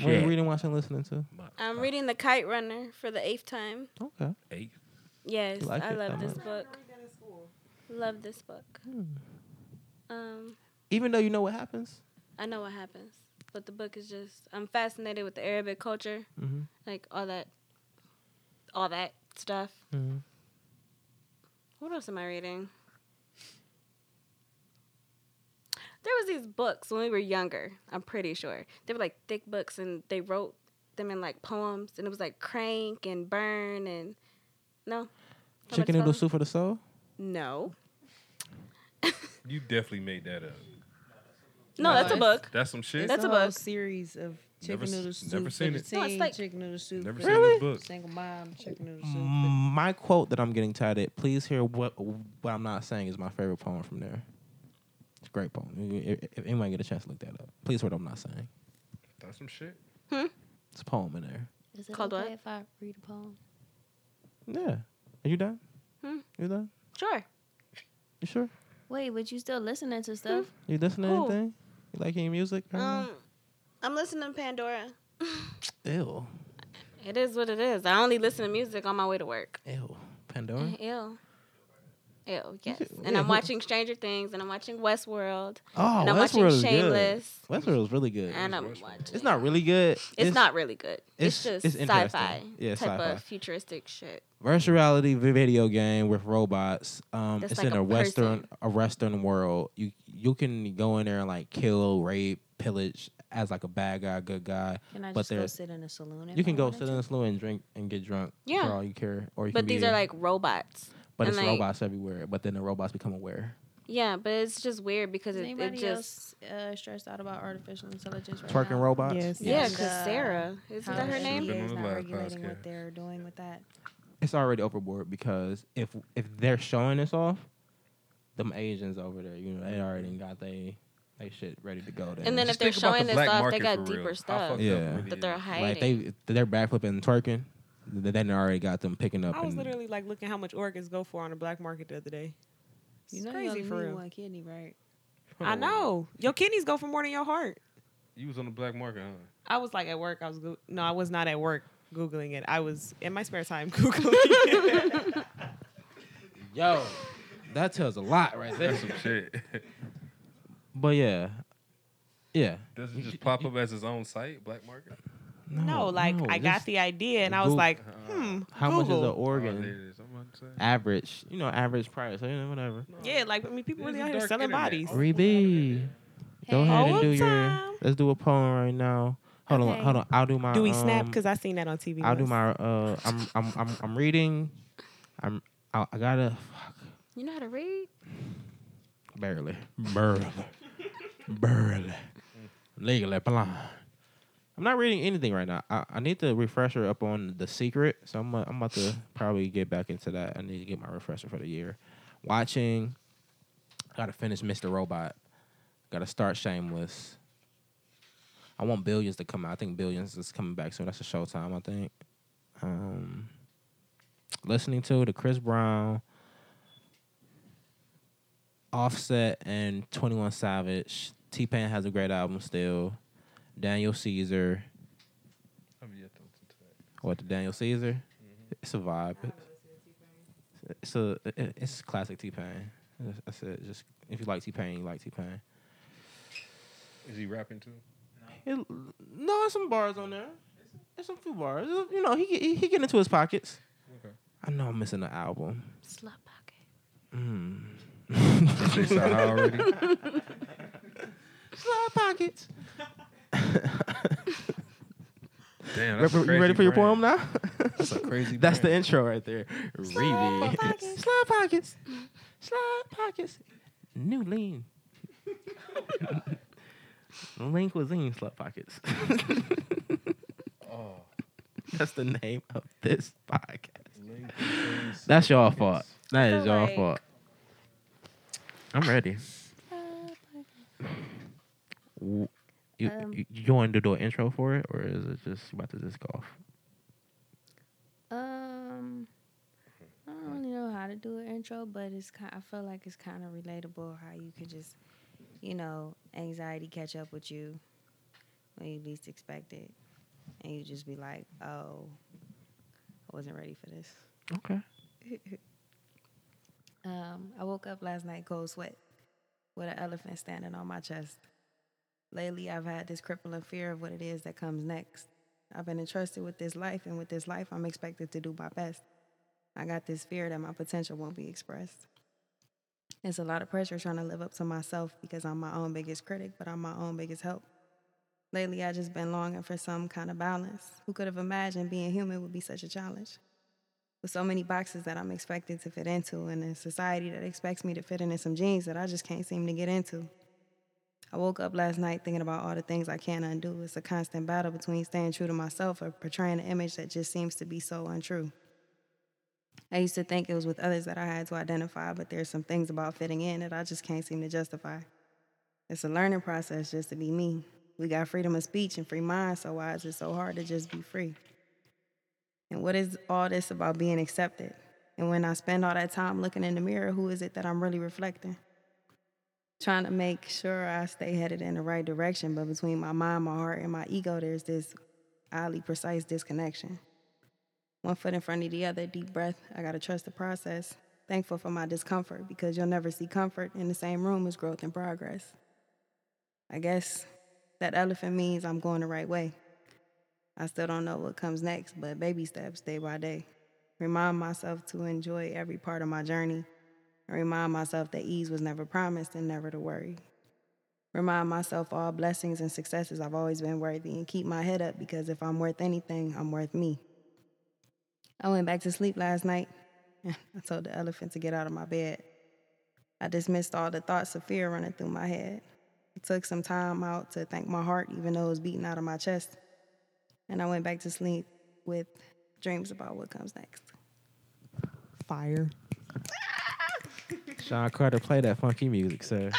Speaker 1: What are you
Speaker 3: Shit.
Speaker 1: reading, watching, listening to?
Speaker 6: I'm reading The Kite Runner for the eighth time.
Speaker 1: Okay.
Speaker 3: Hey,
Speaker 6: Yes,
Speaker 1: You like
Speaker 6: I
Speaker 1: it
Speaker 6: love
Speaker 1: that
Speaker 6: this
Speaker 1: much?
Speaker 6: book. Love this book.
Speaker 1: Hmm.
Speaker 6: Um,
Speaker 1: Even though you know what happens.
Speaker 6: I know what happens, but the book is just I'm fascinated with the Arabic culture,
Speaker 1: Mm-hmm.
Speaker 6: like all that, all that stuff.
Speaker 1: Mhm.
Speaker 6: What else am I reading? There was these books when we were younger. I'm pretty sure they were like thick books, and they wrote them in like poems, and it was like crank and burn and no. Somebody
Speaker 1: Chicken
Speaker 6: tell
Speaker 1: noodle
Speaker 6: me.
Speaker 1: soup for the soul.
Speaker 6: No.
Speaker 3: you definitely made that up.
Speaker 6: No, that's a book.
Speaker 3: That's some shit.
Speaker 6: That's
Speaker 2: It's
Speaker 6: a
Speaker 2: whole
Speaker 6: book.
Speaker 2: series of
Speaker 3: Never
Speaker 2: chicken
Speaker 3: s-
Speaker 2: noodle soup
Speaker 3: never
Speaker 2: for
Speaker 3: seen
Speaker 2: the
Speaker 3: it.
Speaker 6: No, it's
Speaker 2: teen,
Speaker 6: like-
Speaker 2: chicken noodle soup
Speaker 3: Never
Speaker 2: for
Speaker 3: seen
Speaker 2: the
Speaker 3: this book.
Speaker 2: single mom, chicken noodle soup. for-
Speaker 1: My quote that I'm getting tired at. Please hear what what I'm not saying is my favorite poem from there. It's a great poem. If, if- if anyone get a chance to look that up, please hear what I'm not saying.
Speaker 3: That's some shit.
Speaker 1: It's a poem in there.
Speaker 2: Is it
Speaker 6: Called
Speaker 2: okay
Speaker 6: what?
Speaker 2: if I read a poem?
Speaker 1: Yeah. Are you done?
Speaker 6: Hmm.
Speaker 1: You done?
Speaker 6: Sure.
Speaker 1: You sure?
Speaker 2: Wait, but you still listening to stuff?
Speaker 6: Hmm.
Speaker 1: You listening to
Speaker 6: Cool.
Speaker 1: anything? You like any music? right now?
Speaker 6: Um, I'm listening to Pandora.
Speaker 1: Ew.
Speaker 6: It is what it is. I only listen to music on my way to work.
Speaker 1: Ew. Pandora?
Speaker 6: Ew. Ew, yes.
Speaker 1: should-
Speaker 6: And
Speaker 1: yeah,
Speaker 6: I'm
Speaker 1: who-
Speaker 6: watching Stranger Things and I'm watching Westworld.
Speaker 1: Oh,
Speaker 6: and I'm
Speaker 1: Westworld is
Speaker 6: watching Shameless.
Speaker 1: good. Westworld is really good.
Speaker 6: And I'm watching.
Speaker 1: It's not really good.
Speaker 6: It's, not really good. It's,
Speaker 1: it's-
Speaker 6: just
Speaker 1: it's
Speaker 6: sci
Speaker 1: interesting.
Speaker 6: fi
Speaker 1: Yeah,
Speaker 6: type
Speaker 1: sci-fi.
Speaker 6: of futuristic shit.
Speaker 1: virtual reality vi- video game with robots. Um,
Speaker 6: That's
Speaker 1: it's
Speaker 6: like
Speaker 1: in
Speaker 6: a
Speaker 1: a, western
Speaker 6: person.
Speaker 1: a western world. You you can go in there and like kill, rape, pillage as like a bad guy, good guy.
Speaker 2: Can I
Speaker 1: but
Speaker 2: just go
Speaker 1: there's-
Speaker 2: sit in a saloon? if
Speaker 1: You can
Speaker 2: I
Speaker 1: go
Speaker 2: wanted
Speaker 1: sit
Speaker 2: to?
Speaker 1: in a saloon and drink and get drunk
Speaker 6: Yeah.
Speaker 1: for all you care. Or you
Speaker 6: But
Speaker 1: can
Speaker 6: these
Speaker 1: be-
Speaker 6: are like robots.
Speaker 1: but
Speaker 6: and,
Speaker 1: it's
Speaker 6: like-
Speaker 1: robots everywhere. But then the robots become aware.
Speaker 6: Yeah, but it's just weird because
Speaker 2: Is
Speaker 6: it, it
Speaker 2: anybody
Speaker 6: just.
Speaker 2: else uh, stressed out about artificial intelligence? Right
Speaker 1: Twerking
Speaker 2: now?
Speaker 1: robots.
Speaker 12: Yes.
Speaker 6: Yeah,
Speaker 2: And,
Speaker 6: because
Speaker 2: uh,
Speaker 6: Sarah. Isn't
Speaker 2: How
Speaker 6: that her
Speaker 2: the
Speaker 6: name?
Speaker 2: NBA
Speaker 3: Been
Speaker 2: is
Speaker 3: on the
Speaker 2: not
Speaker 3: last
Speaker 2: regulating
Speaker 3: podcast.
Speaker 2: what they're doing with that.
Speaker 1: It's already overboard because if if they're showing this off, them Asians over there, you know, they already got they they shit ready to go. There.
Speaker 6: And then
Speaker 3: Just
Speaker 6: if they're
Speaker 3: think about the
Speaker 6: showing this
Speaker 3: black
Speaker 6: off, they
Speaker 3: market
Speaker 6: got
Speaker 3: for real.
Speaker 6: deeper
Speaker 3: How
Speaker 6: stuff
Speaker 3: fucked up
Speaker 1: Yeah.
Speaker 3: it
Speaker 6: that
Speaker 3: is.
Speaker 6: they're hiding.
Speaker 1: like they they're backflipping and twerking. They they done already got them picking up.
Speaker 4: I was
Speaker 1: and-
Speaker 4: literally like looking how much organs go for on the black market the other day.
Speaker 2: You
Speaker 4: It's
Speaker 2: know you
Speaker 4: crazy
Speaker 2: only
Speaker 4: for
Speaker 2: need
Speaker 4: real.
Speaker 2: one kidney, right?
Speaker 1: Oh.
Speaker 4: I know your kidneys go for more than your heart.
Speaker 3: You was on the black market, huh?
Speaker 4: I was like at work. I was go- no, I was not at work googling it. I was in my spare time <laughs> googling. it.
Speaker 1: <laughs> Yo, that tells a lot right there.
Speaker 3: That's some shit. <laughs>
Speaker 1: but yeah, yeah.
Speaker 3: Does it just pop up as its own site, black market?
Speaker 4: no, like I got
Speaker 1: just
Speaker 4: the idea, and I was
Speaker 1: Goog-
Speaker 4: like, hmm,
Speaker 1: How much is
Speaker 4: Google.
Speaker 1: an
Speaker 3: Oh,
Speaker 1: organ?
Speaker 3: there it is. I'm about to say.
Speaker 1: average, you know, average price. You know, whatever.
Speaker 4: Yeah, like I mean, people
Speaker 3: This
Speaker 4: really
Speaker 3: is
Speaker 4: out here
Speaker 3: dark
Speaker 4: selling
Speaker 3: internet.
Speaker 4: bodies.
Speaker 3: Oh,
Speaker 1: Rebe, go
Speaker 13: Hey.
Speaker 1: ahead and
Speaker 4: Oh,
Speaker 1: do your.
Speaker 4: time.
Speaker 1: Let's do a poem right now. Hold on,
Speaker 13: Okay.
Speaker 1: hold on. I'll do my.
Speaker 4: Do we snap?
Speaker 1: um,
Speaker 4: Because I seen that on TV.
Speaker 1: I'll do
Speaker 4: once.
Speaker 1: my. Uh, I'm, I'm, I'm, I'm reading. I'm. I, I gotta. Fuck.
Speaker 6: You know how to read?
Speaker 1: Barely. Barely. Barely. Legally blind. I'm not reading anything right now. I, I need the refresher up on The Secret. So I'm, uh, I'm about to probably get back into that. I need to get my refresher for the year. Watching. I gotta finish Mr. Robot. Gotta start Shameless. I want Billions to come out. I think Billions is coming back soon. That's a Showtime, I think. Um, listening to the Chris Brown. Offset and 21 Savage. T Pain has a great album still. Daniel Caesar.
Speaker 3: I'm yet to listen to that.
Speaker 1: What the Daniel Caesar? It's a vibe. It's a it- it's classic T Pain. That's it. Just if you like T Pain, you like T Pain.
Speaker 3: Is he rapping too?
Speaker 1: It- No, there's some bars on there. There's some few bars. You know, he he, he get into his pockets.
Speaker 3: Okay.
Speaker 1: I know I'm missing an album.
Speaker 6: Slut pocket.
Speaker 1: Mm.
Speaker 3: They said
Speaker 1: <laughs>
Speaker 3: hi already.
Speaker 1: Slide pockets.
Speaker 3: <laughs>
Speaker 1: <laughs>
Speaker 3: Damn,
Speaker 1: Rep-
Speaker 3: that's a
Speaker 1: you
Speaker 3: crazy
Speaker 1: ready for your poem
Speaker 3: brand.
Speaker 1: now?
Speaker 3: That's a
Speaker 1: <laughs>
Speaker 3: crazy.
Speaker 1: That's the
Speaker 3: brand.
Speaker 1: intro right there. Reedy. <laughs> Slide pockets. Slide pockets. New <laughs> lean. lean cuisine slide pockets.
Speaker 3: Oh,
Speaker 1: <laughs> That's the name of this podcast.
Speaker 3: Link Between
Speaker 1: That's y'all fault. That is
Speaker 6: So,
Speaker 1: y'all
Speaker 6: like-
Speaker 1: fault. I'm ready. W- You,
Speaker 13: Um,
Speaker 1: you, you want to do an intro for it, or is it just you about to just go off?
Speaker 2: Um, I don't really know how to do an intro, but it's kind. I feel like it's kind of relatable how you can just, you know, anxiety catch up with you when you least expect it, and you just be like, "Oh, I wasn't ready for this."
Speaker 1: Okay.
Speaker 2: Um, I woke up last night cold sweat with an elephant standing on my chest. Lately, I've had this crippling fear of what it is that comes next. I've been entrusted with this life, and with this life, I'm expected to do my best. I got this fear that my potential won't be expressed. It's a lot of pressure trying to live up to myself because I'm my own biggest critic, but I'm my own biggest help. Lately, I've just been longing for some kind of balance. Who could have imagined being human would be such a challenge? with so many boxes that I'm expected to fit into, and a society that expects me to fit into some jeans that I just can't seem to get into. I woke up last night thinking about all the things I can't undo. It's a constant battle between staying true to myself or portraying an image that just seems to be so untrue. I used to think it was with others that I had to identify, but there's some things about fitting in that I just can't seem to justify. It's a learning process just to be me. We got freedom of speech and free minds, so why is it so hard to just be free? And what is all this about being accepted? And when I spend all that time looking in the mirror, who is it that I'm really reflecting? trying to make sure I stay headed in the right direction, but between my mind, my heart, and my ego, there's this oddly precise disconnection. One foot in front of the other, deep breath. I gotta trust the process. Thankful for my discomfort because you'll never see comfort in the same room as growth and progress. I guess that elephant means I'm going the right way. I still don't know what comes next, but baby steps day by day. Remind myself to enjoy every part of my journey and remind myself that ease was never promised and never to worry. Remind myself all blessings and successes I've always been worthy and keep my head up because if I'm worth anything, I'm worth me. I went back to sleep last night. <laughs> I told the elephant to get out of my bed. I dismissed all the thoughts of fear running through my head. I took some time out to thank my heart, even though it was beating out of my chest. And I went back to sleep with dreams about what comes next.
Speaker 1: Fire. Sean Carter, play that funky music, sir.